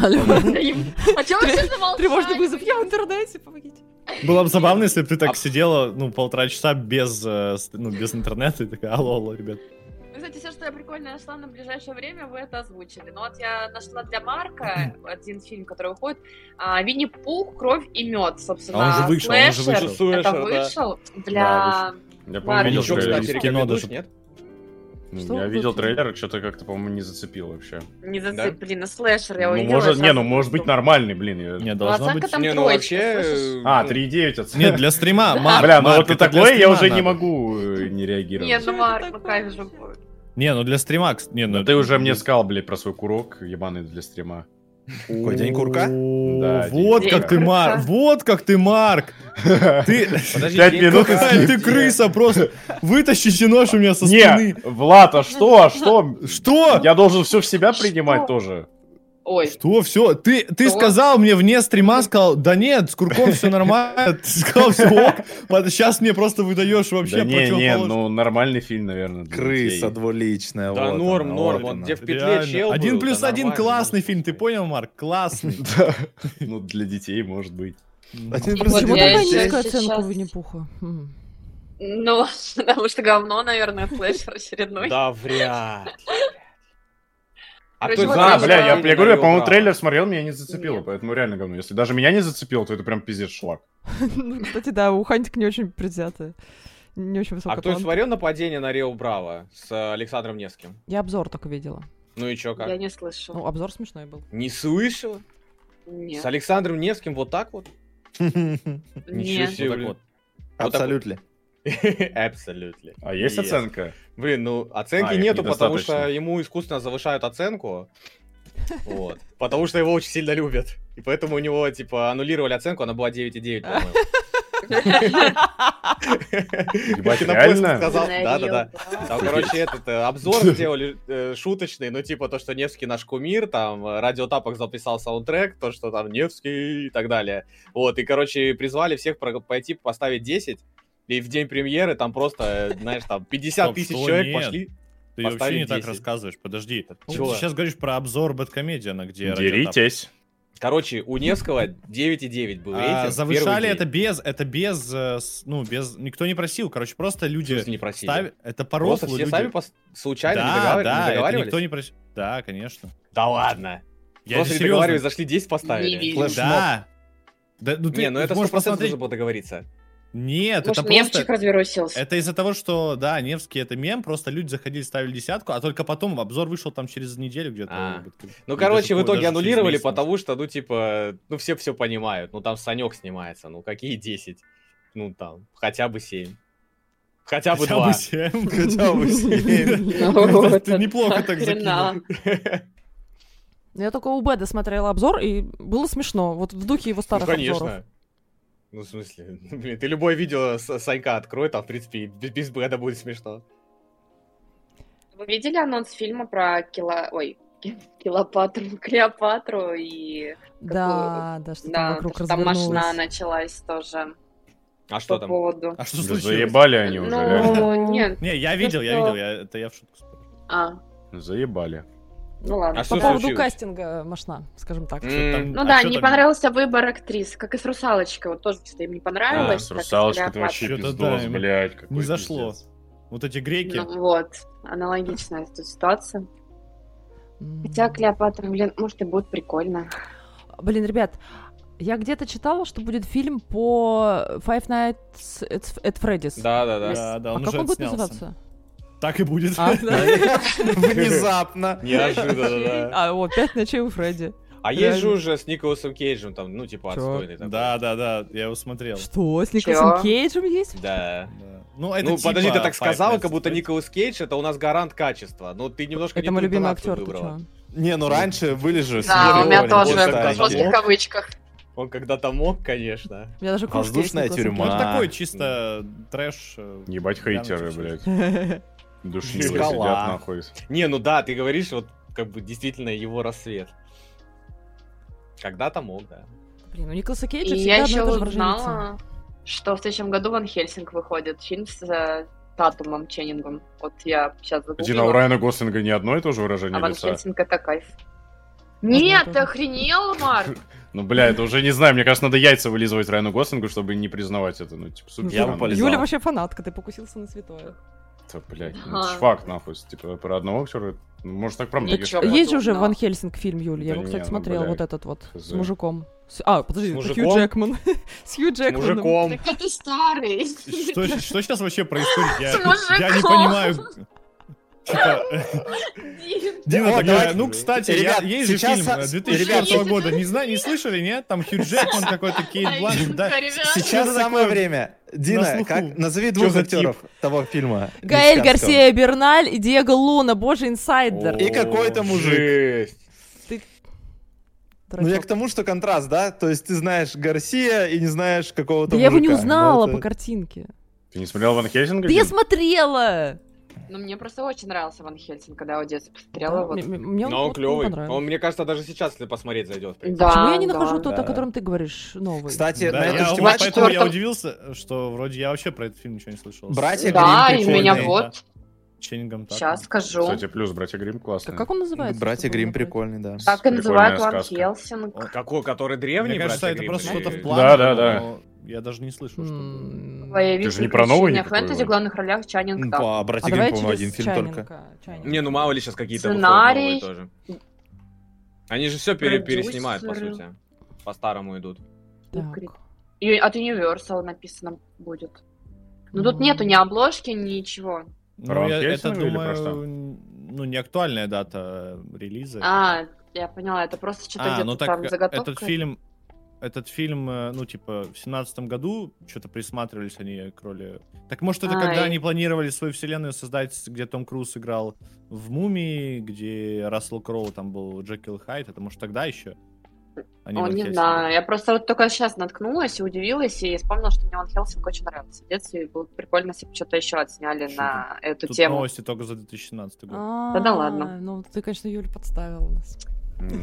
A: Алло.
E: Да им- А чё вы
A: Тре-
E: все замолчали?
A: Тревожный вызов. Я в интернете, помогите.
C: Было бы забавно, если бы ты так
B: А-
C: сидела, ну, полтора часа без, э, с- ну, без интернета и такая, алло, алло, ребят.
E: Ну, Кстати, все, что я прикольно нашла на ближайшее время, вы это озвучили. Но вот я нашла для Марка один фильм, который выходит. а, Винни-Пух, кровь и мед, собственно.
C: А он же вышел, он же
E: слэшер.
C: вышел.
E: Это
B: Слэшер, да.
E: вышел
F: Да,
E: для...
F: Я,
E: Ладно.
F: по-моему, видел
B: Еще,
F: трейлер.
B: кстати,
C: в кино
B: рекомендуешь,
C: даже.
B: нет?
A: Что
F: Я
A: вы
F: видел
A: говорите?
F: трейлер, что-то как-то, по-моему, не зацепил вообще.
E: Не зацеп-
B: Да?
E: блин, а слэшер я
F: Ну,
E: увидела.
F: может,
E: я
F: не,
E: сразу
F: ну, может быть,
E: подумала.
F: нормальный, блин. я-
C: Не,
E: Ну,
C: должно
E: оценка
C: быть...
E: там
B: Не, ну
E: троечка,
B: вообще...
E: слышишь?
B: э,
F: А,
B: ну,
F: 3,9 оценка.
C: Нет, для стрима, Марк,
F: Бля, ну
C: Марк,
F: вот на
C: это для
F: такое я
C: стрима
F: уже не
C: надо.
F: могу э, не реагировать.
E: Не,
A: Что
E: ну,
A: это
E: Марк, ну,
A: такое
E: кайф же
A: вообще?
E: будет.
C: Не, ну для стрима... кс- Не, ну
F: Ну, ты уже мне сказал, блядь, про свой курок ебаный для стрима.
D: Какой день курка?
C: О,
F: Да,
C: вот
E: день
C: как
E: курка.
C: ты, Марк, вот как ты, Марк. Ты,
B: Подожди,
F: Пять
B: день
F: минут и
B: курка,
C: какая ты
B: где?
C: крыса просто. Вытащи еще нож у меня со
F: Не,
C: спины.
F: Влад, а что, а что?
C: Что?
F: Я должен все в себя
E: Что?
F: принимать тоже.
E: Ой,
C: Что, все? Ты, ты
E: Что?
C: сказал мне вне стрима, сказал, да нет, с курком все нормально. Ты сказал, все ок. Сейчас мне просто выдаешь вообще
F: Да не, не,
C: противоположное.
F: ну нормальный фильм, наверное. для
D: Крыса
F: детей.
D: двуличная.
B: Да
D: вот
B: норм,
D: она,
B: норм,
D: вот
B: вот
D: она.
B: где в петле
C: Реально.
B: чел
C: Один
B: был,
C: плюс
B: да
C: один
B: нормально.
C: классный фильм, ты понял, Марк? Классный.
F: Да. Ну, для детей, может быть.
C: А
D: Один
E: И
D: плюс
E: вот
A: Почему
D: один
A: такая
E: ещё
D: здесь.
A: низкая оценка
E: сейчас-
A: у Винни-Пуха? М.
E: ну, потому что говно, наверное, слэшер очередной.
B: Да вряд ли. А
E: Короче,
B: кто
E: вот
B: знает,
E: это
F: Да, А, бля,
E: же-
F: я, я говорю, я, по-моему,
B: Право.
F: трейлер смотрел, меня не зацепило,
E: Нет.
F: поэтому реально говно. Если даже меня не зацепило, то это прям пиздец шлак.
A: Ну, Кстати, да, у Хантик не очень предвзятая. Не очень
B: А
A: высокая
B: кто
A: планка.
B: смотрел нападение на Рио Браво с э, Александром Невским?
A: Я обзор только видела.
B: Ну и чё, как?
E: Я не слышу.
A: Ну, обзор смешной был.
B: Не слышал?
E: Нет.
B: С Александром Невским вот так вот? Ничего
E: Нет.
B: себе,
C: Вот так
B: блин.
C: вот.
B: Вот так вот.
D: Абсолютно.
B: Абсолютно.
F: А есть
B: Yes.
F: оценка?
B: Блин, ну оценки
F: А, их
B: нету, потому
F: недостаточно.
B: что ему искусственно завышают оценку. Вот. Потому что его очень сильно любят. И поэтому у него, типа, аннулировали оценку, она была 9,9, по-моему.
F: Ебать,
D: Кинопоиск
F: реально?
D: сказал, да-да-да.
B: Там, короче, этот э, обзор сделали э, шуточный, ну, типа то, что Невский наш кумир, там, э, Радио Тапок записал саундтрек, то, что там Невский и так далее. Вот, и, короче, призвали всех про- пойти поставить 10, и в день премьеры там просто, э, знаешь, там 50
C: Стоп,
B: тысяч
C: что?
B: человек
C: Нет.
B: пошли.
C: Ты вообще
B: Поставить
C: не так
B: 10.
C: рассказываешь, подожди. Ты
B: Чего?
C: сейчас говоришь про обзор Бэткомедиана, где...
F: Деритесь.
B: Короче, у Невского 9,9 был рейтинг.
C: радио- А,
B: первый
C: завышали
B: день.
C: это без, это без, э, с- ну, без, никто не просил, короче, просто
B: В смысле,
C: люди
B: не просили.
C: ставят, это по
B: Просто
C: рослу
B: все
C: Э, люди-
B: сами пос- случайно не,
C: Да,
B: договар- не
C: да, это
B: договаривались?
C: никто не просил. Да, конечно.
B: Да ладно. Просто
C: Я же
B: не
C: серьезно.
B: договаривались, зашли 10 поставили.
E: Не,
C: Да. Да, ну ты
B: Не, ну это 100%
C: можешь посмотреть.
B: нужно было договориться.
C: Нет,
E: Может,
C: это просто...
E: мемчик развернулся.
C: Это из-за того, что, да, Невский это мем, просто люди заходили, ставили десятку, а только потом обзор вышел там через неделю где-то.
B: А.
C: может быть.
B: Ну,
C: Или
B: короче,
C: даже
B: в
C: по-
B: итоге
C: даже через
B: аннулировали,
C: месяц, может.
B: потому что, ну, типа, ну, все все понимают. Ну, там Санек снимается, ну, какие 10? Ну, там, хотя бы 7. Хотя бы
C: Хотя
B: 2.
C: семь.
D: Хотя бы семь.
C: Это ты неплохо так
E: Охрена.
C: закинул.
A: Я только у Беда смотрела обзор, и было смешно. Вот в духе его
B: Ну,
A: старых обзоров.
B: конечно. Ну, в смысле, блин, ты любое видео с- Санька открой, там, в принципе, и без, без бреда будет смешно.
E: Вы видели анонс фильма про Кила... Ой, Килопатру, Клеопатру и...
A: Да, да, что там
E: Да,
A: вокруг
E: там машина
A: развернулось.
E: началась тоже
B: А что
E: по
B: там?
E: поводу.
C: А что
F: Да
C: случилось?
F: заебали они уже, реально.
E: Ну, нет.
C: Не, я видел, я
E: что?
C: видел, я- это я в шутку. сказал.
E: А,
F: Заебали.
E: ну ладно.
B: А что
A: По поводу
B: случилось?
A: кастинга машина, скажем так.
B: М,
C: Там-
E: Ну
C: а
E: да,
C: чё
E: не
C: там?
E: понравился выбор актрис, как и с «Русалочкой». Вот тоже что-то им не
B: А,
E: понравилось.
F: с
E: как и с
F: русалочкой это вообще
E: «Клеопатрой».
C: Чё-то да,
F: пиздос,
C: им
F: блядь. какой
C: не зашло.
F: пиздец.
C: Вот эти греки.
E: Ну вот, аналогичная тут ситуация.
A: М.
E: Хотя Клеопатра, блин, может и будет прикольно.
A: Блин, ребят, я где-то читала, что будет фильм по Five Nights at at Freddy's.
B: Да-да-да.
C: Да, да,
A: А
C: он
A: как
C: уже
A: он будет
C: отснялся.
A: называться?
C: Так и будет.
A: А, да.
D: Внезапно.
B: Неожиданно, да.
A: А, вот, «Пять ночей у Фредди».
B: А есть же
A: Реально.
B: уже с Николасом Кейджем, там, ну, типа,
A: Чё?
B: отстойный такой.
C: Да, да, да, я его смотрел.
A: Что, с
E: Чё?
A: Николасом Кейджем есть?
B: Да.
C: Да. Ну,
B: ну,
C: типа
B: подожди, ты так
C: Five
B: сказала,
C: Nights
B: как
C: at
B: будто
C: Freddy's.
B: Николас Кейдж это у нас гарант качества. Ну, ты немножко
A: Это
B: не
A: мой
B: ту
A: любимый
B: интонацию
A: актер, ты
B: выбрала.
A: чё?
D: Не, ну раньше были же.
E: Да, А, у меня
D: смешные
E: тоже
D: парни,
B: тоже
D: кстати.
E: в кавычках.
B: Он когда-то мог, конечно.
A: У меня даже курс есть с
D: Воздушная
A: Николасом
D: тюрьма.
C: Ну, это
D: А.
C: такой чисто трэш. э,
F: Ебать хейтеры,
C: глянуть,
F: блядь.
A: Кейджем.
F: Душнилы
D: Зеркала.
F: сидят нахуй.
B: Не, ну да, ты говоришь, вот как бы действительно его рассвет. Когда-то мог, да.
A: Блин, у Николаса
E: И
A: Кейджа всегда одно
E: я
A: и
E: еще
A: то же выражение лица.
E: узнала, что в следующем году Ван Хельсинг выходит. Фильм с э, Татумом Ченнингом. Вот я сейчас
F: Один, а у
E: загуглила.
F: Райана Гослинга не одно и то же
E: А
F: выражение
E: Ван
F: лица.
E: Хельсинг это кайф. Нет,
A: тоже.
E: ты охренел, Марк?
F: Ну, бля, это уже не знаю, мне кажется, надо яйца вылизывать Райану Гослингу, чтобы не признавать это. Ну, типа, супер.
A: Я
F: странно.
D: бы полез.
A: Юля
D: Лизала.
A: вообще фанатка, ты покусился на святое.
F: Да, блядь, ну, это ж
E: А.
F: факт, нахуй. Типа, про одного актера, ну, может, так правда.
E: Ничего.
F: говорят.
A: Есть же уже
E: узнала.
A: Ван Хельсинг фильм, Юль, я
F: Да
A: его,
F: не,
A: кстати,
F: ну,
A: смотрела,
F: блядь,
A: вот этот вот, с
F: хз.
A: мужиком. С- А, подожди,
B: С
A: это Хью
B: мужиком?
A: Джекман. С Хью Джекманом.
B: мужиком.
E: Так ты старый.
C: Что, что сейчас вообще происходит? Я,
E: С
C: я не
E: мужиком.
C: понимаю. Типа, Дина
D: О,
C: такая,
D: давайте.
C: ну, кстати, я-
D: Ребят,
C: есть же
D: сейчас
C: фильм
D: со-
C: э, 2004
E: ребят.
C: года, не знаю, не слышали, нет? Там Хью Джекман какой-то, Кейт Бланш, да?
D: Сейчас
C: Что-то
D: самое
C: такое
D: время.
C: на
D: Дина,
C: слуху.
D: как назови двух
C: за
D: актеров того фильма.
A: Гаэль
D: мексиканского.
A: Гарсия Берналь и Диего Луна, боже, инсайдер.
D: И какой-то мужик.
B: Жесть.
D: Ну я к тому, что контраст, да? То есть ты знаешь Гарсия и не знаешь какого-то
A: Да я его не
D: мужика.
A: узнала
D: Ну,
A: по
D: это-
A: картинке.
F: Ты не смотрел Ван Хельсинга?
A: Да я
F: Дим?
A: смотрела!
E: Ну, мне просто очень нравился Ван Хельсинг, когда я его в детстве
A: Да,
E: посмотрела. вот.
A: м- м- Мне он
B: Но он
A: вот не
B: клевый. Он,
A: понравился.
B: мне кажется, даже сейчас, если посмотреть, зайдет. в принципе.
E: Да,
A: Почему я не
E: да.
A: нахожу тот, о
D: Да.
A: котором ты говоришь, новый?
D: Кстати,
C: Да,
D: на эту
C: я
D: же
C: вот
D: тематику-
C: поэтому я
E: четвертом.
C: удивился, что вроде я вообще про этот фильм ничего не слышал. С-
D: Братья
E: Да,
D: Грим
E: и меня
D: прикольные,
E: вот.
C: Ченнингом Татумом.
E: Сейчас скажу.
F: Кстати, плюс, братья Грим классно.
A: Как А как он называется?
D: Братья
A: чтобы
D: Грим
A: набрать?
D: прикольный, да.
E: Так и
F: Прикольная
E: называют Ван
F: сказка.
E: Хелсинг.
B: Какой, который древний,
C: Мне кажется,
B: «Братья
C: это
B: Гримм»
C: просто
B: или-
C: что-то в
B: Да.
C: плане,
F: да, да.
C: но я даже не слышал, что...
A: М,
E: Боевик
F: же не про новый
E: «Приключения
F: никакой
E: фэнтези»
F: вроде?
E: в главных ролях Чаннинг
D: Ну,
E: Татум.
D: по
A: А
D: «Братья Грим»,
A: давай
D: по-моему, один
A: через
D: фильм только.
A: Чайника. Чайника.
B: Не, ну мало ли сейчас какие-то выходят новые
E: Сценарий.
B: тоже. Они же все пере-
E: Продюсеры.
B: переснимают, по сути. По-старому идут.
A: Так.
E: И от Universal написано будет. Ну тут нету ни обложки, ничего.
C: Ну,
F: Рон
C: я, это,
F: Хельсинг или про
C: думаю,
F: что?
C: н- ну, не актуальная дата э, релиза.
E: А, я поняла, это просто что-то
C: А,
E: где-то
C: ну так
E: там заготовка.
C: этот фильм, этот фильм, э, ну типа в семнадцатом году что-то присматривались они к роли. Так может это когда
E: Ай.
C: они планировали свою вселенную создать, где Том Круз играл в Мумии, где Рассел Кроу там был Джекил Хайд, это может тогда еще? Они
E: О,
C: Ван
E: не
C: Хельсинги.
E: знаю. Я просто вот только сейчас наткнулась и удивилась, и вспомнила, что мне он Хелсинг очень нравится в детстве. И было бы прикольно, если бы что-то еще отсняли
C: Что
E: на эту
C: Тут
E: тему.
C: новости только за 2017 год.
E: да ладно.
A: Ну, ты, конечно, Юль подставила нас.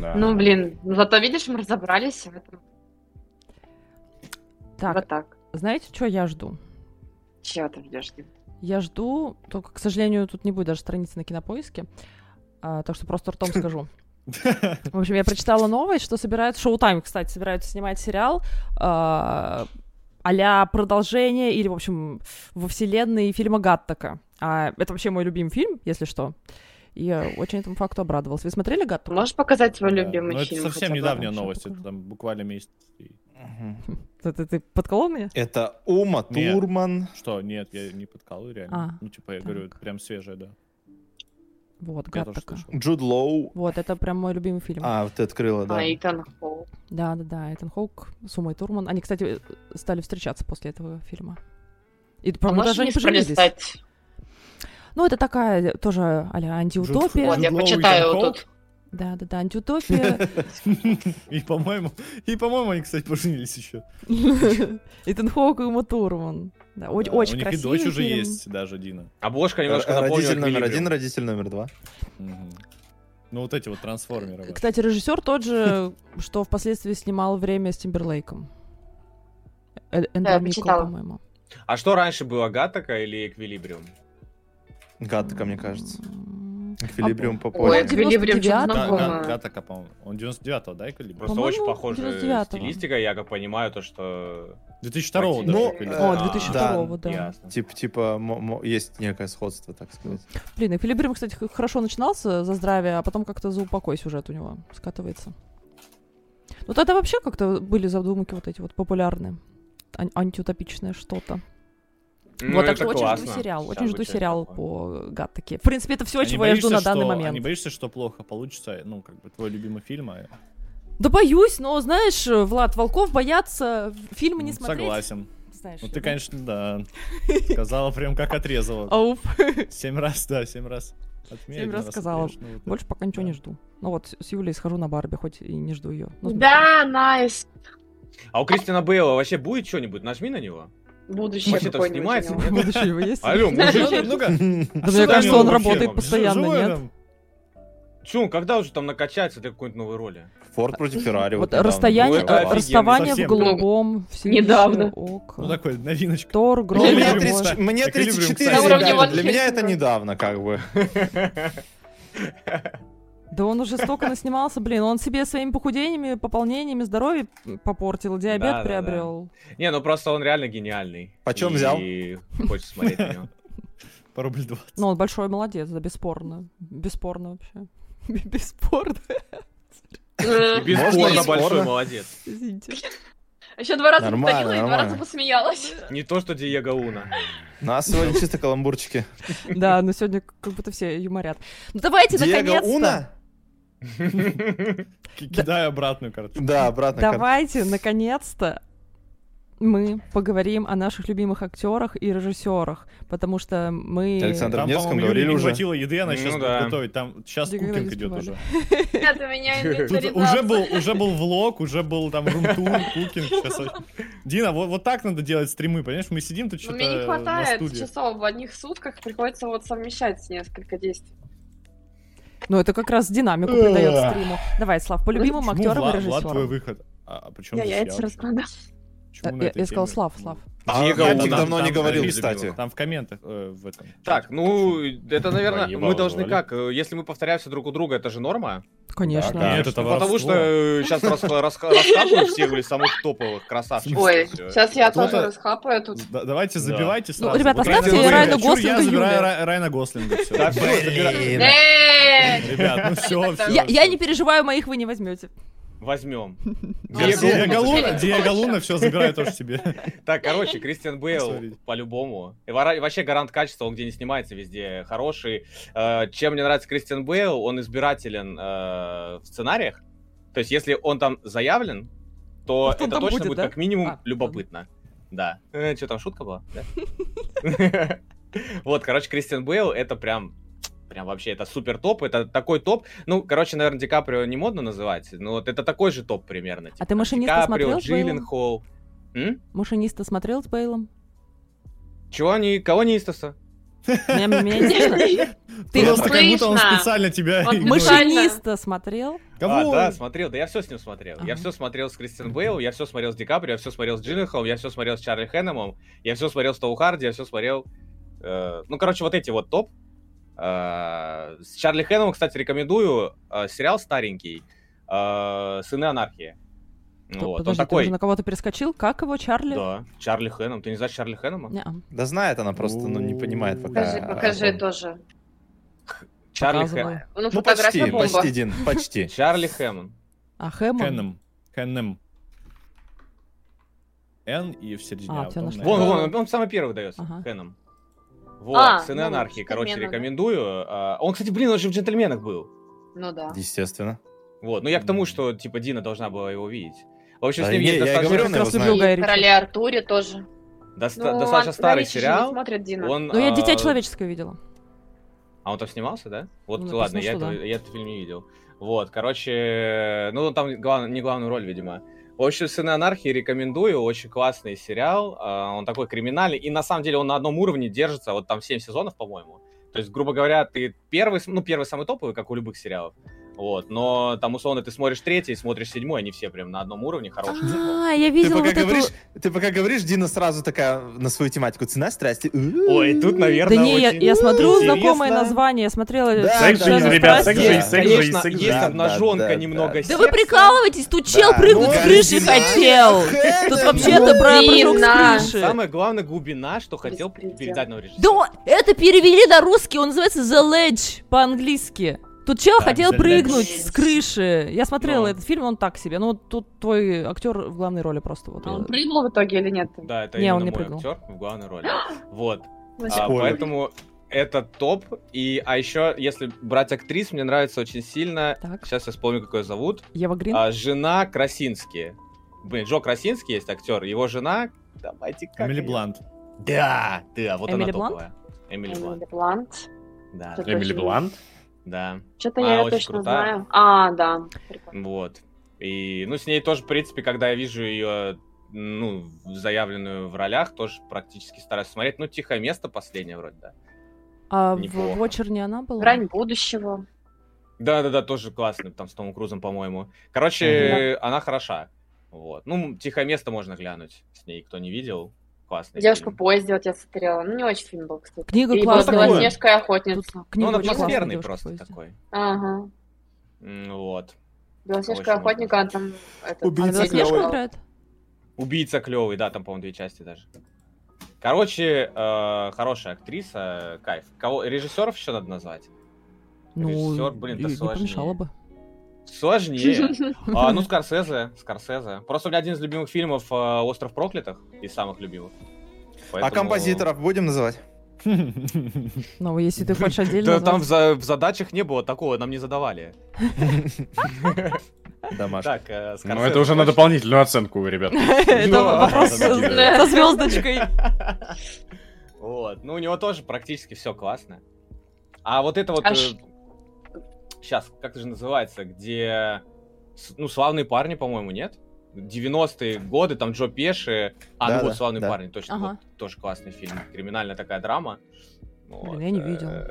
F: Да.
E: Ну, блин, ну, зато, видишь, мы разобрались в этом.
A: Так,
E: Вот так.
A: знаете, что я жду?
E: Чего ты ждешь? Дим?
A: Я жду, только, к сожалению, тут не будет даже страницы на кинопоиске, а, так что просто ртом скажу. В общем, я прочитала новость, что собирают Шоу-тайм, кстати, собираются снимать сериал а а-ля продолжение или, в общем, во вселенной фильма Гаттака. А, это вообще мой любимый фильм, если что. И я очень этому факту обрадовалась. Вы смотрели
E: Ты
A: Гаттаку?
E: Можешь показать свой
C: Да.
E: А, любимый
C: Но это
E: фильм?
C: совсем
E: хотя бы?
C: недавняя
A: Сейчас
C: новость, это
A: покажу.
C: там буквально месяц. и-
D: Мгм.
A: Ты, ты- ты подколол меня?
D: Это Ума
C: Нет.
D: Турман.
C: Что, нет, я не подкалываю реально.
A: А,
C: ну, типа, я
A: так.
C: говорю, это прям свежее, да.
A: Вот,
C: Я тоже
A: Гаттака.
C: слышал.
D: Джуд Лоу.
A: Вот, это прям мой любимый фильм.
D: А, вот это открыло, да.
E: А, Итан Хоук.
A: Да, да, да, Этан Хоук с Умой Турман. Они, кстати, э, стали встречаться после этого фильма. И,
E: А
A: по-моему,
E: можешь
A: даже они
E: не
A: поженились.
E: пролистать?
A: Ну, это такая тоже а-ля антиутопия.
E: Вот, я
C: Лоу,
E: почитаю
C: Итан
E: вот тут.
A: Да, да, да, антиутопия.
C: И, по-моему, и, по-моему, они, кстати, поженились еще.
A: Итан Хоук и Ума Турман. Да, о-
C: Да,
A: очень
C: У них и
A: красивый
C: дочь уже
A: фильм.
C: есть, даже Дина.
B: Обложка немножко
D: Р-
B: напомнила
D: Родитель номер
B: «Эквилибриум».
D: один, родитель номер два.
C: Мгм. Ну, вот эти вот трансформеры. ваши.
A: Кстати, режиссер тот же, что впоследствии снимал «Время с Тимберлейком». Э- Эндро Мико,
E: почитала.
A: по-моему.
B: А что раньше было, Гаттака или Эквилибриум?
D: Гадко, мне кажется.
A: М,
D: Эквилибриум
A: Об-
E: Ой,
D: попозже.
A: А Ой,
E: Эквилибриум, что-то
A: 99-м.
C: Да,
E: знакомое.
C: Га- Гатака, по-моему. Он 99-го, да, Эквилибриум?
B: Просто
A: По-моему,
B: очень похожая
A: 99-го.
B: стилистика, я как понимаю, то, что...
C: 2002-го даже
D: Ну,
C: Эквилибриум.
A: О,
B: А,
A: 2002 да.
B: Ясно.
D: Тип, типа, мо- мо- есть некое сходство, так сказать.
A: Блин, Эквилибриум, кстати, х- хорошо начинался за здравие, а потом как-то за упокой сюжет у него скатывается. Ну тогда вообще как-то были задумки вот эти вот популярные, ан- антиутопичное что-то.
B: Ну,
A: вот так
B: это
A: что очень жду
B: классно.
A: сериал,
B: Сейчас
A: очень жду
B: будет
A: сериал
B: что-нибудь
A: по Гаттаке. В принципе, это все,
C: А не
A: чего я жду
C: боишься,
A: на данный
C: что- а
A: момент.
C: не боишься, что плохо получится? Ну, как бы, твой любимый фильм, а...
A: Да боюсь, но знаешь, Влад, волков боятся, фильмы не
C: М,
A: смотреть.
C: Согласен.
A: Знаешь,
C: Ну,
A: я,
C: ты,
A: да?
C: конечно, да. Сказала прям как отрезала.
A: Ауф.
C: Семь раз, да, семь раз. Отмерь,
A: Семь
C: один
A: раз сказала.
C: отрежь, ну, вот это.
A: Больше пока ничего
C: Да.
A: не жду. Ну вот, с- с Юлей схожу на Барби, хоть и не жду Ну, ее.
E: Да, найс.
B: классно. А у Кристина Бейла вообще будет что-нибудь? Нажми на него.
E: Будущее
B: Вообще там
E: какое-нибудь у
B: снимается,
E: него.
B: нет?
A: Будущего есть?
B: Алло, мужик,
C: Ну, Ну-ка.
A: Да мне кажется, он работает постоянно, нет?
B: Чё, когда уже там накачается для какой-нибудь новой роли?
D: Форд против А, Феррари.
A: Вот
D: недавно
A: расстояние,
D: был.
B: это
A: э,
B: офигенно,
A: расставание в
C: совсем.
A: голубом, все
E: Недавно.
A: еще Ок.
C: Ну, такой, новиночка.
A: Тор, гром,
C: Мне
D: Мне
A: Гром.
C: тридцать
D: 30 Мне
C: Эквилибриум,
D: 34,
C: кстати.
E: На уровне
D: ребята,
E: Ван
D: для меня это
E: Хельсинга.
D: недавно, как бы.
A: Да он уже столько наснимался, блин, он себе своими похудениями, пополнениями здоровье попортил, диабет
B: Да-да-да.
A: приобрел.
B: Не, ну просто он реально гениальный.
D: Почем
B: И
D: взял?
B: хочется смотреть на него.
C: По рубль 20.
A: Ну, он большой молодец, да, бесспорно. Бесспорно вообще. Бесспорно,
E: Э,
B: Бесспорно
D: бесспорно.
B: большой молодец.
A: извините.
E: Еще два раза
D: Нормально,
E: повторила и два
D: нормально.
E: раза посмеялась.
B: Не то, что Диего Уна.
D: У нас сегодня чисто каламбурчики.
A: Да, но сегодня как будто все юморят. Ну давайте,
D: Диего
A: наконец-то!
D: Уна?
C: Ки- Кидаю обратную карту.
D: Да, обратно. кар-
A: Давайте, наконец-то, мы поговорим о наших любимых актерах и режиссерах, потому что мы...
D: Александр.
C: Там,
D: Невском
C: по-моему,
D: говорили
C: Юле не
D: уже.
C: хватило еды, она
B: Ну
C: сейчас
B: да.
C: будет готовить. Там сейчас
A: Никогда не
C: кукинг идет
A: успевали.
C: уже.
E: Нет, у меня
C: Тут уже был, уже был влог, уже был там румтур, кукинг. Сейчас... очень- Дина, вот, вот так надо делать стримы, понимаешь? Мы сидим
B: Ну,
C: тут
E: Но
C: что-то
E: мне не
C: на
E: хватает
C: студии.
E: часов в одних сутках, приходится вот совмещать несколько действий.
A: Ну, это как раз динамику придает стриму. Давай, Слав, по любимым
C: Почему
A: актерам и
C: Ну, Влад, Влад, твой
A: режиссерам.
C: выход. А, а при чем
E: Я
C: здесь
E: яйца
C: я?
E: раскладала.
A: Э,
C: Почему на
A: Я
C: этой
A: я сказала
C: теме?
A: Слав, Слав.
D: А
B: Диего
D: Хантик
B: Уна.
D: давно не
B: Там
D: говорил,
B: любимый.
D: кстати.
C: Там в комментах э, в этом.
B: Так, ну, это, наверное,
F: Ебало
B: мы должны
F: завалил.
B: как, э, если мы повторяемся друг у друга, это же норма?
A: Конечно.
F: Да.
C: Нет, это
B: Ну, потому
C: воровство.
B: что сейчас раскапывают всех блин, самых топовых красавчиков.
E: Ой,
B: Всё.
E: сейчас я
C: Кто-то-
E: тоже расхапаю тут.
C: Да- давайте
F: Да.
C: забивайте сразу.
A: ребят,
C: Вот
A: оставьте
C: Райана
A: Ну, Райана
C: Гослинга, Я
A: Гослинга Юле.
C: забираю Ра- Райана Гослинга. всё.
B: Да, всё,
D: Блин.
B: забираем.
E: Эй!
C: Ребят, ну все,
E: Я-
C: все.
A: Я, я не переживаю, моих вы не возьмете.
B: Возьмем.
C: Диего Луна,
E: Диего
C: Диего Луна все забираю тоже себе.
B: Так, короче, Кристиан Бейл
C: Sorry.
B: по-любому. И вора- вообще гарант качества, он где не снимается, везде хороший. Э, Чем мне нравится Кристиан Бейл, он избирателен э, в сценариях. То есть, если он там заявлен, то
A: Что он
B: это
A: там
B: точно
A: будет,
B: будет
A: да?
B: как минимум
A: А,
B: любопытно. Да. Что там, шутка была? Да. Вот, короче, Кристиан Бейл это прям Прям вообще это супер топ, это такой топ. Ну, короче, наверное, Ди Каприо не модно называть, но вот это такой же топ примерно. Типа,
A: А ты «Машиниста» смотрел с Бейлом?
B: Джилленхол. М?
A: Машиниста смотрел с Бейлом?
B: Чего они, кого не истаса?
A: Меня- меня не- Ты
C: Просто как будто он
E: Слышно.
C: специально тебя...
E: Он
C: игнорит.
E: мышами.
A: машиниста смотрел?
B: А,
C: Кого?
B: да, смотрел, да я все с ним смотрел. Я
A: Ага.
B: все смотрел с Кристиан Бейл, я все смотрел с Ди Каприо, я все смотрел с Джилленхолом, я все смотрел с Чарли Хэннемом, я все смотрел с Тоу Харди, я все смотрел... э, ну, короче, вот эти вот топ. Э, с Чарли Хэннемом, кстати, рекомендую э, сериал старенький э, «Сыны анархии». Ну
A: П-
B: вот,
A: Подожди,
B: он
A: ты
B: такой...
A: уже на кого-то перескочил? Как его, Чарли? а,
B: Да, Чарли Хэннем. Ты не знаешь Чарли Хэннема?
A: Неа.
D: Да знает она просто, ну не понимает пока.
E: Покажи, покажи
D: Э,
E: тоже.
B: Чарли
A: Показывай.
B: Хэ...
E: Ну,
D: Ну
E: фотография
D: почти,
E: бомба.
D: почти, Дин, почти.
B: Чарли Хэммон.
A: А Хэммон?
C: Кеннем. Кеннем. Н и в середине.
A: А,
C: вот
A: всё
C: он,
A: нашла.
B: Вон,
C: наверное.
D: Ну,
B: вон, он, он самый первый дается,
A: Ага.
B: Хэном. Вот,
E: А,
B: «Сыны
E: ну,
B: анархии», короче,
E: «Джентльмены», да.
B: рекомендую. А, Он, кстати, блин, он же в «Джентльменах» был.
E: Ну да.
D: Естественно.
B: Вот, ну я к тому, что, типа, Дина должна была его видеть. В общем,
D: Да
B: с ним
D: не,
B: есть
D: я и
B: достаточно,
D: говорю, ну,
A: Я
D: он
A: как раз
D: его
A: люблю
E: И
A: Гая Ричи.
E: Короля Артуре тоже.
B: доста-
E: Ну,
B: достаточно
E: Ан-
B: старый
E: Гай Ричи же не
B: сериал.
E: смотрит Дина.
B: Он,
A: Ну, я
B: а,
A: «Дитя человеческое» видела.
B: А он там снимался, да? Вот,
A: Ну,
B: ладно,
A: написано,
B: я,
A: что
B: этого-
A: да.
B: я этот фильм не видел. Вот, короче, ну, он там глав- не главную роль, видимо. В общем, «Сыны анархии» рекомендую, очень классный сериал, а, он такой криминальный, и на самом деле он на одном уровне держится, вот там 7 сезонов, по-моему. То есть, грубо говоря, ты первый, с- ну, первый самый топовый, как у любых сериалов, вот, но там, условно, ты смотришь третий, смотришь седьмой, они все прям на одном уровне, хорошие.
A: А, я
D: Ты
A: видела
D: пока,
A: вот эту...
D: говоришь, ты пока говоришь, Дина сразу такая на свою тематику «Цена страсти».
B: Ой, тут, наверное,
A: Да не, я,
B: очень
A: я смотрю
B: интересно.
A: знакомое название, я смотрела...
D: Да,
A: «Сцену
D: секс жизнь,
A: страсти».
D: ребят, секс жизнь,
B: Да,
D: секс
F: жизнь,
B: конечно,
F: секс
B: есть
F: жизнь.
B: обнаженка
D: Да, да,
B: немного
D: да.
A: Да вы
B: секса.
A: прикалываетесь, тут чел прыгнуть
D: Ну,
A: с крыши хотел. Тут вообще-то про прыжок
E: Дина.
A: с крыши.
B: Самая главная глубина, что хотел
E: Беспредел.
B: передать нам режиссер.
A: Да он- это перевели на русский, он называется The Ledge по-английски. Тут чел
C: Да,
A: хотел
C: The
A: прыгнуть
E: Ledge.
A: с крыши. Я смотрела
B: Ну.
A: этот фильм, он так себе. Ну, тут твой актер в главной роли просто вот.
E: А
B: Ну,
E: он
A: э,
E: прыгнул в итоге или нет?
B: Да, это
A: Не,
B: именно
A: он не
B: мой
A: прыгал.
B: актер в главной роли. Вот. А,
D: Спойлер.
B: поэтому это топ. И, а еще, если брать актрис, мне нравится очень сильно.
A: Так,
B: Сейчас я вспомню, как ее зовут.
A: Ева Грин.
B: А, жена Красински. Блин, Джо Красинский есть актер. Его жена. Давайте как.
C: Эмили
B: её?
C: Блант.
B: Да, да, вот
A: Эмили
B: она
A: Блант?
B: топовая. Эмили А, Блант.
E: Эмили Блант.
B: Да,
E: Тут
F: Эмили
E: очень-
F: Блант.
B: да.
E: Что-то
B: А,
E: я ее
B: очень
E: точно
B: крутая.
E: знаю. А, да. Прикольно.
B: Вот. И, ну, с ней тоже, в принципе, когда я вижу ее, ну, заявленную в ролях, тоже практически стараюсь смотреть. Ну, «Тихое место» последнее вроде, да.
A: А в
B: неплохо.
A: Вочер не она была?
E: Грань будущего.
B: Да-да-да, тоже классный, там, с Томом Крузом, по-моему. Короче, она хороша. Вот. Ну, «Тихое место» можно глянуть с ней, кто не видел. Классный
E: Девушка в
B: фильм.
E: поезде, вот я смотрела. Ну, не очень фильм был, кстати.
A: Книга
E: И
A: классная.
E: Белоснежка и
A: Тут
E: охотница.
B: Ну,
A: книга
B: он
A: очень классная,
B: атмосферный
A: «Девушка в
B: просто
A: поезде».
B: такой.
E: Ага.
B: М, Вот.
E: Белоснежка и
B: Очень
E: охотник,
B: мощно.
E: она там... это,
A: А
D: Убийца
A: Белоснежка
E: Белоснежка.
A: играет?
B: Убийца клевый, да, там, по-моему, две части даже. Короче, э, хорошая актриса, кайф. Кого режиссеров еще надо назвать?
A: Ну,
B: Режиссер, блин,
A: и-
B: это
A: не
B: сложнее.
A: помешало бы.
B: Сложнее. А, ну, Скорсезе, Скорсезе. Просто у меня один из любимых фильмов э, «Остров проклятых», из самых любимых.
D: А
B: Поэтому-
D: композиторов будем называть?
A: Ну, если ты хочешь отдельно...
B: Да там в,
A: назвать.
B: за- в задачах не было такого, нам не задавали.
D: Домашний.
B: Так, э, Скорсезе.
F: Ну, это уже на дополнительную оценку, ребят.
A: Это
B: Да.
A: вопрос со звездочкой.
B: Вот, ну у него тоже практически все классно. А вот это вот...
E: А ш-
B: Сейчас, как это же называется, где... с- Ну, славные парни, по-моему, нет? 90-е годы, там Джо Пеши. А, ну
D: Да-да,
B: вот славные
D: да.
B: парни, точно.
A: Ага.
B: вот, тоже классный фильм. Криминальная такая драма. Вот,
A: я не
B: э,
A: видела.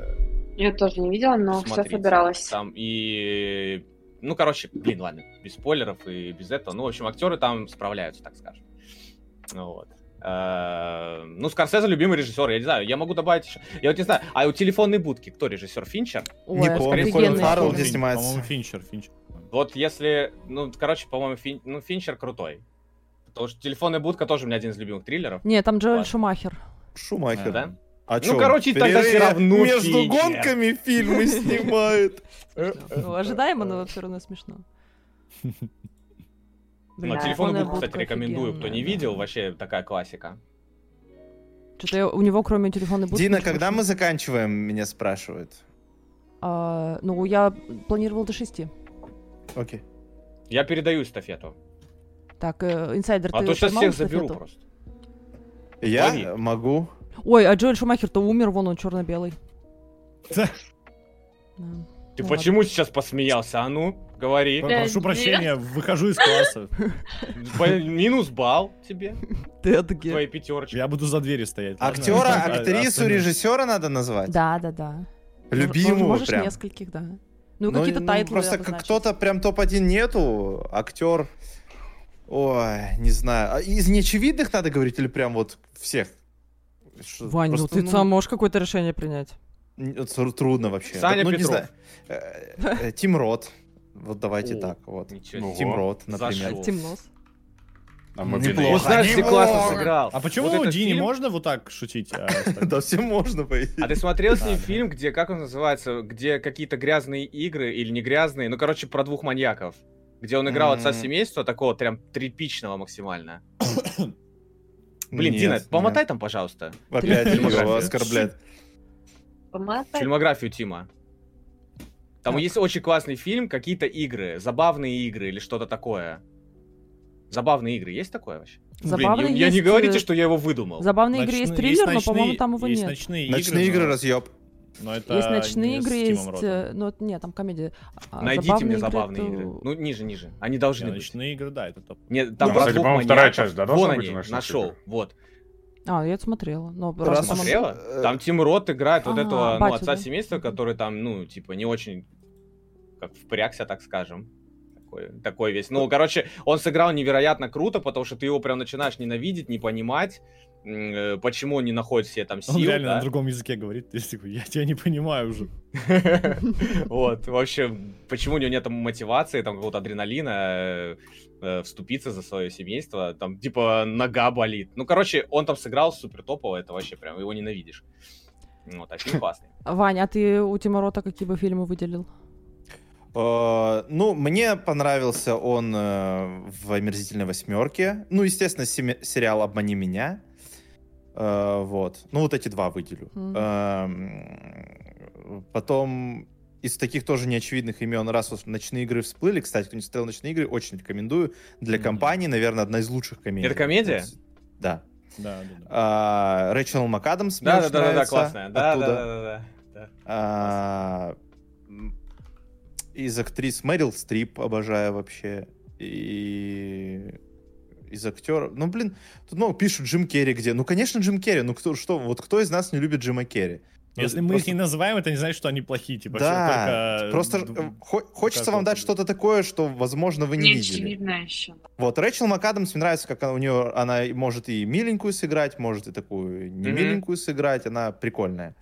E: Я тоже не видела,
A: Ну,
E: но все
B: Смотрите,
E: собиралась.
B: Там и... Ну, короче, блин, ладно, без спойлеров и без этого. Ну, в общем, актеры там справляются, так скажем. Ну, Вот. Э, Ну, Скорсезе любимый режиссер, я не знаю, я могу добавить еще. Я вот не знаю, а у телефонной будки кто режиссер? Финчер?
A: Ой,
D: помню,
A: офигенный
D: Колин
A: фильм.
D: Фаррелл
C: Финч,
D: здесь снимается.
C: По-моему, Финчер, Финчер.
B: Вот если, ну, короче, по-моему, Фин- ну, Финчер крутой. Потому что телефонная будка тоже у меня один из любимых триллеров.
A: Не, там Джоэль
B: Класс.
A: Шумахер.
D: Шумахер.
B: Да?
D: А
B: Ну, короче, тогда всё равно
D: Между
B: Финчер.
D: гонками фильмы снимают.
B: Э,
A: Ну, Ожидаемо, но все равно смешно.
B: Ну,
E: Да.
B: телефонную
E: «Телефонная
B: будку, кстати, рекомендую. Кто не видел, вообще такая классика.
A: Что-то у него, кроме телефонной будки...
D: Дина,
A: ничего
D: когда
A: больше
D: мы заканчиваем, меня спрашивают.
A: нет. А, Ну, я планировал до шести.
D: Окей.
B: Я передаю эстафету.
A: Так, э, инсайдер,
B: А
A: ты
B: то сейчас
A: поймал
B: всех заберу
A: эстафету?
B: просто.
D: Я
B: Лови.
D: могу.
A: Ой, а Джоэль Шумахер-то умер, вон он черно-белый. Да.
B: Ты
A: Ну
B: почему сейчас посмеялся? А ну, говори.
C: Пр- Прошу
E: Блядь,
C: прощения, выхожу из класса.
B: Б- Минус балл тебе,
A: Ты от ге-
B: твои пятерочки.
C: Я буду за дверью стоять. ладно?
D: Актера,
C: А-
D: актрису,
C: остальные-
D: режиссера надо назвать.
A: Да, да, да. Мож-
D: Любимого
A: Можешь
D: прям.
A: нескольких, да. Ну, и
D: Ну,
A: какие-то
D: ну,
A: тайтлы
D: Просто как
A: обозначить.
D: кто-то прям топ-1 нету, актер... Ой, не знаю. А Из неочевидных надо говорить или прям вот всех? Что,
A: Вань, ну
D: просто,
A: ты сам можешь какое-то решение принять.
D: н- тру- Трудно вообще.
B: Саня
D: ну,
B: Петров.
D: Э, э, Тим Рот. Вот давайте
B: О,
D: так, вот.
B: ничего себе.
D: Тим
F: Ого.
D: Рот, например.
B: Зашел.
A: Темнос.
F: А мы
D: Неплохо.
B: Вот
F: бедные.
B: знаешь, ты классно
D: Неплохо.
B: сыграл.
C: А почему
B: Вот этот
C: Дине
B: фильм-
C: можно вот так шутить? а остальные-
D: Да всем можно, по идее.
B: А ты смотрел с
C: Да,
B: ним
C: да.
B: фильм, где, как он называется, где какие-то грязные игры или не грязные, ну, короче, про двух маньяков, где он играл отца
D: М.
B: семейства, такого прям тряпичного максимально. Блин,
D: Нет,
B: Дина,
D: нет.
B: помотай там, пожалуйста,
D: Опять его
B: фильмографию.
D: оскорблять.
E: Помазать?
B: фильмографию Тима. Там есть очень классный фильм, какие-то игры, забавные игры или что-то такое. Забавные игры, есть такое вообще? Блин, я-
A: Забавные
B: я, не
A: есть,
B: говорите,
A: э,
B: что я его выдумал.
A: Забавные игры есть
C: Ночные-
A: триллер, но,
C: ночные-
A: по-моему, там его
C: ну, есть
A: нет.
C: Ночные игры.
D: Ночные игры
C: но-
D: разъеб.
C: но это
A: Есть ночные
C: не с
A: игры,
C: Тимом
A: есть...
C: Ротом.
A: э, Ну, это- нет, там комедия. А
B: Найдите мне забавные
A: это-
B: игры. Ну, ниже, ниже. Они
C: Не,
B: должны быть.
C: Ночные игры, да, это топ.
B: Нет, там
F: Ну,
B: про
F: кстати,
B: двух
F: по-моему, вторая
B: маньяков.
F: часть, да,
B: Вон
F: должна
B: они,
F: быть у нас на
B: нашел.
F: сюжете?
B: Вот.
A: А, я это смотрела. Но
D: Раз
A: раз там-
D: смотрел?
B: Смотрела?
D: э,
B: Там Тим Рот играет вот
A: ага,
B: этого ну,
A: А, батю,
B: отца
A: да.
B: семейства, который там, ну, типа, не очень как впрягся, так скажем. Такой, такой весь. Ну, короче, он сыграл невероятно круто, потому что ты его прям начинаешь ненавидеть, не понимать, м, э, почему он не находит себе там сил.
C: Он реально
B: да.
C: на другом языке говорит. Ты такой, я тебя не понимаю уже.
B: Вот, вообще, почему у него нет там мотивации, там какого-то адреналина э, э, вступиться за свое семейство, там, типа, нога болит. Ну, короче, он там сыграл супер топово, это вообще прям, его ненавидишь. Вот, а фильм классный.
A: Вань, а ты у Тима Рота какие бы фильмы выделил?
D: Э, Ну, мне понравился он э, в «Омерзительной восьмерке». Ну, естественно, семи- сериал «Обмани меня». Э, Вот. Ну, вот эти два выделю.
A: Мгм.
B: А,
D: Эм, Потом из таких тоже неочевидных имен, раз уж «Ночные игры» всплыли, кстати, кто не смотрел «Ночные игры», очень рекомендую. Для
C: Мгм.
D: компании, наверное, одна из лучших комедий.
B: Это комедия?
D: Да.
C: Да, да, да.
D: А, Рэйчел МакАдамс мне
B: Да, да,
D: очень
B: да, да,
D: нравится
B: классная. Да, да,
D: оттуда.
B: да, да, да.
D: А, м, Из актрис Мэрил Стрип обожаю вообще. И из актеров. Ну, блин, тут ну, пишут Джим Керри где. Ну, конечно, Джим Керри. Ну, кто, что, вот кто из нас не любит Джима Керри? Ну,
C: Если мы их
D: просто-
C: не называем, это не значит, что они плохие. Типа, всё
D: Да,
C: только, э,
D: просто
C: д-
D: э, хо- хочется
C: как
D: вам
C: он
D: дать
C: там?
D: что-то такое, что, возможно, вы не видели.
E: очевидно еще.
D: Вот, Рэйчел МакАдамс мне нравится, как она, у нее, она и может и миленькую сыграть, может и такую не
B: Мгм.
D: миленькую сыграть, она прикольная.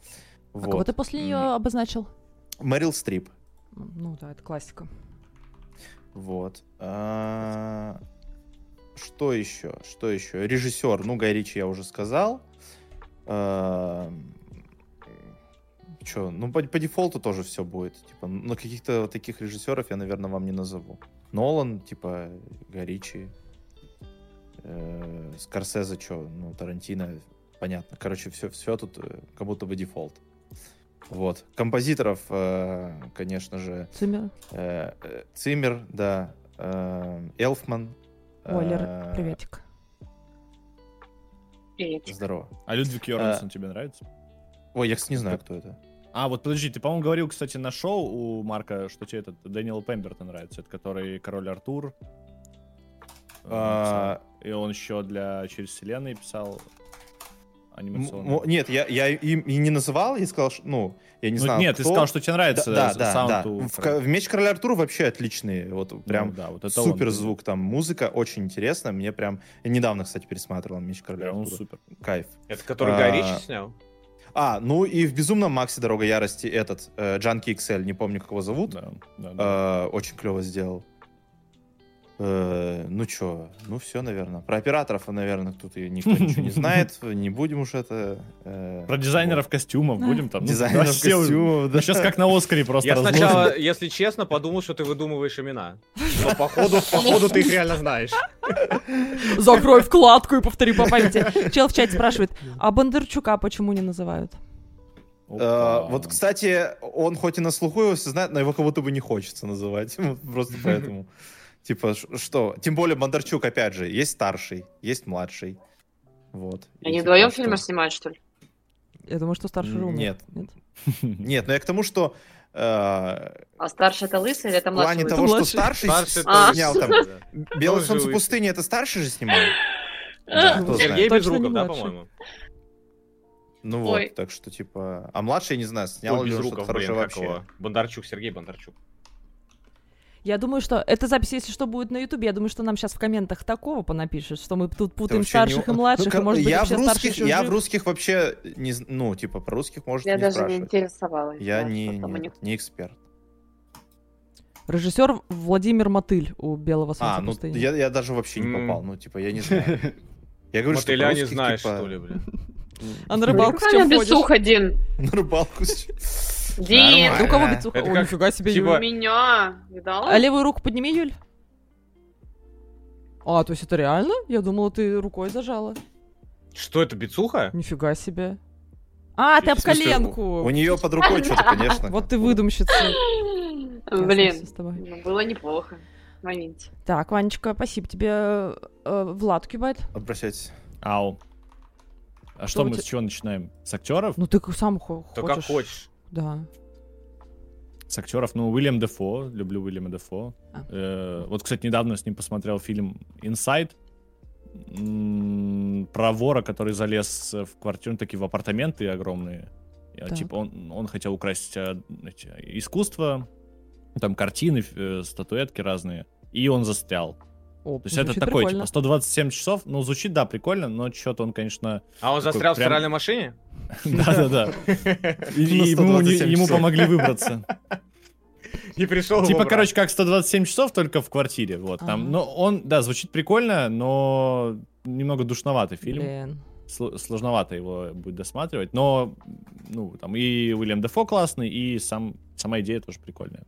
A: А кого
D: Вот.
A: ты после
D: М.
A: нее обозначил?
D: Мэрил Стрип.
A: Ну да, это классика.
D: Вот. А, Что еще? Что еще? Режиссер, ну, Гай Ричи я уже сказал. Че, ну по, по дефолту тоже все будет. Типа, но каких-то вот таких режиссеров я, наверное, вам не назову. Нолан, типа, Гай Ричи. Э, Скорсезе, что, ну, Тарантино, понятно. Короче, все, все тут э, как будто бы дефолт. Вот. Композиторов, э, конечно же,
A: Циммер.
D: Э, э, Циммер, да. э, Элфман. э,
A: Ой,
B: А.
A: Лера, приветик.
E: Привет.
D: Здорово.
C: А
D: э,
C: Людвиг Йорансон тебе нравится?
D: Ой, я, кстати, не знаю, кто это.
C: А, вот подожди, ты, по-моему, говорил, кстати, на шоу у Марка, что тебе этот Дэниел Пембертон нравится, это который Король Артур. э,
D: А,
C: написал. И он еще для Через Вселенные
D: м-
C: писал анимационный.
D: м- Нет, я, я им и не называл, я сказал, что, ну, я не
C: Ну,
D: знаю,
C: нет, ты
D: кто.
C: сказал, что тебе
D: Да,
C: нравится
D: да,
C: с-
D: да, да.
C: саунд у
D: В,
C: Король-
D: ка- в Меч Короля Артура вообще отличный, вот
C: Ну,
D: прям
C: да, вот это он,
D: супер звук, там музыка очень интересно, мне прям я недавно, кстати, пересматривал Меч Короля
C: Прям он
D: Артура,
C: супер.
D: кайф.
B: Это который Гай
D: А,
B: Ричи снял?
D: А, ну и в Безумном Максе Дорога Ярости этот э, Джанки XL, не помню, как его зовут,
C: Да, да, да.
D: Э, Очень клево сделал. Э, Ну чё, ну все, наверное. Про операторов, наверное, тут и никто ничего не знает. Не будем уж это... э,
C: Про дизайнеров костюмов будем там.
D: вот.
C: ну,
D: Дизайнеров
C: нас все-
D: костюмов, да.
C: Сейчас как на Оскаре просто
B: Я
C: разложим.
B: сначала, если честно, подумал, что ты выдумываешь имена. Но походу, походу ты их реально знаешь.
A: Закрой вкладку и повтори по памяти. Чел в чате спрашивает, а Бондарчука почему не называют?
D: Э,
C: Опа.
D: Вот, кстати, он хоть и на слуху его все знают, но его как будто бы не хочется называть. Вот Просто поэтому. Типа, ш- что? Тем более Бондарчук, опять же, есть старший, есть младший. Вот. И
E: Они
D: типа,
E: вдвоем
D: что?
E: фильмы снимают, что ли?
A: Я думаю, что старший
D: М,
A: умер.
D: нет. Нет, но ну я к тому, что э,
E: А старший это лысый или это
D: в плане
E: младший? лысый?
D: того,
A: лысый.
D: что старший с-
E: А.
D: снял там. Белое
I: Тоже
D: солнце
I: лысый.
D: пустыни это старший же снимал?
E: Да.
D: Да, кто
B: Сергей
D: знает.
A: Точно
B: Безруков,
A: не
B: да,
A: младший.
B: по-моему?
D: Ну
E: Ой.
D: вот, так что типа... А младший, я не знаю, снял
B: Ой,
D: ли он что-то
B: Безруков,
D: хорошее
B: блин, как
D: вообще.
B: его? Бондарчук, Сергей Бондарчук.
A: Я думаю, что эта запись, если что, будет на Ютубе. Я думаю, что нам сейчас в комментах такого понапишешь, что мы тут
D: Это
A: путаем
D: вообще
A: старших
D: не-
A: и младших,
D: Ну,
A: и может быть
D: я
A: вообще
D: в
A: старший
D: русских,
A: еще
D: я в
A: жив.
D: русских вообще не, з- ну типа про русских может
E: Я
D: не
E: даже не
D: спрашивать.
E: интересовалась.
D: я
E: да,
D: не,
E: что там у
D: нет,
E: них.
D: не эксперт.
A: Режиссер Владимир Мотыль у Белого солнца
D: А, ну
A: пустыни.
D: я, я даже вообще не
B: М.
D: попал, ну типа я не знаю. Я говорю, что
B: Мотыля не
D: по-русски,
B: знаешь,
D: типа,
B: что ли, блин?
A: А на рыбалку с
E: Какая
A: чем
E: она
A: ходишь?
E: бесуха, Дин?
D: На рыбалку. с-
E: Дин,
D: А,
A: Да у кого
D: Нормально.
A: бицуха?
B: Это
A: О,
B: как,
A: нифига себе,
B: типа,
A: Юль.
E: у меня, видала?
A: А левую руку подними, Юль. А, то есть это реально? Я думала, ты рукой зажала.
B: Что это, бицуха?
A: Нифига себе. А, ты
B: В
A: об
B: смысле,
A: коленку.
D: У нее под рукой что-то, конечно.
A: Вот ты выдумщица. Ясно всё
E: Блин,
A: с тобой.
E: ну, было неплохо. Моменте.
A: Так, Ванечка, спасибо тебе. Э, э, Влад кивает.
D: Обращайтесь.
C: Ау. А что
A: у
C: мы
A: тебя-
C: с чего начинаем? С актеров?
A: Ну ты к- сам хо- хочешь.
B: То как хочешь.
A: Да.
C: С актеров. Ну, Уильям Дефо. Люблю Уильяма Дефо.
A: А.
C: Э, вот, кстати, недавно с ним посмотрел фильм «Инсайд». М, Про вора, который залез в квартиру, ну, такие в апартаменты огромные. Э,
A: Так.
C: Типа он, он хотел украсть э, эти, искусство, ну, там картины, ф- э, статуэтки разные, и он застрял.
A: О,
C: То есть это
A: звучит
C: такой,
A: прикольно.
C: типа, 127 часов. Ну, звучит, да, прикольно, но что-то он, конечно,
B: А он
C: Такой
B: застрял в
C: прям-
B: стиральной машине?
C: Да-да-да. И
D: На
C: Ему
D: 127
C: ему
D: часов.
C: помогли выбраться.
B: И пришел
C: Типа,
B: его брат.
C: короче, как 127 часов, только в квартире. Вот
A: Ага.
C: там. Но он, да, звучит прикольно, но немного душноватый фильм.
A: Блин.
C: Сл- Сложновато его будет досматривать. Но, ну, там и Уильям Дефо классный, и сам, сама идея тоже прикольная.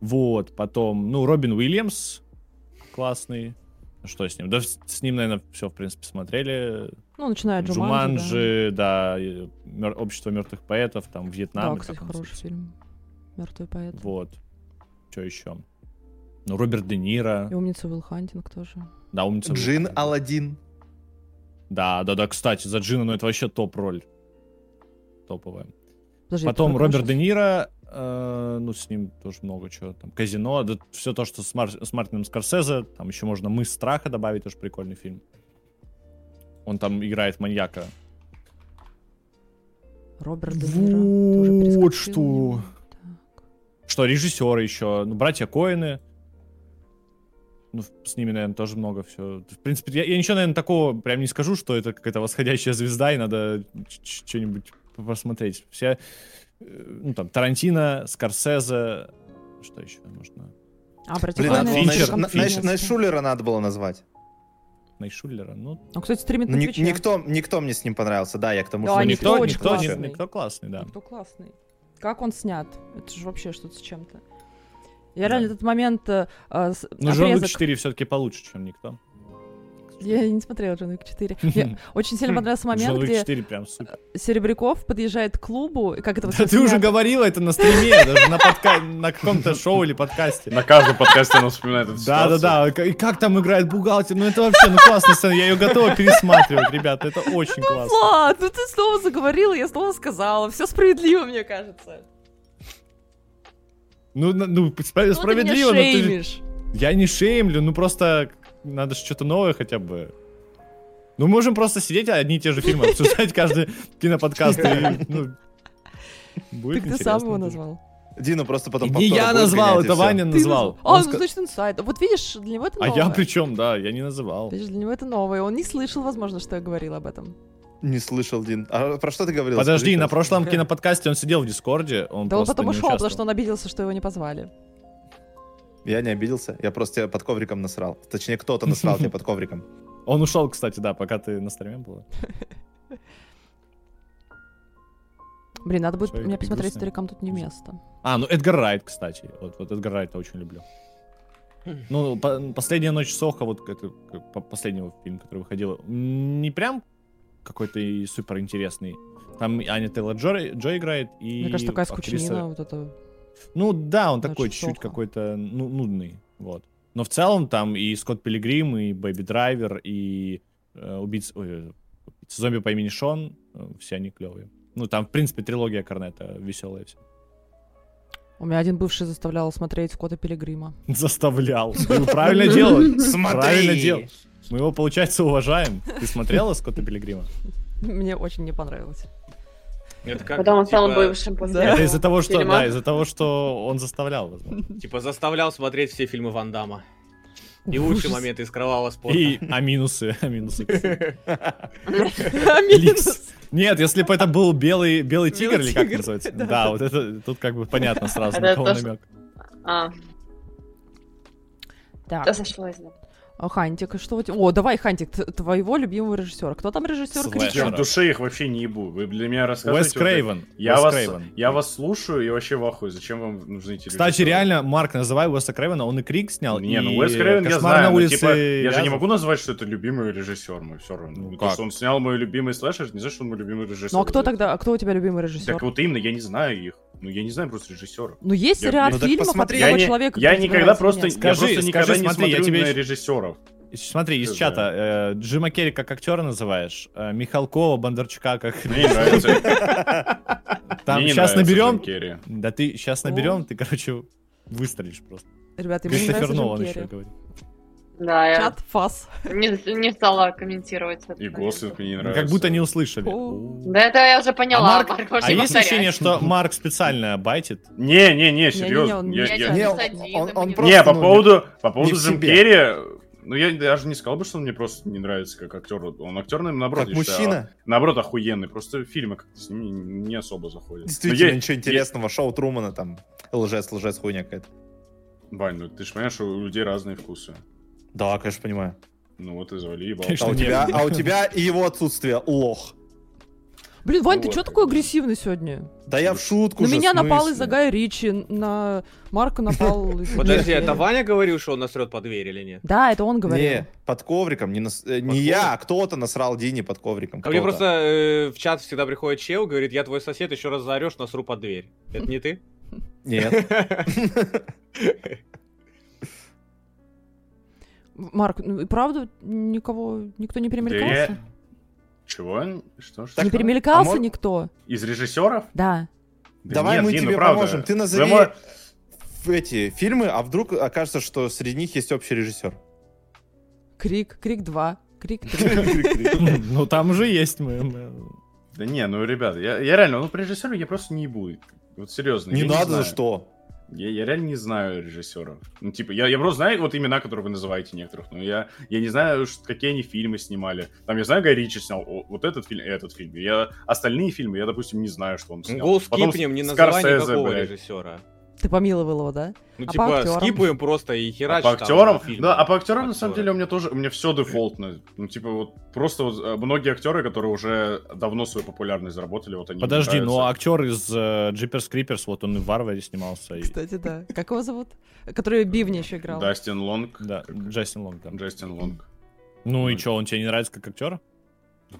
C: Вот, потом, ну, Робин Уильямс классный. Ну, Что с ним? Да, с с ним, наверное, все, в принципе, смотрели.
A: Ну, начиная от Джуманджи. да.
C: Джуманджи, да, и мер- общество мертвых поэтов, там Вьетнам.
A: Да,
C: или
A: кстати,
C: как он
A: хороший
C: называется.
A: фильм. Мертвый поэт.
C: Вот. Что еще? Ну, Роберт Де Ниро.
A: И умница Уилл Хантинг тоже.
C: Да, умница.
D: Джин
C: Вулкан.
D: Алладин.
C: Да, да, да, кстати, за Джина, ну это вообще топ-роль. Топовая.
A: Подожди, это
C: Потом
A: про кого
C: Роберт
A: сейчас?
C: Де Ниро, э, ну с ним тоже много чего там. Казино, да, все то, что с, Мар- с Мартином Скорсезе, там еще можно «Мы страха» добавить, тоже прикольный фильм. Он там играет маньяка.
A: Роберт Де Ниро. Ты уже
C: Вот
A: перескочил
C: что.
A: немного. Так.
C: Что, режиссеры еще, ну, братья Коины. Ну, в- с ними, наверное, тоже много все. В принципе, я, я ничего, наверное, такого прям не скажу, что это какая-то восходящая звезда, и надо что-нибудь посмотреть. Все, э, ну, там, Тарантино, Скорсезе, что еще можно?
A: А, про
D: Блин,
A: Тихоня
D: надо было
A: я
C: Финчер.
A: слишком
D: Найш- На-
A: вспомнила.
D: Найш- Найшулера надо было назвать.
C: Найшуллера, ну,
A: Он, кстати, стримит
D: Ну,
A: на
D: ни-
A: Твиче.
D: никто, никто мне с ним понравился, да, я к тому,
A: Да,
D: что...
A: они
D: никто-
A: все
C: ну, никто,
A: очень
C: никто, ни-
A: классные.
C: никто классный, да.
A: Кто классный. Как он снят? Это же вообще что-то с чем-то. Я
C: Да.
A: реально этот момент э, а, с-
C: Ну, Джон
A: отрезок-
C: Уик 4 все-таки получше, чем никто.
A: Я не смотрела Джон Уик 4. Мне очень сильно понравился
C: Джон
A: момент,
C: Уик
A: где
C: 4 прям супер.
A: Серебряков подъезжает к клубу, и как это вот
C: Да
A: всё
C: ты уже
A: снято.
C: говорила это на стриме, даже на подка- на каком-то шоу или подкасте.
F: На каждом подкасте она вспоминает эту
C: Да, да,
F: ситуацию.
C: да. К- И как там играет бухгалтер? Ну это вообще, ну классная сцена. Я ее готова пересматривать, ребята. Это очень классно.
A: Влад, ну ты снова заговорила, я снова сказала. Все справедливо, мне кажется.
C: Ну, на- ну спра-
A: Ну,
C: справедливо,
A: ты
C: но
A: меня
C: ты-
A: шеймишь.
C: Я не шеймлю, ну просто надо что-то новое хотя бы. Ну, можем просто сидеть, одни и те же фильмы обсуждать каждый киноподкаст. и, ну, будет
A: Так ты
C: интересно
A: сам его
C: тоже.
A: назвал.
D: Дина просто потом...
C: Не
D: повторно
C: я
D: будет
C: назвал,
D: гонять, и
C: это
D: всё.
C: Ваня
A: Ты
C: назвал.
A: А,
C: Он
A: ну,
C: ска-
A: значит, инсайт. Вот видишь, для него это
C: А
A: новое.
C: я причем, да, я не называл.
A: Видишь, для него это новое. Он не слышал, возможно, что я говорила об этом.
D: Не слышал, Дин. А про что ты говорил?
C: Подожди, на прошлом киноподкасте он сидел в Дискорде, он
A: да он
C: просто
A: потом
C: не
A: ушел, потому что
C: участвовал.
A: он обиделся, что его не позвали.
D: Я не обиделся, я просто тебя под ковриком насрал. Точнее, кто-то насрал тебя под ковриком.
C: Он ушел, кстати, да, пока ты на стриме была.
A: Блин, надо будет
C: Человек
A: мне
C: такой
A: посмотреть
C: грустный.
A: старикам тут не место.
C: А, ну Эдгар Райт, кстати. Вот, вот Эдгар Райта очень люблю. Ну, по- «Последняя ночь Соха», вот это к- по- последний его фильм, который выходил, м, не прям какой-то и супер интересный. Там и Аня Тейлор Джой, Джой играет, и
A: Мне кажется, такая
C: актриса-
A: скучнина, вот это.
C: Ну да, он
A: Ночь
C: такой чуть-чуть
A: Соха.
C: какой-то ну, нудный, вот. Но в целом там и Скотт Пилигрим, и Бэби Драйвер, и э, убийца, ой, э, убийца зомби по имени Шон, э, все они клевые. Ну там, в принципе, трилогия Корнета веселая вся.
A: У меня один бывший заставлял смотреть Скотта Пилигрима.
C: Заставлял. Ну, правильно делал.
D: Смотри.
C: Правильно делал. Мы его, получается, уважаем. Ты смотрела Скотта Пилигрима?
A: Мне очень не понравилось.
B: Это как,
E: Потом он стал
B: типа,
E: бывшим после
A: Да.
C: Это
E: этого
C: из-за того, что,
E: фильма.
C: да, из-за того, что он заставлял, возможно.
B: Типа заставлял смотреть все фильмы Ван Дамма. И
A: Ужас.
B: лучшие моменты из кровавого спорта.
C: И, а минусы, а минусы.
A: А, минус.
C: Нет, если бы это был белый, белый тигр,
A: Белый
C: или как
A: тигр,
C: это называется?
A: да.
C: Да, вот это тут как бы понятно сразу,
E: Это
C: на кого
E: то, что-
C: намек.
E: А,
A: Так,
E: да, сошлось. да.
A: а Хантик, что у тебя? О, давай, Хантик, т- твоего любимого режиссера. Кто там режиссер?
C: Слэш.
A: кричит?
F: Я в
C: Хорошо.
F: душе их вообще не ебу. Вы для меня рассказываете...
C: Уэс
F: вот это.
C: Крейвен.
F: Я
C: Уэс
F: вас,
C: Крейвен.
F: я вас слушаю и вообще в ахуе. Зачем вам нужны эти
C: Кстати,
F: режиссеры?
C: реально, Марк, называй Уэса Крейвена, он и Крик снял,
F: Не,
C: и
F: ну Уэс Крейвен я
C: «Кошмар
F: знаю,
C: на
F: но,
C: улице
F: типа, я же не
C: Вязов».
F: могу назвать, что это любимый режиссер мой все равно.
C: Ну
F: Ну,
C: как?
F: То, что он снял мой любимый слэшер, не знаю, что он мой любимый режиссер.
A: Ну а кто тогда, а кто у тебя любимый режиссер?
F: Так вот именно, я не знаю их. Ну я не знаю просто режиссеров.
A: Ну есть
F: Я-
A: ряд
D: Ну так
A: фильмов от
D: посмотри.
A: одного
F: я не-
A: человека.
F: я
A: который
F: никогда
A: тебя
F: просто,
A: изменяет.
C: Скажи,
F: я просто никогда
C: скажи,
F: не
C: смотри, я
F: смотрю
C: тебе
F: на
C: еще-
F: режиссеров.
C: Смотри, из
F: Что
C: чата, э, Джима Керри как актера называешь, э, Михалкова, Бондарчука как...
F: Мне не нравится.
C: Там
F: Мне не
C: сейчас
F: нравится
C: наберем...
F: Джим Керри.
C: Да ты сейчас наберем, ты, короче, выстрелишь просто.
A: Ребята, ему не
C: Кристофер
A: нравится Джим
C: Нолан
A: Керри.
C: еще говорит.
E: Да, я
A: Чат фас.
E: не, не стала комментировать. этот
F: И
E: момент.
F: Гослинг мне не
C: Ну,
F: нравится.
C: Как будто не услышали.
A: О.
E: Да это я уже поняла,
C: Марк-
E: Марк,
C: А
E: вообще
C: есть ощущение, что Марк специально байтит?
F: Не, не, не, серьезно.
A: он
F: Я-
A: не
F: я-
A: тянет.
D: Не, он-
E: Садизм,
D: он- он
E: не-
D: просто,
F: не, по
D: ну,
F: поводу, по поводу
D: в
F: Джим
D: себе.
F: Керри, ну я даже не сказал бы, что он мне просто не нравится как актер. Он актер, наверное, наоборот,
D: Как
F: я считаю, а
D: мужчина,
F: наоборот, охуенный. Просто фильмы как-то с ними не особо заходят.
D: действительно,
F: Но я-
D: ничего интересного. Шоу Трумана там, лжец, лжец, хуйня какая-то.
F: Вань, ну ты же понимаешь, что у людей разные вкусы.
D: Да, конечно, понимаю.
F: Ну вот и завали ебал.
D: А
C: Конечно.
D: у,
C: не
D: тебя,
C: было.
D: а у тебя и его отсутствие, лох.
A: Блин, Вань, ты
F: Вот.
A: чё такой агрессивный сегодня?
D: Да я в шутку
A: На
D: же,
A: меня
D: в
A: напал
D: смысле?
A: из-за Гая Ричи, на Марка напал из-за
B: Подожди,
A: Джим Керри.
B: это Ваня говорил, что он насрет по двери или нет?
A: Да, это он говорил.
D: Не, под ковриком, не, нас- э, не
B: Под
D: я, а кто-то насрал Дине под ковриком.
F: А
B: Ко А мне
D: кто-то.
B: просто э, в чат всегда приходит чел, говорит, я твой сосед, еще раз заорешь, насру под дверь. Это не ты?
D: Нет.
A: Марк, ну и правда, никого, никто не перемелькался?
F: Чего? Что? ж?
A: Не
D: Так,
A: перемелькался
D: а мог-
A: никто?
F: Из режиссеров?
A: Да.
F: Да
D: Давай
F: нет,
D: мы
F: Дин, ну
D: тебе
F: правда.
D: поможем. Ты
F: Вы
D: назови
F: мо-
D: в эти фильмы, а вдруг окажется, что среди них есть общий режиссер.
A: Крик, Крик 2, Крик 3.
C: Ну, там уже есть мы. мы-
F: Да не, ну ребята, я, я реально, ну по режиссеру я просто не буду. Вот серьезно.
D: Не
F: я
D: надо
F: знаю.
D: за что.
F: Я, я реально не знаю режиссеров. Ну, типа, я, я просто знаю вот имена, которые вы называете некоторых, но я, я не знаю, ш- какие они фильмы снимали. Там, я знаю, Гай Ричи снял о, вот этот фильм и этот фильм. Я, остальные фильмы я, допустим, не знаю, что он снял.
B: Гол
F: Потом
B: скипнем, не
F: С-
B: называй
F: Скорсезе,
B: никакого
F: блядь.
B: режиссера.
A: Ты помиловал его, да? А
B: Ну
A: по
B: типа
A: актерам?
B: скипаем просто и
F: А
B: херачим.
F: по актерам, да, а по актерам, на
B: Актеры.
F: самом деле, у меня тоже, у меня все дефолтно. Ну, типа, вот просто вот, э, многие актеры, которые уже давно свою популярность заработали, вот они мне
C: Подожди, ну а
F: нравятся.
C: актер из Джиперс Криперс, вот он и в Варваре снимался. и-
A: Кстати, да. Как его зовут?
I: Э,
A: Который Бивни еще играл.
F: Дастин Лонг.
C: Да,
F: как-
C: Джастин Лонг. да.
F: Джастин Лонг.
C: Ну и
F: Ну,
C: чё, он тебе не нравится как актер?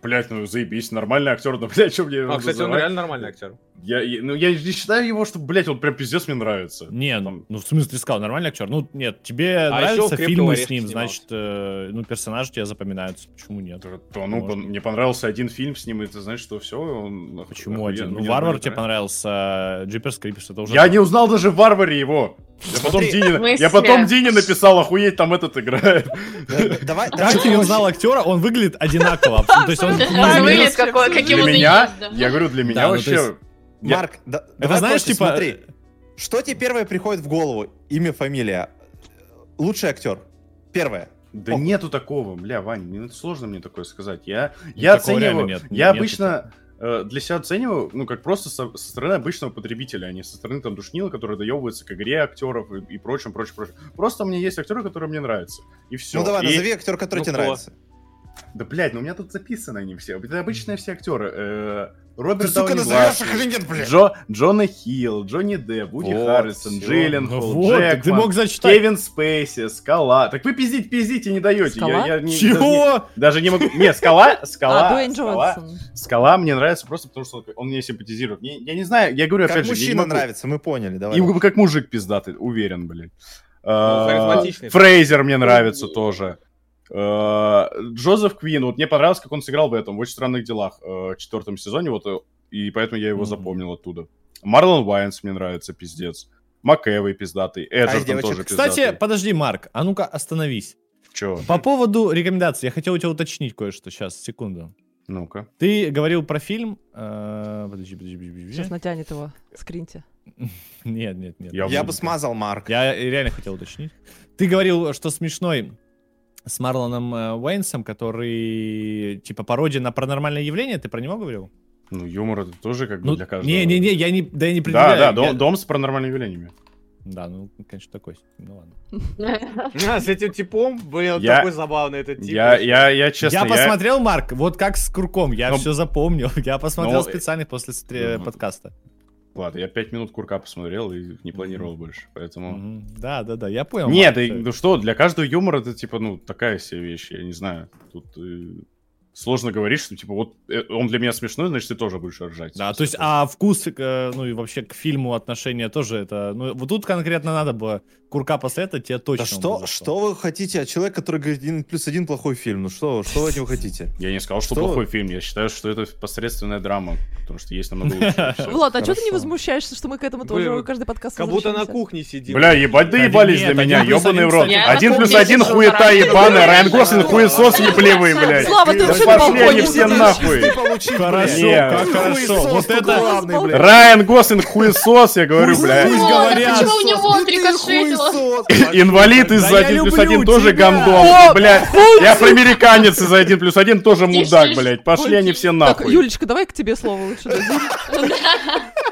F: Блять, ну заебись, нормальный актер, но, блядь, что мне его
B: А, кстати, он
F: называть?
B: реально нормальный актер.
F: Я, я- ну, я не считаю его, что, блядь, он прям пиздец мне нравится.
C: Не,
F: Там-
C: ну в смысле ты сказал, нормальный актер. Ну нет, тебе
B: А ещё в
C: нравятся
B: «Крепкого
C: фильмы с
B: орешка»
C: ним,
B: снимался.
C: значит, э, ну персонажи тебе запоминаются. Почему нет?
F: Да, да ну,
C: Может.
F: пон- мне понравился один фильм с ним, и ты знаешь, что все, он... оху-
C: Почему
F: охуенно-
C: один?
F: мне
C: Ну, Варвар
F: нравится.
C: тебе понравился, Джиперс Криперс, это уже...
F: Я не узнал даже в Варваре его. Я потом, Дине, я
E: смысле?
F: потом Дине написал, охуеть, там этот играет.
D: Да- да- Давай.
C: Как ты не узнал актера? Он выглядит одинаково. абсолютно. То есть он...
E: Слушай,
C: не
E: а
C: изменился.
E: выглядит какой- каким
F: Для
E: он и
F: меня,
E: есть, да.
F: я говорю, для
C: Да,
F: меня
C: ну, то есть-
F: вообще... Я-
D: Марк, да,
C: Это
D: давай
C: знаешь,
D: проще,
C: типа...
D: смотри. Что тебе первое приходит в голову? Имя, фамилия. Лучший актер. Первое.
F: Да
D: О.
F: нету такого, бля, Вань, мне сложно мне такое сказать. Я, я
C: Ну, такого
F: оцениваю,
C: реально нет,
F: я
C: нету
F: обычно э, для себя оцениваю, ну, как просто со, со стороны обычного потребителя, а не со стороны там душнила, который доебывается к игре актеров и, и прочим, прочим, прочим. Просто у меня есть актеры, которые мне нравятся. И все.
D: Ну давай, назови актер, который
B: ну,
D: тебе
B: кто?
D: нравится.
F: Да, блядь, ну у меня тут записаны они все. Это обычные все актеры. Э,
D: Ты,
F: Роберт
D: сука,
F: Дауни
D: назовешь их
F: младший,
D: или нет, блядь?
F: Джо, Джона Хилл, Джонни Депп, Вуди
D: Вот,
F: Харрисон,
D: всё.
C: Ну
F: Джиллен
C: вот, так ты мог зачитать.
F: Кевин Спейси, Скала. Так вы пиздить, пиздите, не даете.
A: Скала?
F: Я, я не-
C: Чего?
F: Даже не могу. Не, скала, скала.
A: А, Дуэйн
F: скала,
A: Джонсон.
F: Скала мне нравится просто потому, что он мне симпатизирует. Не- я не знаю, я говорю,
D: Как
F: опять же, я не
D: мужчина
F: могу.
D: нравится, мы поняли, давай.
F: Им как мужик пиздатый, уверен, блин. А,
B: харизматичный.
F: Фрейзер мне нравится
B: Ой.
F: тоже. А, Джозеф Квин, вот мне понравилось, как он сыграл в этом, в «Очень странных делах» э, в четвертом сезоне, вот, э, и поэтому я его
C: Мгм.
F: запомнил оттуда. Марлон Уайнс мне нравится, пиздец. Макэвой пиздатый, Эджертон
D: девочек?
F: тоже пиздатый.
C: Кстати, подожди, Марк, а ну-ка остановись.
F: Чё?
C: По поводу рекомендаций, я хотел у тебя уточнить кое-что. Сейчас, секунду.
F: Ну-ка.
C: Ты говорил про фильм... э, Подожди, подожди, подожди,
A: Сейчас
C: подожди.
A: натянет его. Скриньте.
C: Нет, нет, нет.
F: Я
D: Я
F: буду.
D: бы смазал Марк.
C: Я реально хотел уточнить. Ты говорил, что смешной с Марлоном э, Уэйнсом, который типа пародия на паранормальное явление, ты про него говорил?
F: Ну, юмор это тоже как бы для каждого.
C: Ну, не, не, не, я не, да я не
F: Да,
C: предъявляю.
F: да, дом,
C: Я-
F: дом с паранормальными явлениями.
C: Да, ну, конечно, такой. Ну ладно.
I: А, С этим типом, блин,
F: Я-
I: такой забавный этот тип.
F: Я, я, я честно,
C: Типа, я посмотрел, Марк, вот как с Курком, я
F: Ну,
C: все запомнил. Я посмотрел
F: ну, э,
C: специально после стре-
F: ну,
C: подкаста.
F: Ладно, я пять минут курка посмотрел и не планировал больше, поэтому...
C: Мгм. Да, да, да, я понял.
F: ну. Нет,
C: Марк,
F: и-
C: всё.
F: ну что, для каждого юмор это типа, ну, такая себе вещь, я не знаю. Тут э, сложно говорить, что типа вот э, он для меня смешной, значит ты тоже будешь ржать. Типа,
C: Да, то есть, а вкус, э, ну и вообще к фильму отношение тоже это... Ну, вот тут конкретно надо было Курка после этого тебе точно...
D: Да что,
C: бы зашло.
D: что вы хотите от человека, который говорит «Один плюс один плохой фильм? Ну что, что вы от него хотите?
F: Я не сказал, что,
D: Что?
F: плохой фильм, я считаю, что это посредственная драма, потому что есть намного лучше.
A: Влад, а что ты не
D: хорошо.
A: возмущаешься, что мы к этому
I: Блин,
A: тоже каждый подкаст
I: Как будто на
A: возвращаемся?
I: кухне сидит.
F: Бля, ебать,
C: Да
F: доебались
C: нет,
F: до меня,
C: один плюс
F: ебаный
C: один,
F: в рот.
C: кстати.
E: Я
F: Один
E: на
F: плюс
E: полмесяца
F: один хуета
E: заранее
F: ебаная,
E: говорю,
F: Райан Гослин
E: что-
F: хуесос еблевый, блядь.
A: Слава, ты
F: Да
A: вообще на
F: пошли
A: балконе
F: они все
A: сидишь?
F: нахуй.
D: Получить,
C: Хорошо,
F: Не,
C: как
D: блядь.
C: хорошо. Вот
D: Хуесос ты
C: это...
D: главный,
A: Балкон.
D: блядь.
F: Райан Гослин хуесос, я говорю,
C: Хуесос.
F: блядь.
C: Пусть
E: Ой,
C: говорят.
E: Почему у него
D: Да ты
E: отрикошетило?
D: хуесос.
F: Инвалид из
C: Да я
F: 1 плюс
C: люблю
F: 1 тоже
C: тебя.
F: гамдон, блядь. Я афроамериканец из 1 плюс 1 тоже
E: Тише,
F: мудак,
E: тише.
F: блядь. Пошли
A: Ой,
F: они все
A: Так,
F: нахуй.
A: Юлечка, давай к тебе слово лучше. дадим.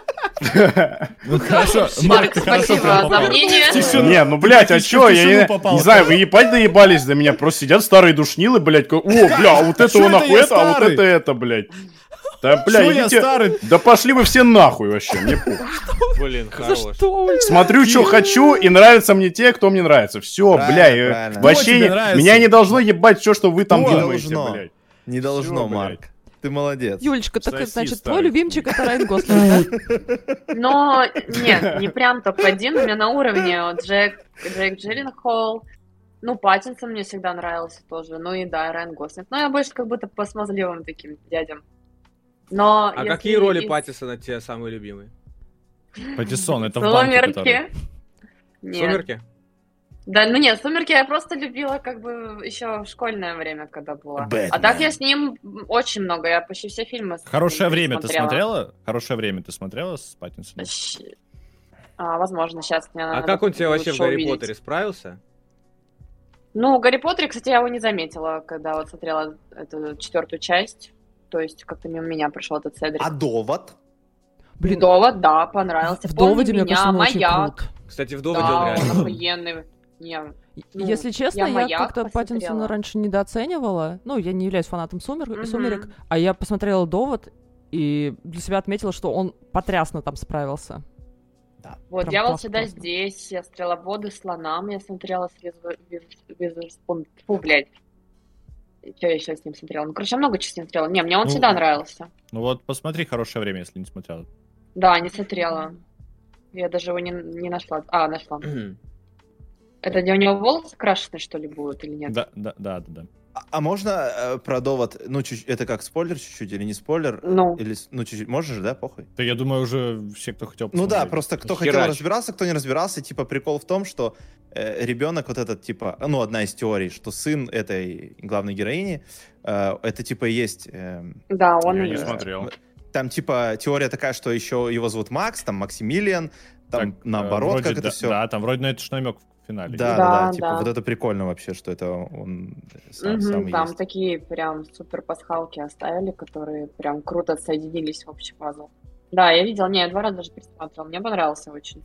C: Ну, хорошо, Марк, ты хорошо
E: Спасибо
C: прям
E: за
C: попал.
E: мнение.
C: Тишину.
F: Не, ну блядь, а
C: практически
F: чё,
C: в
F: я
C: тишину
F: не-
C: попал.
F: не знаю, вы ебать доебались до меня, просто сидят старые душнилы, блядь, ко- о, бля, вот
C: Чё
F: этого
C: это
F: нахуй
C: я
F: это, а вот
C: старый?
F: это это, блядь. Да, бля,
C: Чё я
F: идите-
C: старый?
F: Да пошли вы все нахуй вообще, мне пух.
I: Блин,
A: За
I: хорош.
A: что, Оль?
F: Смотрю, что хочу, и нравятся мне те, кто мне нравится. Все,
D: Правильно,
F: бля, и
D: правильно.
C: Кто
F: вообще
C: тебе
F: не-
C: нравится?
F: меня не должно ебать все, что вы там
D: Кто?
F: думаете,
D: Должно.
F: блядь.
D: Не
F: Всё,
D: должно,
F: блядь.
D: Марк. Ты молодец.
A: Юлечка, так
F: Сосист
A: значит, твой
F: старый.
A: любимчик это Райан Гослинг, да?
E: Но нет, не прям топ-1, у меня на уровне вот Джек, Джек Джилленхол. Ну, Паттинсон мне всегда нравился тоже. Ну и да, Райан Гослинг. Но я больше как будто по смазливым таким дядям. Но
I: А
E: если
I: какие роли
E: из-
I: Паттисона тебе самые любимые?
C: Патиссон, это в банке, который.
E: Сумерки. Нет.
I: Сумерки?
E: Да, ну нет, сумерки я просто любила как бы еще в школьное время, когда была. А
D: Бэтмен.
E: так я с ним очень много, я почти все фильмы с ним
C: Хорошее время ты
E: пересмотрела.
C: смотрела? Хорошее время ты смотрела с Паттинсоном?
E: Щ- А, возможно, сейчас мне
I: А
E: надо
I: как он тебе вообще в
E: лучше
I: Гарри
E: увидеть.
I: Поттере справился?
E: Ну, Гарри Поттер, кстати, я его не заметила, когда вот смотрела эту четвертую часть. То есть как-то мимо меня прошел этот Седрик.
D: А довод?
A: Блин,
E: Довод, да, понравился.
A: в
E: Помни
A: доводе, мне
E: меня,
A: кажется, он очень
E: маяк.
A: крут.
I: Кстати, в
E: Да,
I: доводе он
E: он
I: реально.
E: охуенный. Не,
A: И-
E: Ну,
A: Если честно,
E: я
A: я,
E: «Маяк»
A: как-то
E: посмотрела.
A: Паттинсона раньше недооценивала. Ну, я не являюсь фанатом «Сумер-
E: Мгм.
A: «Сумерек», а я посмотрела «Довод» и для себя отметила, что он потрясно там справился.
E: Вот,
A: Прям
E: дьявол
A: класс,
E: всегда
A: классно.
E: здесь, я смотрела воды слонам, я смотрела с Риз- Виз- Визерспун. Фу, блядь. Что я еще с ним смотрела? Ну, короче, я много чего с ним смотрела. Не, мне он
C: Ну,
E: всегда нравился.
C: Ну вот, посмотри «Хорошее время», если не смотрела.
E: Да, не смотрела. Я даже его не, не нашла. А, нашла. Это где у него волосы крашеные, что ли, будут или нет?
C: Да, да, да, да. да.
D: А, а можно э, про довод? Ну, чуть- это как спойлер чуть-чуть или не спойлер?
E: Ну,
D: Или, с- ну, чуть-чуть, можешь, да, похуй?
C: Да я думаю, уже все, кто хотел
D: Ну да,
C: посмотрели.
D: просто кто
F: Херач.
D: хотел разбирался, кто не разбирался. Типа прикол в том, что э, ребенок вот этот, типа, ну одна из теорий, что сын этой главной героини, э, это типа и есть... эм,
E: да, он
F: Я
E: и
F: не
E: есть.
F: смотрел.
D: Там типа теория такая, что еще его зовут Макс, там Максимилиан, там
C: Так, э,
D: наоборот,
C: вроде
D: как это
C: да-
D: все.
C: Да, там вроде на это ж намек в финале.
D: Да, да,
E: Да,
D: да, типа,
E: да.
D: вот это прикольно вообще, что это он сам,
E: Мгм,
D: сам и
E: там
D: есть.
E: такие прям супер пасхалки оставили, которые прям круто соединились в общий пазл. Да, я видел, не, я два раза даже пересматривал, мне понравился очень.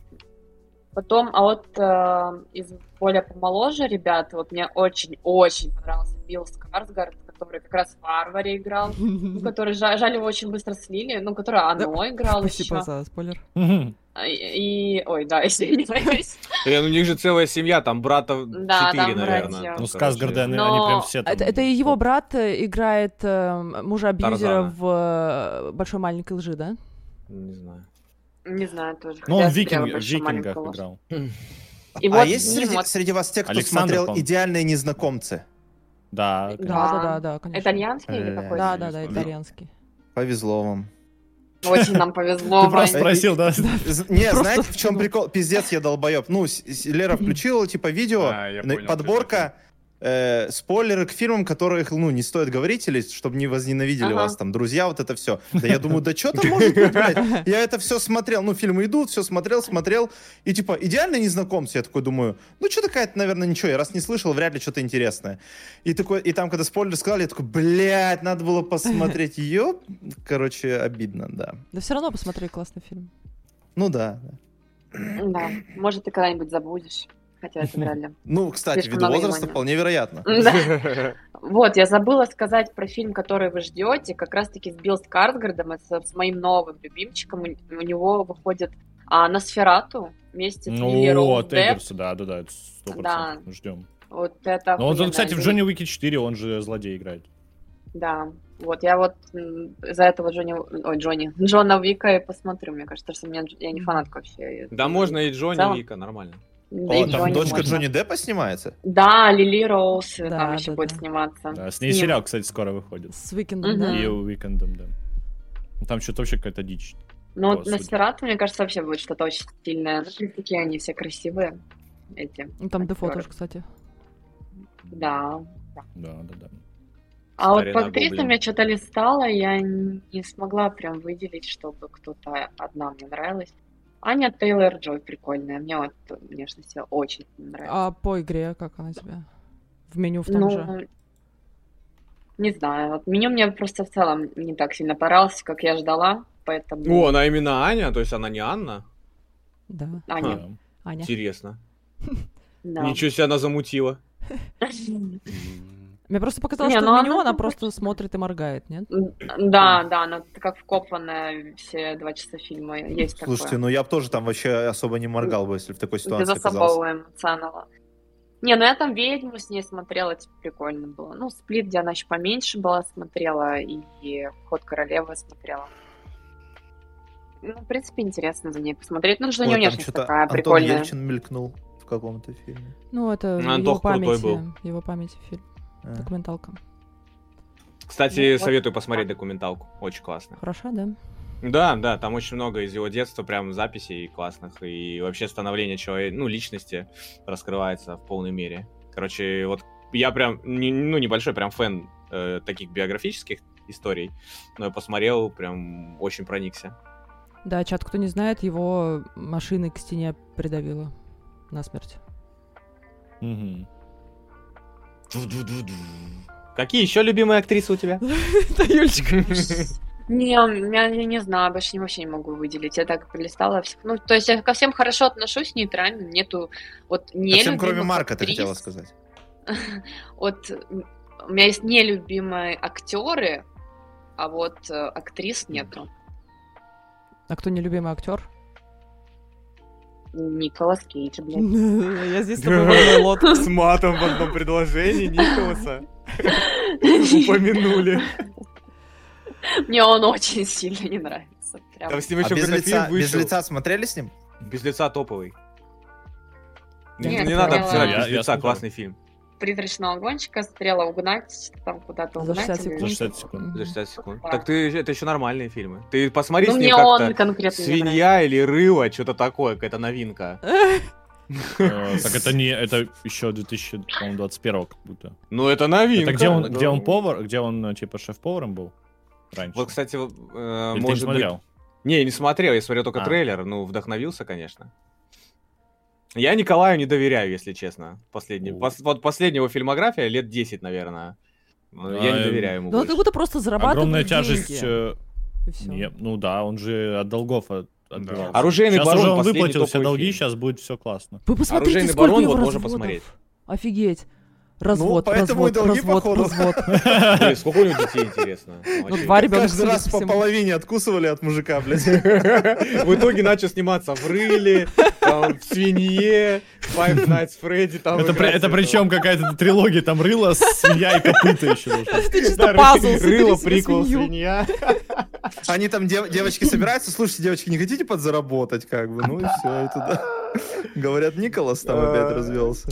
E: Потом, а вот э, из более помоложе ребят, вот мне очень-очень понравился Билл Скарсгард, который как раз в Варваре играл, ну, который, жаль, жаль, его очень быстро слили, ну, который оно играл
A: Спасибо
E: еще.
A: за спойлер.
C: Мгм.
E: И, и- ой, да, извиняюсь.
I: Блин, у них же целая семья, там брата
E: Да,
I: четыре,
E: там
I: наверное.
E: братья.
C: Ну,
I: короче.
C: Сказгарда, они,
E: Но-
C: они прям все там...
A: А Это, это и его брат э, играет э, мужа абьюзера
I: Тарзана.
A: в э, «Большой маленькой лжи», да?
I: Не знаю.
E: Не знаю тоже. хотя
C: Ну, он
E: я смотрела
C: в викинг, в
E: «Большого
C: «Викингах»
E: маленького».
C: играл.
E: И
D: А
E: вот
D: есть
E: с ним
D: среди,
E: вот
D: среди вас те, кто
C: Александр,
D: смотрел
C: по-моему.
D: «Идеальные незнакомцы»?
C: Да,
E: Да.
A: Да, да, да, да, конечно.
E: Итальянский или
D: Э,
E: какой-то?
A: Да, да, да,
F: Конечно.
A: итальянский.
D: Повезло вам.
E: Ну, Очень нам повезло.
C: Ты просто
E: Вань.
C: спросил, да?
D: З- Не,
A: Просто
D: знаете, в чем
A: вкинул.
D: прикол? Пиздец, я долбоеб. Ну, с- с- Лера включила, типа, видео,
F: А, я
D: на-
F: понял,
D: подборка, э, спойлеры к фильмам, которых, ну, не стоит говорить, или чтобы не возненавидели
E: Ага.
D: вас там, друзья, вот это все. Да я думаю, да что там может быть, блядь? Я это все смотрел, ну, фильмы идут, все смотрел, смотрел, и, типа, идеально незнакомцы, я такой думаю, ну, что какая-то, наверное, ничего, я раз не слышал, вряд ли что-то интересное. И такой, и там, когда спойлер сказали, я такой, блядь, надо было посмотреть ее. Короче, обидно, да.
A: Да все равно посмотри классный фильм.
D: Ну да, да.
E: Да, может, ты когда-нибудь забудешь. Хотя это вряд ли.
D: Ну, кстати,
E: Слишком
D: ввиду
E: много
D: возраста
E: внимания.
D: вполне вероятно.
E: Да. Вот, я забыла сказать про фильм, который вы ждете. Как раз-таки с Билл Скарсгардом, и с, с моим новым любимчиком. У, у него выходит а, Носферату вместе с Лили
C: Ну,
E: Роуз
C: от
E: Депп.
C: Эггерса, да, да, да, это
E: Да.
C: сто процентов. Ждем.
E: Вот это
C: Но Ну он,
E: охуенная
C: кстати, в
E: жизнь.
C: Джонни Уике 4 он же злодей играет.
E: Да, вот я вот м, за этого Джонни, ой, Джонни, Джона Вика и посмотрю, мне кажется, что мне, я не фанатка вообще.
B: Да можно и
E: В
B: Джонни
E: целом.
B: Вика, нормально.
E: Да и
D: О, там
E: Джонни
D: дочка
E: можно.
D: Джонни Деппа снимается?
E: Да, Лили Роуз э,
A: Да,
E: там еще
A: да,
E: будет
A: да.
E: сниматься.
C: Да, с ней
E: С ним.
C: сериал, кстати, скоро выходит.
A: С Уикендом,
E: Мгм.
A: да.
C: И Уикендом, да. Ну, Там что-то вообще какая-то дичь.
E: Но Ну вот
C: Господи.
E: на Сферату, мне кажется, вообще будет что-то очень стильное. Ну, прям такие они все красивые, эти.
A: Ну, Там Дефо
E: Актёры.
A: тоже, кстати.
E: Да.
C: Да, да, да.
E: А вот по
B: Старина
E: актрисам
B: Гоблин.
E: я что-то листала, я н- не смогла прям выделить, чтобы кто-то одна мне нравилась. Аня Тейлор Джой прикольная. Мне вот внешность её очень нравится.
A: А по игре как она тебе? В меню А в том
E: Ну,
A: же.
E: не знаю. Вот меню мне просто в целом не так сильно понравилось, как я ждала, поэтому...
B: О, она именно Аня, то есть она не Анна?
A: Да,
E: Аня,
C: Да.
A: Аня.
B: Интересно.
E: да.
B: Ничего себе она замутила.
A: Мне просто показалось,
E: Не,
A: что
E: ну
A: в меню
E: она
A: она
E: там
A: просто смотрит и моргает, нет?
E: Да, да, она как вкопанная все два часа фильма. Есть
D: Слушайте,
E: такое.
D: ну я бы тоже там вообще особо не моргал бы, если в такой ситуации
E: Без
D: оказался.
E: особого эмоционала. Не, ну я там «Ведьму» с ней смотрела, типа, прикольно было. Ну, «Сплит», где она еще поменьше была, смотрела, и, и «Ход королевы» смотрела. Ну, в принципе, интересно за ней посмотреть. Ну, что у
D: Ой,
E: нее
D: там
E: внешность
D: что-то
E: такая
D: Антон
E: прикольная.
D: Ельчин мелькнул в каком-то фильме.
A: Ну, это
B: Ну,
A: его
B: Антох крутой
A: памяти,
B: был.
A: его памяти фильм,
D: А.
A: документалка.
B: Кстати,
E: Ну, вот.
B: советую посмотреть документалку. Очень классно.
A: Хороша, да?
B: Да, да, там очень много из его детства, прям записей классных, и вообще становление человека, ну, личности раскрывается в полной мере. Короче, вот я прям, не- ну, небольшой прям фэн э, таких биографических историй, но я посмотрел, прям очень проникся.
A: Да, чат, кто не знает, его машиной к стене придавило насмерть.
C: Мгм.
B: Какие еще любимые актрисы у тебя?
A: Да, Юлечка.
E: Не, я, я не знаю, больше не- вообще не могу выделить. Я так пролистала всех. Ну, то есть я ко всем хорошо отношусь, нейтрально. Нету вот не
D: Совсем кроме Марка, ты хотела сказать.
E: Вот м, у меня есть нелюбимые актеры, а вот э, актрис нету.
A: А кто нелюбимый актер?
E: Николас Кейдж, блин.
A: Я здесь с тобой в одной лодке.
B: С матом в одном предложении Николаса упомянули.
E: Мне он очень сильно не нравится. Прям.
B: Там с ним
D: А
B: еще
D: без
B: какой-то
D: лица,
B: фильм
D: без
B: вышел.
D: лица смотрели с ним?
B: Без лица топовый.
A: Я
B: Не,
E: не
B: не надо
E: смотрела.
B: обсирать
C: Я-
B: без
C: я
B: лица,
C: смотрел.
B: классный фильм.
E: Призрачного гонщика, стрела угнать, там куда-то
A: За
E: угнать.
A: 60
E: или-
A: секунд.
C: За 60 секунд.
B: За 60 секунд.
E: Да.
B: Так ты это еще нормальные фильмы. Ты посмотри
E: Ну,
B: с
E: мне
B: ним
E: он
B: как-то.
E: конкретно не нравится.
B: Свинья или рыло, что-то такое, какая-то новинка.
C: Э, Так это не, это еще 2021 как будто.
B: Ну, это новинка.
C: Это где он,
B: Ну,
C: где он повар, где он э, типа шеф-поваром был раньше?
B: Вот, кстати, вот, э,
C: Или ты не
B: может быть...
C: смотрел?
B: Не, я не смотрел, я смотрел только
C: А.
B: трейлер, ну, вдохновился, конечно. Я Николаю не доверяю, если честно. Последний,
C: О.
B: пос- вот последнего фильмография лет 10, наверное. Я
C: А,
B: не
C: э,
B: доверяю ему
A: Ну, он
B: больше.
A: как будто просто зарабатывает
C: Огромная
A: деньги,
C: тяжесть. э,
A: и всё.
C: не, ну да, он же от долгов от- отбивался.
B: Оружейный
C: сейчас
B: барон
C: уже он
B: последний
C: выплатил все
B: топовый
C: долги,
B: фильм.
C: сейчас будет все классно.
A: Вы посмотрите,
B: Оружейный
A: сколько
B: барон,
A: его
B: вот можно
A: разводов.
B: посмотреть.
A: Офигеть. Развод,
D: поэтому и
A: развод,
D: долги,
A: развод,
D: походу.
A: развод.
B: Блин, сколько у него детей, интересно?
A: Ну,
B: Вообще.
A: два ребенка,
D: Каждый раз по половине откусывали от мужика, блядь.
B: В итоге начал сниматься в Рыле, там, в Свинье, Five Nights at Freddy. Там
C: это, при-
B: играет
C: это
B: этого.
C: причем какая-то трилогия, там рыло, свинья и копыта
A: Ты
C: еще.
B: Да,
A: чисто
B: ры-
A: пазл,
B: Рыло,
A: собери себе
B: прикол,
A: свинью.
B: свинья.
D: Они там, дев- девочки собираются, слушайте, девочки, не хотите подзаработать, как бы? Ну и все, и туда. Говорят, Николас там опять развелся.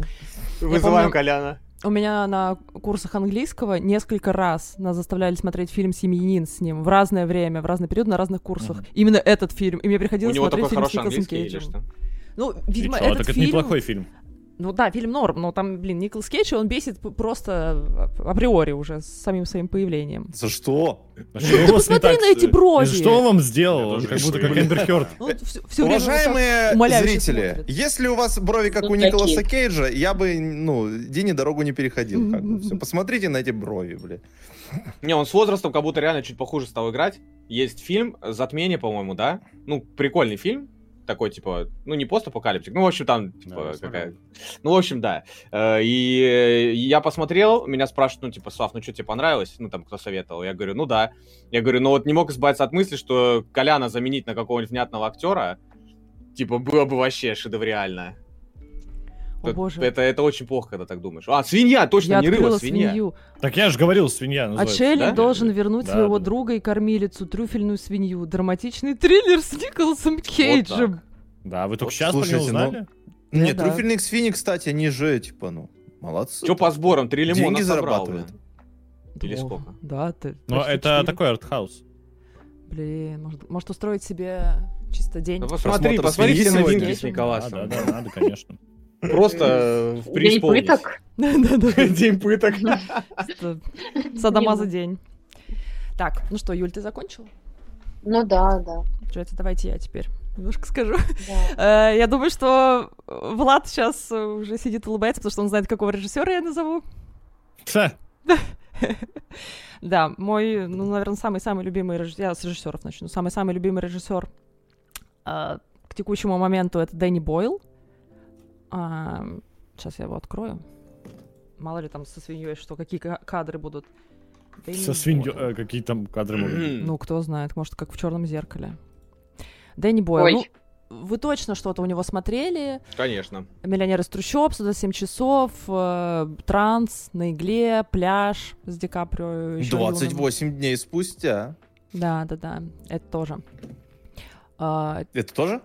B: Вызываем
A: помню-
B: Коляна.
A: У меня на курсах английского несколько раз нас заставляли смотреть фильм «Семьянин» с ним в разное время, в разный период, на разных курсах.
C: Мгм.
A: Именно этот фильм. И мне
I: У
A: приходилось
I: него такой
A: смотреть фильм с
I: хороший
A: Николасом
I: английский или
A: Кейджем.
I: что?
A: Ну,
C: И
A: видимо,
C: чё,
A: этот
C: так это
A: фильм...
C: неплохой фильм.
A: Ну да, фильм норм, но там, блин, Николас Кейдж, он бесит п- просто а- априори уже с самим своим появлением.
D: За что?
C: А что у вас не
A: Посмотри
C: так?
A: на эти брови!
C: Что он вам сделал?
F: Я
C: Он
F: тоже
C: как будто
F: хочу,
C: как
F: блин.
C: Эмбер Хёрд.
A: Ну, вот всё- всё время вот так
D: Уважаемые
A: умоляюще
D: зрители,
A: смотрит.
D: если у вас брови как
E: Ну,
D: у Николаса
E: такие.
D: Кейджа, я бы, ну, Дине дорогу не переходил. Как бы. Всё, Посмотрите на эти брови, бля.
I: Не, он с возрастом как будто реально чуть похуже стал играть. Есть фильм э, «Затмение», по-моему, да? Ну, прикольный фильм. Такой, типа, ну, не постапокалиптик. Ну, в общем, там,
F: Да,
I: типа,
F: я
I: какая...
F: смотрел.
I: Ну, в общем, да. Э, И э, я посмотрел, меня спрашивают, ну, типа, Слав, ну, что тебе понравилось? Ну, там, кто советовал? Я говорю, ну, да. Я говорю, ну, вот не мог избавиться от мысли, что Коляна заменить на какого-нибудь внятного актера, типа, было бы вообще шедевриально.
A: О,
I: Это-
A: боже.
I: Это, это очень плохо, когда так думаешь. А, свинья, точно,
A: Я
I: не рыба,
A: открыла
I: свинья.
A: свинью.
C: Так я же говорил, свинья называется.
A: Отшельник
I: да?
A: А должен вернуть
C: Да,
A: своего
C: да.
A: друга и кормилицу, трюфельную свинью. Драматичный триллер с Николасом Кейджем.
C: Да, вы только
D: Вот
C: сейчас про
D: слушайте,
C: него узнали?
A: Ну
D: Нет,
A: да.
D: Труфельник с Фини, кстати, они же, типа, ну, молодцы.
I: Че по сборам? Три лимона
D: Деньги
I: собрал,
D: зарабатывает.
I: блин. Или
A: Ох,
I: сколько?
A: Да, ты.
C: Но
A: почти
C: это
A: четыре.
C: такой артхаус.
A: Блин, может, может устроить себе чисто день.
I: Ну, посмотри,
D: Просмотр
I: посмотри
D: свиньи
I: все
D: сегодня.
I: новинки с
C: Да,
I: Николасом.
C: да, надо, конечно.
I: Просто э, в
E: День пыток?
A: Да-да-да.
I: День пыток.
A: Ну, Просто Садомаза день. Так, ну что, Юль, ты закончила?
E: Ну да, да.
A: Получается, давайте я теперь немножко скажу.
E: да.
A: Э, Я думаю, что э, Влад сейчас уже сидит и улыбается, потому что он знает, какого режиссера я назову.
C: Ха,
A: Да, мой, ну, наверное, самый-самый любимый режиссер, я с режиссеров начну, самый-самый любимый режиссер э, к текущему моменту это Дэнни Бойл. сейчас я его открою. Мало ли там со свиньей, что какие ка- кадры будут. Дэнни
C: со свиньей,
A: Бойл.
C: э, какие там кадры могут быть.
A: Ну, кто знает, может, как в черном зеркале. Дэнни Бойл.
E: Ой.
A: Ну, вы точно что-то у него смотрели?
I: Конечно.
A: Миллионер из трущоб, 107 часов, э, транс, на игле, пляж с Ди Каприо. ещё юным.
D: 28 дней спустя.
A: Да, да, да, это тоже. А,
D: Это тоже?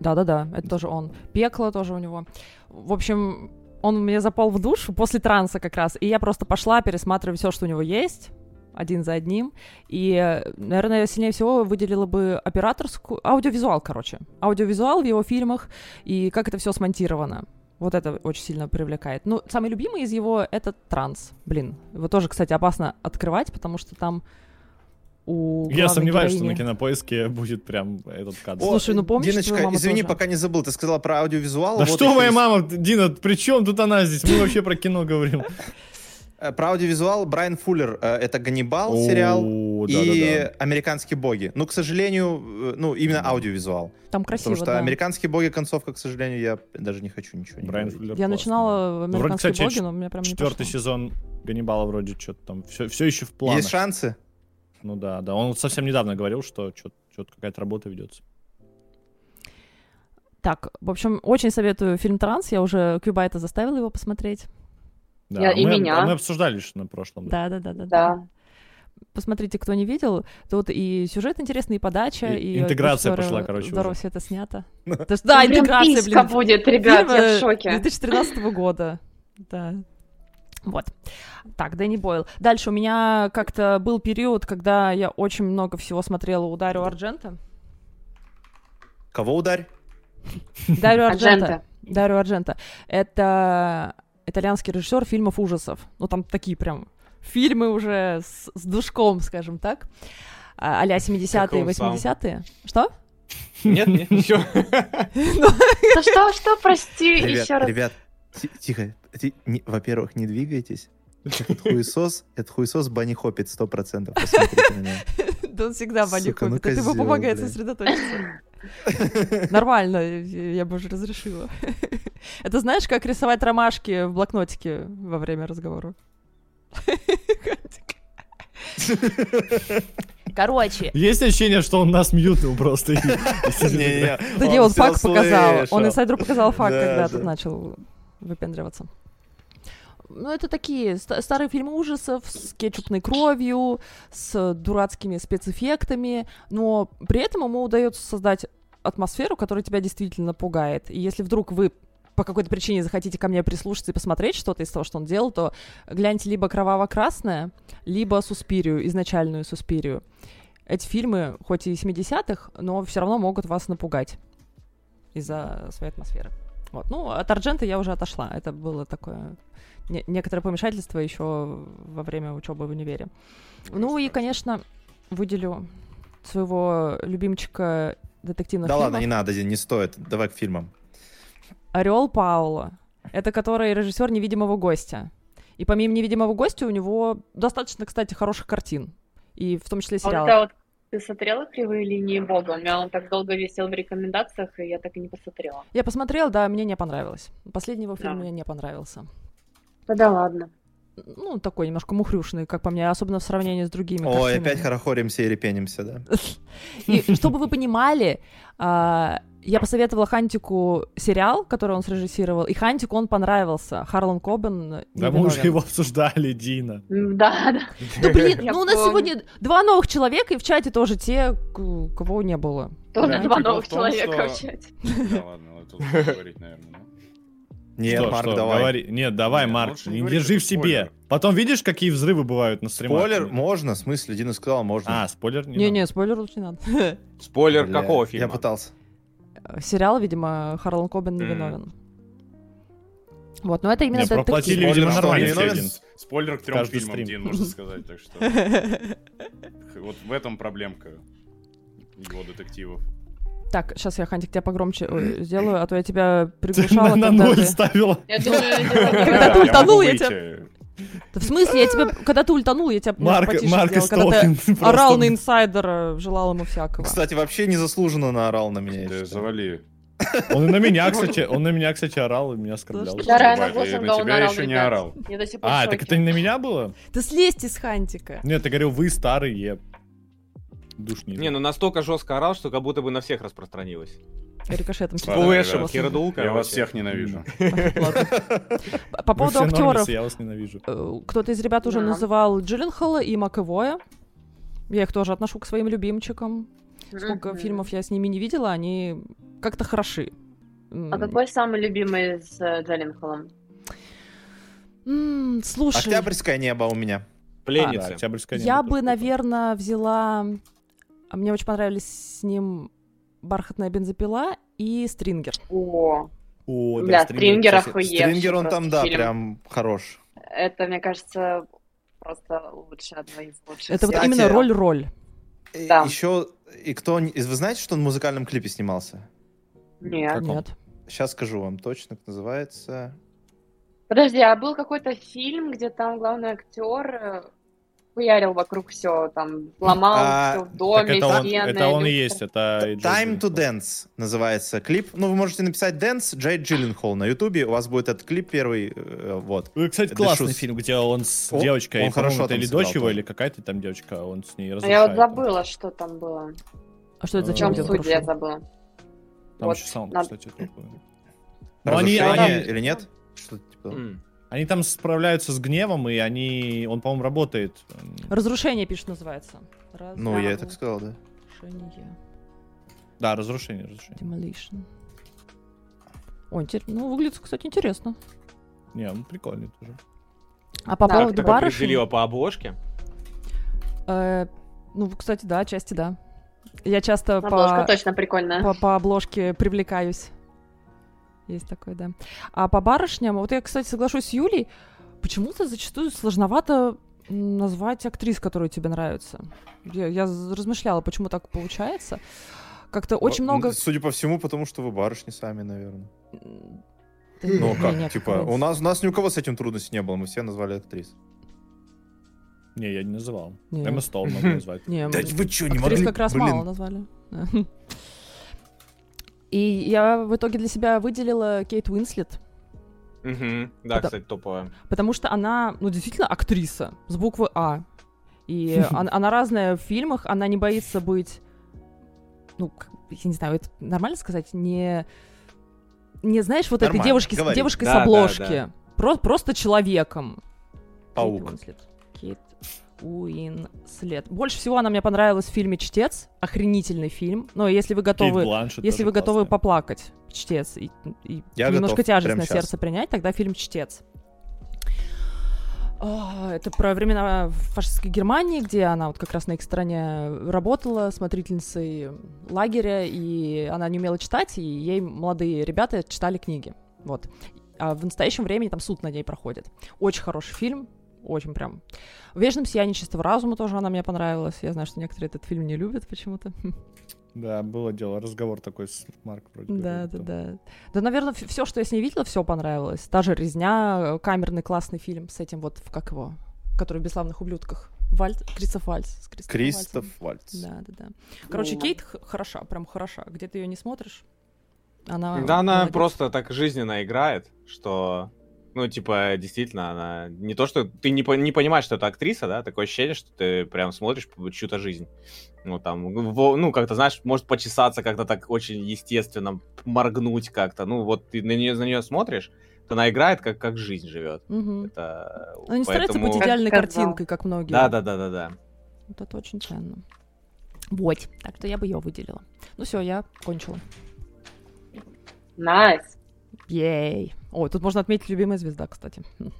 A: Да, да, да, это тоже он. Пекло тоже у него. В общем, он мне запал в душу после транса как раз. И я просто пошла пересматривать все, что у него есть, один за одним. И, э, наверное, я сильнее всего выделила бы операторскую... Аудиовизуал, короче. Аудиовизуал в его фильмах и как это все смонтировано. Вот это очень сильно привлекает. Ну, самый любимый из его — это транс. Блин, его тоже, кстати, опасно открывать, потому что там у
C: Я
A: главной
C: сомневаюсь, что
A: героини-
C: на кинопоиске будет прям этот кадр.
A: Слушай, ну помнишь,
D: Диночка,
A: твоя мама
D: извини,
A: тоже?
D: пока не забыл, ты сказала про аудиовизуал.
C: Да
D: вот
C: что
D: еще
C: моя
D: из-
C: мама, Дина, при чем тут она здесь? Мы вообще про кино говорим.
D: э, Про аудиовизуал Брайан Фуллер, э, это «Ганнибал» сериал
C: О,
D: и
C: да-да-да.
D: «Американские боги». Ну, к сожалению, э, ну, именно аудиовизуал.
A: Там красиво,
D: Потому что
A: да.
D: «Американские боги» концовка, к сожалению, я даже не хочу ничего не
C: Брайан
D: говорить.
C: Фуллер
A: Я
C: классный.
A: начинала
C: Ну, вроде,
A: «Американские
C: кстати,
A: боги», но у меня прям не
C: Четвертый
A: пошло.
C: сезон Ганнибала вроде что-то там, все, все еще в планах.
D: Есть шансы?
C: Ну да, да. Он вот совсем недавно говорил, что что-то какая-то работа ведется.
A: Так, в общем, очень советую фильм «Транс». Я уже Кьюбайта заставила его посмотреть.
C: Да,
E: Я- и
C: мы,
E: меня.
C: а мы обсуждали еще на прошлом. да.
A: Да-да-да.
E: Да.
A: Посмотрите, кто не видел. Тут и сюжет интересный, и подача, и...
C: И- интеграция
A: здорово-
C: пошла, короче,
A: Здорово
C: уже.
A: все
C: Ну,
A: это снято. Да, ж- да,
E: Ну, Прям
A: интеграция,
E: писька
A: блин.
E: будет, ребят,
A: Фильм,
E: я
A: э,
E: в шоке.
A: 2013 года. Да. Вот. Так, Дэнни Бойл. Дальше у меня как-то был период, когда я очень много всего смотрела у Дарио Арджента.
D: Кого ударь?
A: Дарио Арджента.
E: Аджента.
A: Дарио Арджента. Это итальянский режиссер фильмов ужасов. Ну, там такие прям фильмы уже с, с душком, скажем так. А, а-ля 70-е,
I: Как он сам.
A: 80-е. Что?
I: Нет, нет, ничего.
E: Да Ну что, что, прости,
D: Ребят,
E: еще раз.
D: ребят, ти- тихо. Ти- не- во-первых, не двигайтесь. Этот хуесос, этот хуесос Банни Хоппит, 100%. Посмотрите на него.
A: Да он всегда Банни
D: Сука, ну
A: Хоббит. Это ему
D: козёл,
A: помогает
D: блядь.
A: сосредоточиться. Нормально, я я бы уже разрешила. Это знаешь, как рисовать ромашки в блокнотике во время разговора? Короче,
C: Есть ощущение, что он нас мьютнул просто. и- и сидит.
D: Не-не-не,
A: Да
D: он
A: не, он
D: всё
A: факт показал.
D: слышал.
A: Он инсайдеру показал факт,
D: Да,
A: когда
D: да.
A: тут начал выпендриваться. Ну, это такие ста- старые фильмы ужасов с кетчупной кровью, с дурацкими спецэффектами, но при этом ему удается создать атмосферу, которая тебя действительно пугает. И если вдруг вы по какой-то причине захотите ко мне прислушаться и посмотреть что-то из того, что он делал, то гляньте либо «Кроваво-красное», либо «Суспирию», изначальную «Суспирию». Эти фильмы, хоть и 70-х, но все равно могут вас напугать из-за своей атмосферы. Вот. Ну, от Арджента я уже отошла. Это было такое не- некоторое помешательство еще во время учебы в универе. Ну и, конечно, выделю своего любимчика детективных
D: Да
A: фильмов.
D: ладно, не надо, не стоит. Давай к фильмам.
A: Орел Паула. Это который режиссер невидимого гостя. И помимо невидимого гостя у него достаточно, кстати, хороших картин. И в том числе
E: А вот
A: сериалов.
E: это вот ты смотрела кривые линии Бога? У меня он так долго висел в рекомендациях, и я так и не посмотрела.
A: Я посмотрела, да, мне не понравилось. Последний его фильм
E: Да.
A: мне не понравился.
E: Да да ладно.
A: Ну, такой немножко мухрюшный, как по мне, особенно в сравнении с другими
D: Ой,
A: картинами.
D: опять хорохоримся и репенимся, да?
A: И чтобы вы понимали, а, я посоветовала Хантику сериал, который он срежиссировал, и Хантику он понравился. Харлан Кобен э,
C: Да мы уже
A: невиновен.
C: его обсуждали, Дина.
E: М, Да, да.
A: Да блин,
E: Я
A: ну у нас
E: помню.
A: сегодня два новых человека, и в чате тоже те, к- кого не было.
E: Тоже
A: Да.
E: два
F: Прикол
E: новых
F: в том,
E: человека
F: что-
E: в чате.
F: Да ладно, вот тут лучше говорить, наверное. да?
D: Нет,
C: Что,
D: Марк,
C: что,
D: давай.
C: говори. Нет, давай,
F: Нет,
C: Марк,
F: лучше не
C: не
F: говори,
C: держи
F: это
C: в себе.
F: спойлер.
C: Потом видишь, какие взрывы бывают на стримах?
D: Спойлер можно, в смысле, Дина сказала, можно.
C: А, спойлер не надо.
A: Не-не, спойлер лучше не надо.
I: Спойлер
D: Бля,
I: какого фильма?
D: Я пытался.
A: Сериал, видимо, Харлан Кобен невиновен. Вот, но это именно
C: Не, проплатили,
A: детектив.
D: Спойлер,
C: видимо,
D: что,
C: нормально.
D: не
C: все
D: виновен?
C: один.
F: Спойлер к трем
C: Каждый
F: фильмам,
C: стрим.
F: Дин, можно сказать, так что вот в этом проблемка его детективов.
A: Так, сейчас я, Хантик, тебя погромче ой, сделаю, а то я тебя приглушала.
C: На- На
A: когда
C: ноль
A: ты-
C: ставила.
E: Я думаю, это-
A: Когда
F: Да,
A: ты
F: я
A: утонул,
F: могу
A: я
F: выйти.
A: Да в смысле, я тебя, когда ты ультанул, я тебя немножко
C: Марк,
A: потише
C: Марк
A: сделала, когда ты
C: Истолкин просто-
A: орал на инсайдера, желал ему всякого.
D: Кстати, вообще незаслуженно наорал на меня. я
F: Да,
D: считаю.
F: завали.
C: Он и на меня, кстати, он на меня, кстати, орал и меня оскорблял.
A: Да
E: Я реально
F: Давай,
E: голосом
F: на
E: да, он
F: тебя
E: орал,
F: еще не
E: ребят.
F: орал.
E: Я до сих пор
C: А,
E: в
C: так
E: шоке.
C: это не на меня было?
A: Да слезьте с Хантика.
C: Нет, ты говорил, вы старые. Душнили.
I: Не, ну настолько жестко орал, что как будто бы на всех распространилось.
A: Рикошетом.
F: Ладно,
I: Флэшем,
F: ребят,
I: Кирдул,
F: Я вас
I: короче.
F: всех ненавижу.
A: Ладно. По
C: Вы
A: поводу
C: все нормисы,
A: актеров.
C: я вас ненавижу.
A: э, Кто-то из ребят уже
E: Да.
A: называл Джилленхола и Маковоя. Я их тоже отношу к своим любимчикам. Сколько
E: Мгм.
A: фильмов я с ними не видела, они как-то хороши. М,
E: А какой самый любимый с э, Джаленхолом?
A: м, Слушай,
D: Октябрьское небо у меня.
C: Да,
D: А,
I: Пленницы.
C: октябрьская
A: я
C: небо
A: бы,
C: тоже.
A: наверное, взяла... а Мне очень понравились с ним «Бархатная бензопила» и «Стрингер».
E: О,
C: О, да,
E: бля, стрингер
C: кстати.
E: охуевший.
D: Стрингер, он
E: просто
D: там, да,
E: фильм.
D: прям хорош.
E: Это, мне кажется, просто лучше одна из лучших.
A: Это вот
D: Кстати,
A: именно роль-роль.
E: Да.
D: Еще, и кто... не- Вы знаете, что он в музыкальном клипе снимался?
E: Нет.
A: Нет.
D: Сейчас скажу вам точно, как называется.
E: Подожди, а был какой-то фильм, где там главный актер э, хуярил вокруг все, там ломал
D: А,
E: все в
C: Так
E: доме,
C: это он,
E: стены,
C: это он
E: люстры.
C: и есть, это... и
D: Time to
C: Джордан.
D: Dance называется клип. Ну, вы можете написать Dance Джей Джилленхол на Ютубе. У вас будет этот клип первый. э, Вот.
C: Ну, и, Кстати,
D: The
C: классный
D: Shoes.
C: фильм, где он с
D: О,
C: девочкой,
D: он
C: по-моему,
D: хорошо
C: это
D: там
C: или
D: сыграл
C: дочь его,
D: тоже.
C: или какая-то там девочка, он с ней
E: А Я
C: разрушает.
E: вот забыла, что там было.
A: А что это за
C: Э,
A: фильм,
E: В чем
A: где он
E: суть, я
A: прошел?
E: забыла.
C: Там
E: Вот,
C: еще саунд,
E: надо-
C: кстати, такой. Ну, они-
D: Разрушение
C: они-
D: или нет? Что-то типа того.
I: М.
C: Они там справляются с гневом, и они... Он, по-моему, работает. М,
A: «Разрушение», пишет, называется.
D: Ну, я и так сказал, да.
A: «Разрушение».
C: Да, разрушение, разрушение.
A: Demolition. О, интер- ну, выглядит, кстати, интересно.
C: Не, он прикольный тоже.
A: А по
E: Да.
I: Как
A: поводу
I: ты
A: барышни...
I: определила по обложке?
A: э, ну, кстати, да, отчасти да. Я часто
E: Обложка
A: по,
E: точно прикольная.
A: Типа, по, по обложке привлекаюсь. Есть такое, да. А по барышням, вот я, кстати, соглашусь с Юлей, почему-то зачастую сложновато м, назвать актрис, которые тебе нравятся. Я, я з- размышляла, почему так получается. Как-то очень
D: Во-
A: много...
D: м, Судя по всему, потому что вы барышни сами, наверное.
A: м, да
D: Ну,
A: не, не,
D: как, типа,
A: разница.
D: у нас, у нас ни у кого с этим трудностей не было, мы все назвали актрис.
C: Не, я не называл.
A: Не.
C: Эмма Стоун надо назвать.
A: Не, м,
D: что,
A: Актрис как раз мало назвали. Да. И я в итоге для себя выделила Кейт Уинслет,
I: Мгм. Да,
A: Пота-
I: кстати, топовая.
A: потому что она, ну, действительно актриса с буквы А. И он- она, разная в фильмах, она не боится быть, ну, к- я не знаю, это нормально сказать, не, не знаешь, вот этой
D: Нормально,
A: девушки, с-
D: говори.
A: девушкой
I: Да,
A: с
I: да,
A: обложки. Про- просто человеком. Кейт
D: Паук.
A: Уинслет. Кейт Уинслет. Больше всего она мне понравилась в фильме «Чтец». Охренительный фильм. Но если вы
C: Кейт
A: готовы...
C: Бланшетт
A: Если
C: тоже
A: вы готовы
C: классная.
A: поплакать, чтец, и, и
D: Я
A: немножко
D: готов,
A: тяжесть
D: прямо
A: на
D: щас.
A: сердце принять, тогда фильм Чтец. А, Это про времена фашистской Германии, где она вот как раз на их стороне работала смотрительницей лагеря, и она не умела читать, и ей молодые ребята читали книги. Вот. А в настоящем времени там суд над ней проходит. Очень хороший фильм, очень прям. В «Вечном сиянии чистого разума» тоже она мне понравилась. Я знаю, что некоторые этот фильм не любят почему-то.
C: Да, было дело, разговор такой с Марк вроде бы
A: Да, да,
C: был.
A: да. Да, наверное, все, что я с ней видела, все понравилось. Та же резня, э, камерный классный фильм с этим вот, в- как его, который в «Бесславных ублюдках». Вальт, Кристоф Вальц. с Кристофом
D: Кристоф
A: Вальцем.
D: Вальц.
A: Да, да, да. Короче,
E: Ну.
A: Кейт х- хороша, прям хороша. Где ты ее не смотришь? Она...
B: Да, она
A: молодец.
B: просто так жизненно играет, что, ну, типа, действительно, она не то, что ты не, по- не понимаешь, что это актриса, да, такое ощущение, что ты прям смотришь п- чью-то жизнь. Ну, там, во- ну, как-то, знаешь, может почесаться как-то так очень естественно, моргнуть как-то. Ну, вот ты на нее, на нее смотришь, то она играет, как, как жизнь живет.
A: Мгм.
B: Это...
A: Она Ну, не старается быть
B: поэтому-
E: идеальной.
A: идеальной
E: Как сказал.
A: картинкой, как многие.
B: Да, да, да, да, да.
A: Вот это очень ценно. Вот. Так что я бы ее выделила. Ну все, я кончила.
E: Найс.
A: Ей. Ой, тут можно отметить любимая звезда, кстати. Хм.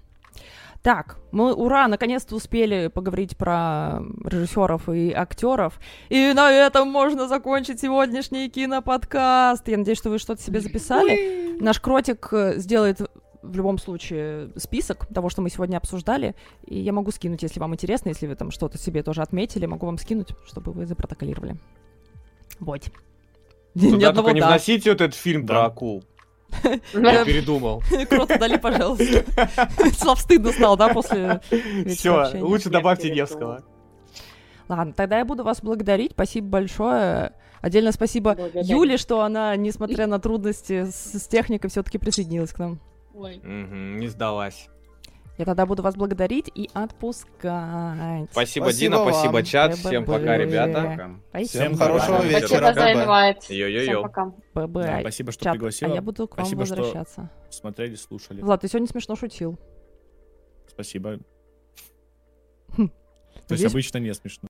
A: Так, мы, ура, наконец-то успели поговорить про режиссеров и актеров. И на этом можно закончить сегодняшний киноподкаст. Я надеюсь, что вы что-то себе записали. Наш кротик э, сделает в любом случае список того, что мы сегодня обсуждали. И я могу скинуть, если вам интересно, если вы там что-то себе тоже отметили, могу вам скинуть, чтобы вы запротоколировали. Вот. Ни
B: Туда
A: одного
B: только не
A: «да».
B: вносите вот этот фильм
C: Да.
B: про акул. Я
E: Да.
B: передумал.
A: Крот, удали, пожалуйста. Слав, стыдно стало, да, после вечера
B: Все,
A: общения?
B: лучше
E: Я
B: добавьте
E: передумал.
B: Невского.
A: Ладно, тогда я буду вас благодарить. Спасибо большое. Отдельно спасибо
E: Благодарю.
A: Юле, что она, несмотря на трудности с, с техникой, все-таки присоединилась к нам.
E: Ой.
B: Мгм, Не сдалась.
A: Я тогда буду вас благодарить и отпускать.
B: Спасибо,
D: Спасибо
B: Дина,
D: вам.
B: спасибо, чат.
A: Спасибо,
B: Всем
A: Бля.
B: пока, ребята.
F: Пока.
C: Всем
D: Хорошего
C: Спасибо.
D: вечера.
E: Спасибо за
D: бэбэ.
E: инвайт. Всем
B: Йо-йо-йо.
E: пока.
A: ББ.
C: Да, спасибо, что
A: Чат,
C: пригласила.
A: А я буду к вам
C: Спасибо, что-
A: возвращаться.
C: Смотрели, слушали.
A: Влад, ты сегодня смешно шутил.
C: Спасибо. То есть
A: Надеюсь,
C: обычно не смешно.